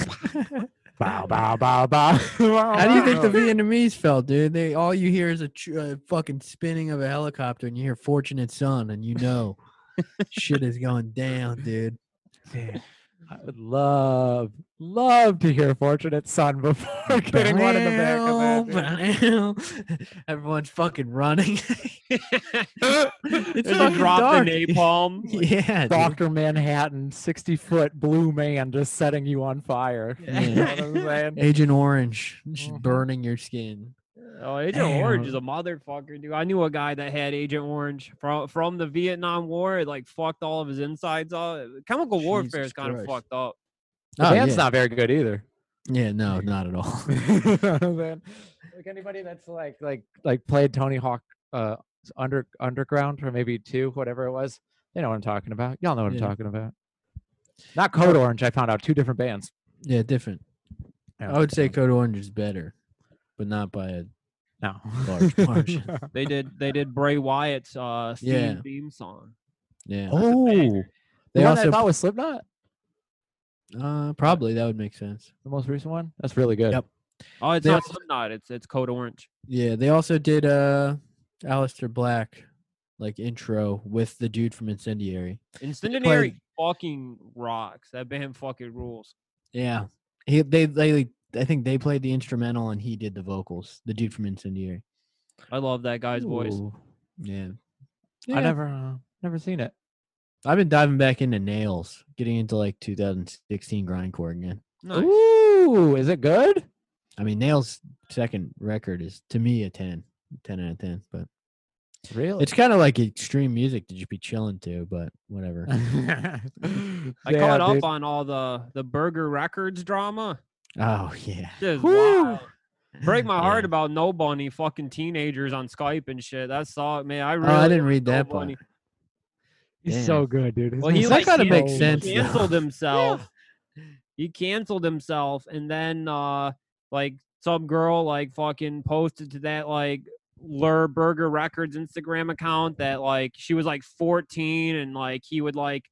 Speaker 4: Bow, bow, bow, bow.
Speaker 3: How do you think the Vietnamese felt, dude? They all you hear is a tr- uh, fucking spinning of a helicopter, and you hear "Fortunate Son," and you know shit is going down, dude.
Speaker 4: Damn. I would love, love to hear "Fortunate Son" before getting one in the back of that. dude.
Speaker 3: Bow, bow. Everyone's fucking running.
Speaker 5: it's
Speaker 3: It's
Speaker 5: a
Speaker 3: fucking
Speaker 5: drop
Speaker 3: dark.
Speaker 5: the napalm.
Speaker 3: yeah, dude.
Speaker 4: Doctor Manhattan, sixty foot blue man, just setting you on fire. You know what I'm saying?
Speaker 3: Agent Orange just
Speaker 4: Mhm.
Speaker 3: burning your skin.
Speaker 5: Oh, Agent Orange is a motherfucker, dude. I knew a guy that had Agent Orange from from the Vietnam War. It like fucked all of his insides off. Chemical warfare
Speaker 3: Jesus
Speaker 5: is kind
Speaker 3: Christ.
Speaker 5: of fucked up.
Speaker 4: The band's
Speaker 3: Oh, yeah.
Speaker 4: not very good either.
Speaker 3: yeah, no, not at all.
Speaker 4: Man, like anybody that's like like like played Tony Hawk uh s- under underground or maybe two, whatever it was. They know what I'm talking about. Y'all know what
Speaker 3: Yeah.
Speaker 4: I'm talking about. Not Code Orange, I found out two different bands.
Speaker 3: Yeah, different.
Speaker 4: Yeah,
Speaker 3: I would say
Speaker 4: so-
Speaker 3: Code Orange is better, but not by a
Speaker 4: no.
Speaker 3: large margin.
Speaker 5: They did they did Bray Wyatt's uh theme,
Speaker 3: Yeah.
Speaker 5: theme song.
Speaker 3: yeah.
Speaker 4: oh,
Speaker 3: They
Speaker 4: the one I
Speaker 3: also-
Speaker 4: thought was Slipknot,
Speaker 3: Uh, probably that would make sense.
Speaker 4: the most recent one. That's really good.
Speaker 3: Yep.
Speaker 5: Oh, it's
Speaker 3: They
Speaker 5: not
Speaker 3: also-
Speaker 5: Slipknot. It's it's Code Orange.
Speaker 3: Yeah, they also did uh Alistair Black like intro with the dude from Incendiary.
Speaker 5: Incendiary fucking rocks. That band fucking rules.
Speaker 3: Yeah. He they they I think they played the instrumental and he did the vocals, the dude from Incendiary.
Speaker 5: I love that guy's voice.
Speaker 3: Ooh, Yeah.
Speaker 4: I
Speaker 3: Yeah.
Speaker 4: never uh, never seen it.
Speaker 3: I've been diving back into nails, getting into like 2016 grindcore again.
Speaker 5: Nice.
Speaker 4: Ooh, is it good?
Speaker 3: I mean, Nails' second record is to me a 10, 10 out of 10, but
Speaker 5: Oh.
Speaker 4: Really?
Speaker 3: it's kind of like extreme music to just be chilling to, but whatever.
Speaker 5: I caught up on all the the Burger Records drama.
Speaker 3: Oh, yeah.
Speaker 5: Just
Speaker 4: Whew.
Speaker 5: wild. Break my
Speaker 3: Yeah.
Speaker 5: heart about no bunny fucking teenagers on Skype and shit. That saw man. I really
Speaker 3: oh, I didn't read
Speaker 5: No
Speaker 3: that part.
Speaker 5: Bunny.
Speaker 4: He's so good, dude. His
Speaker 5: Well, he
Speaker 4: music's
Speaker 5: like
Speaker 3: kinda
Speaker 5: canceled-
Speaker 3: makes sense, though.
Speaker 5: He canceled himself. He canceled himself, and then uh, like some girl like fucking posted to that like Lur Burger Records Instagram account that like she was like 14 and like he would like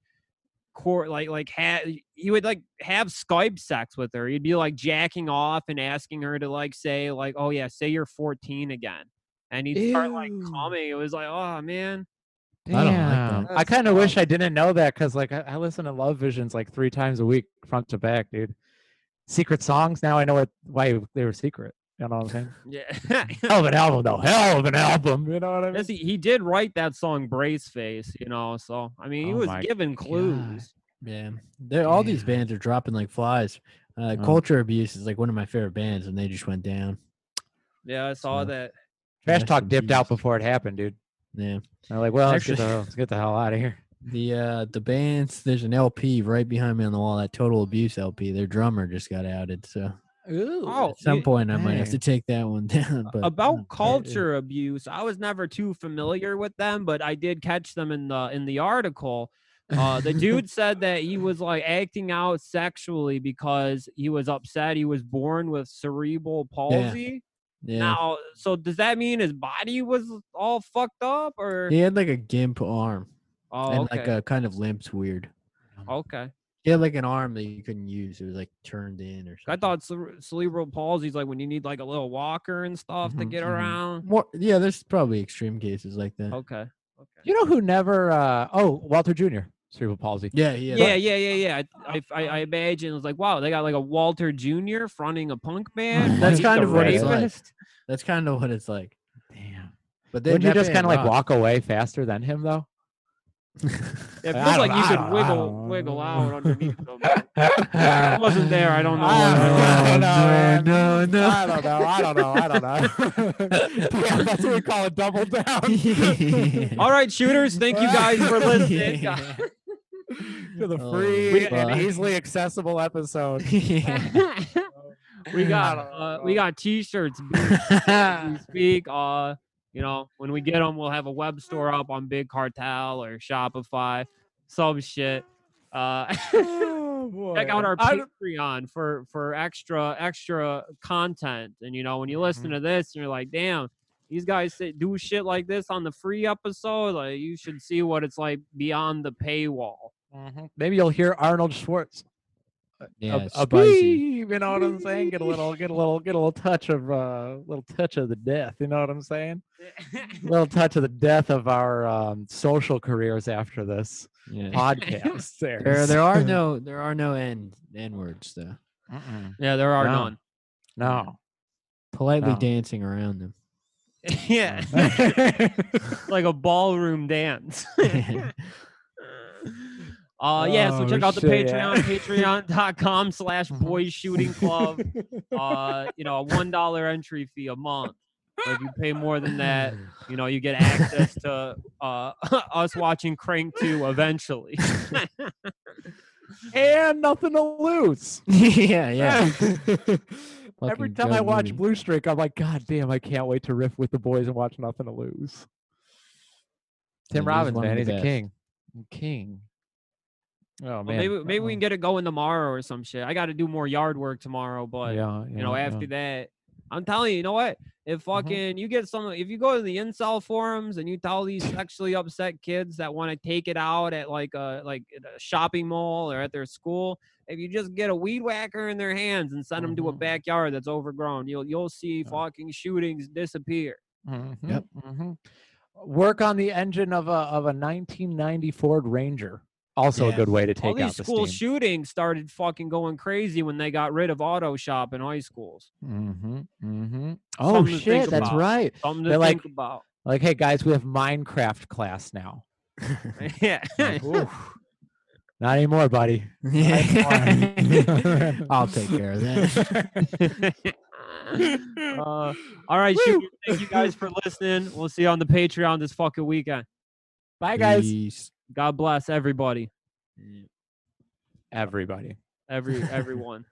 Speaker 5: court like like ha- you would like have Skype sex with her. You'd be like jacking off and asking her to like say like oh yeah say you're 14 again, and he'd start like
Speaker 4: Ew.
Speaker 5: coming. It was like oh man.
Speaker 3: I don't like that.
Speaker 4: Damn. I
Speaker 5: That's
Speaker 4: kind of wish I didn't know that because, like, I, I listen to Love Visions like three times a week, front to back, dude. Secret songs. Now I know what why they were secret. You know what I'm saying?
Speaker 5: Yeah.
Speaker 4: Hell of an album, though. Hell of an album. You know what I mean?
Speaker 5: Yes, he, he did write that song Brace Face, you know, so I mean he
Speaker 4: Oh
Speaker 5: was
Speaker 4: my
Speaker 5: given clues.
Speaker 3: Yeah. They're, all these
Speaker 4: Yeah.
Speaker 3: bands are dropping like flies. Uh,
Speaker 4: Oh.
Speaker 3: Culture Abuse is like one of my favorite bands, and they just went down.
Speaker 5: Yeah, I saw
Speaker 3: Yeah.
Speaker 5: that.
Speaker 4: Trash
Speaker 3: Rest
Speaker 4: Talk
Speaker 3: in
Speaker 4: dipped out
Speaker 3: peace.
Speaker 4: before it happened, dude.
Speaker 3: Yeah.
Speaker 4: They're like, well, let's, get the,
Speaker 3: Actually-
Speaker 4: hell- let's get the hell out of here.
Speaker 3: The uh the bands there's an LP right behind me on the wall that Total Abuse LP their drummer just got outed so
Speaker 4: Ooh.
Speaker 5: Oh,
Speaker 3: at some
Speaker 5: you-
Speaker 3: point I might have
Speaker 4: dang.
Speaker 3: to take that one down but
Speaker 5: About
Speaker 3: uh,
Speaker 5: culture abuse, I was never too familiar with them, but I did catch them in the in the article. Uh, the dude said that he was like acting out sexually because he was upset he was born with cerebral palsy.
Speaker 3: yeah
Speaker 5: Now, so does that mean his body was all fucked up or?
Speaker 3: he had like a gimp arm
Speaker 5: Oh,
Speaker 3: and
Speaker 5: okay.
Speaker 3: like uh, a kind of limped weird
Speaker 5: okay.
Speaker 3: he had like an arm that you couldn't use it was like turned in or something
Speaker 5: I thought cere- cerebral palsy is like when you need like a little walker and stuff to
Speaker 4: Mhm,
Speaker 5: get
Speaker 4: mhm.
Speaker 5: around.
Speaker 3: more yeah there's probably extreme cases like that
Speaker 5: Okay. Okay.
Speaker 4: You know who never? uh Oh, Walter Jr. Cerebral palsy.
Speaker 3: yeah yeah
Speaker 5: Yeah, yeah, yeah, yeah. I, I, I imagine it was like, wow, they got like a Walter Jr. fronting a punk band.
Speaker 3: That's
Speaker 5: he's
Speaker 3: kind
Speaker 5: the
Speaker 3: of what it's like.
Speaker 5: rapist?
Speaker 3: that's kind of what it's like
Speaker 4: Damn.
Speaker 3: but then
Speaker 4: Wouldn't
Speaker 3: that
Speaker 4: you just
Speaker 3: band
Speaker 4: kind of like
Speaker 3: rocked.
Speaker 4: walk away faster than him, though?
Speaker 5: It
Speaker 4: I
Speaker 5: feels
Speaker 4: don't-
Speaker 5: like
Speaker 4: I
Speaker 5: you
Speaker 4: don't-
Speaker 5: could
Speaker 4: I
Speaker 5: wiggle
Speaker 4: don't
Speaker 5: wiggle
Speaker 4: know.
Speaker 5: out underneath them. I wasn't there. I don't know.
Speaker 4: I
Speaker 5: what-
Speaker 4: don't
Speaker 3: no, no,
Speaker 4: know,
Speaker 3: no.
Speaker 4: I don't know. I don't know. I don't know. Yeah, That's what we call a double down.
Speaker 5: All right, shooters. Thank you guys for listening.
Speaker 4: to the
Speaker 3: Oh,
Speaker 4: free
Speaker 3: fuck.
Speaker 4: and easily accessible episode.
Speaker 3: Yeah.
Speaker 5: we got uh, we got t-shirts we speak. Uh, you know, when we get them, we'll have a web store up on Big Cartel or Shopify, some shit. Uh,
Speaker 4: Oh,
Speaker 5: check out our
Speaker 4: I-
Speaker 5: Patreon for for extra extra content. And you know, when you listen
Speaker 4: Mm-hmm.
Speaker 5: to this, you're like, damn. These guys say, do shit like this on the free episode. Like you should see what it's like beyond the paywall.
Speaker 4: Mhm. Maybe you'll hear Arnold Schwartz uh,
Speaker 3: yeah,
Speaker 4: a, a
Speaker 3: spicy.
Speaker 4: beep, you know what I'm saying? Get a little, get a little, get a little touch of uh, little touch of the death. You know what I'm saying? little touch of the death of our um, social careers after this
Speaker 3: Yeah.
Speaker 4: podcast. there,
Speaker 3: There, there are no, there are no n n words though.
Speaker 4: Mm-mm.
Speaker 5: Yeah, there are
Speaker 4: No.
Speaker 5: none.
Speaker 4: no.
Speaker 3: Politely
Speaker 4: No.
Speaker 3: dancing around them.
Speaker 5: yeah, like a ballroom dance. Uh, yeah, so
Speaker 4: Oh,
Speaker 5: check out the
Speaker 4: shit, yeah. Mm-hmm.
Speaker 5: Patreon, patreon.com slash boys shooting club. Uh, you know, a one dollar entry fee a month. If you pay more than that, you know, you get access to uh, us watching Crank 2 eventually.
Speaker 4: and nothing to lose.
Speaker 3: yeah, yeah.
Speaker 4: Every
Speaker 3: Fucking
Speaker 4: time I
Speaker 3: good
Speaker 4: watch
Speaker 3: movie.
Speaker 4: Blue Streak, I'm like, God damn, I can't wait to riff with the boys and watch Nothing to Lose.
Speaker 3: It
Speaker 4: Tim
Speaker 3: is
Speaker 4: Robbins,
Speaker 3: one of
Speaker 4: man,
Speaker 3: the
Speaker 4: he's a
Speaker 3: best.
Speaker 4: king. King. Oh
Speaker 5: Well,
Speaker 4: man,
Speaker 5: maybe maybe we can get it going tomorrow or some shit. I got to do more yard work tomorrow, but
Speaker 4: yeah, Mm-hmm.
Speaker 5: you know, after that, I'm telling you, you know what? If fucking you get some, if you go to the incel forums and you tell these sexually upset kids that want to take it out at like a like at a shopping mall or at their school, if you just get a weed whacker in their hands and send them to a
Speaker 4: Mhm.
Speaker 5: backyard that's overgrown, you'll you'll see
Speaker 4: Yeah.
Speaker 5: fucking shootings disappear.
Speaker 3: Yep.
Speaker 4: hmm Work on the engine of a of a 1990 Ford Ranger. Also a
Speaker 3: Yeah.
Speaker 4: good way to
Speaker 5: All
Speaker 4: take out
Speaker 5: these
Speaker 4: the
Speaker 5: school
Speaker 4: steam.
Speaker 5: shootings started fucking going crazy when they got rid of auto shop in high schools.
Speaker 4: mm-hmm, mm-hmm. Oh
Speaker 5: Something to think
Speaker 4: shit, that's
Speaker 5: about.
Speaker 4: right.
Speaker 5: Something to
Speaker 4: They're like-
Speaker 5: think about.
Speaker 4: Like, hey guys, we have Minecraft class now.
Speaker 5: yeah.
Speaker 4: Like, oof. Not anymore, buddy.
Speaker 3: Yeah. I'll take care of that.
Speaker 5: Uh, all right, shooters, thank you guys for listening. We'll see you on the Patreon this fucking weekend.
Speaker 4: Bye guys.
Speaker 3: Peace.
Speaker 5: God bless everybody,
Speaker 4: Everybody.
Speaker 5: every everyone.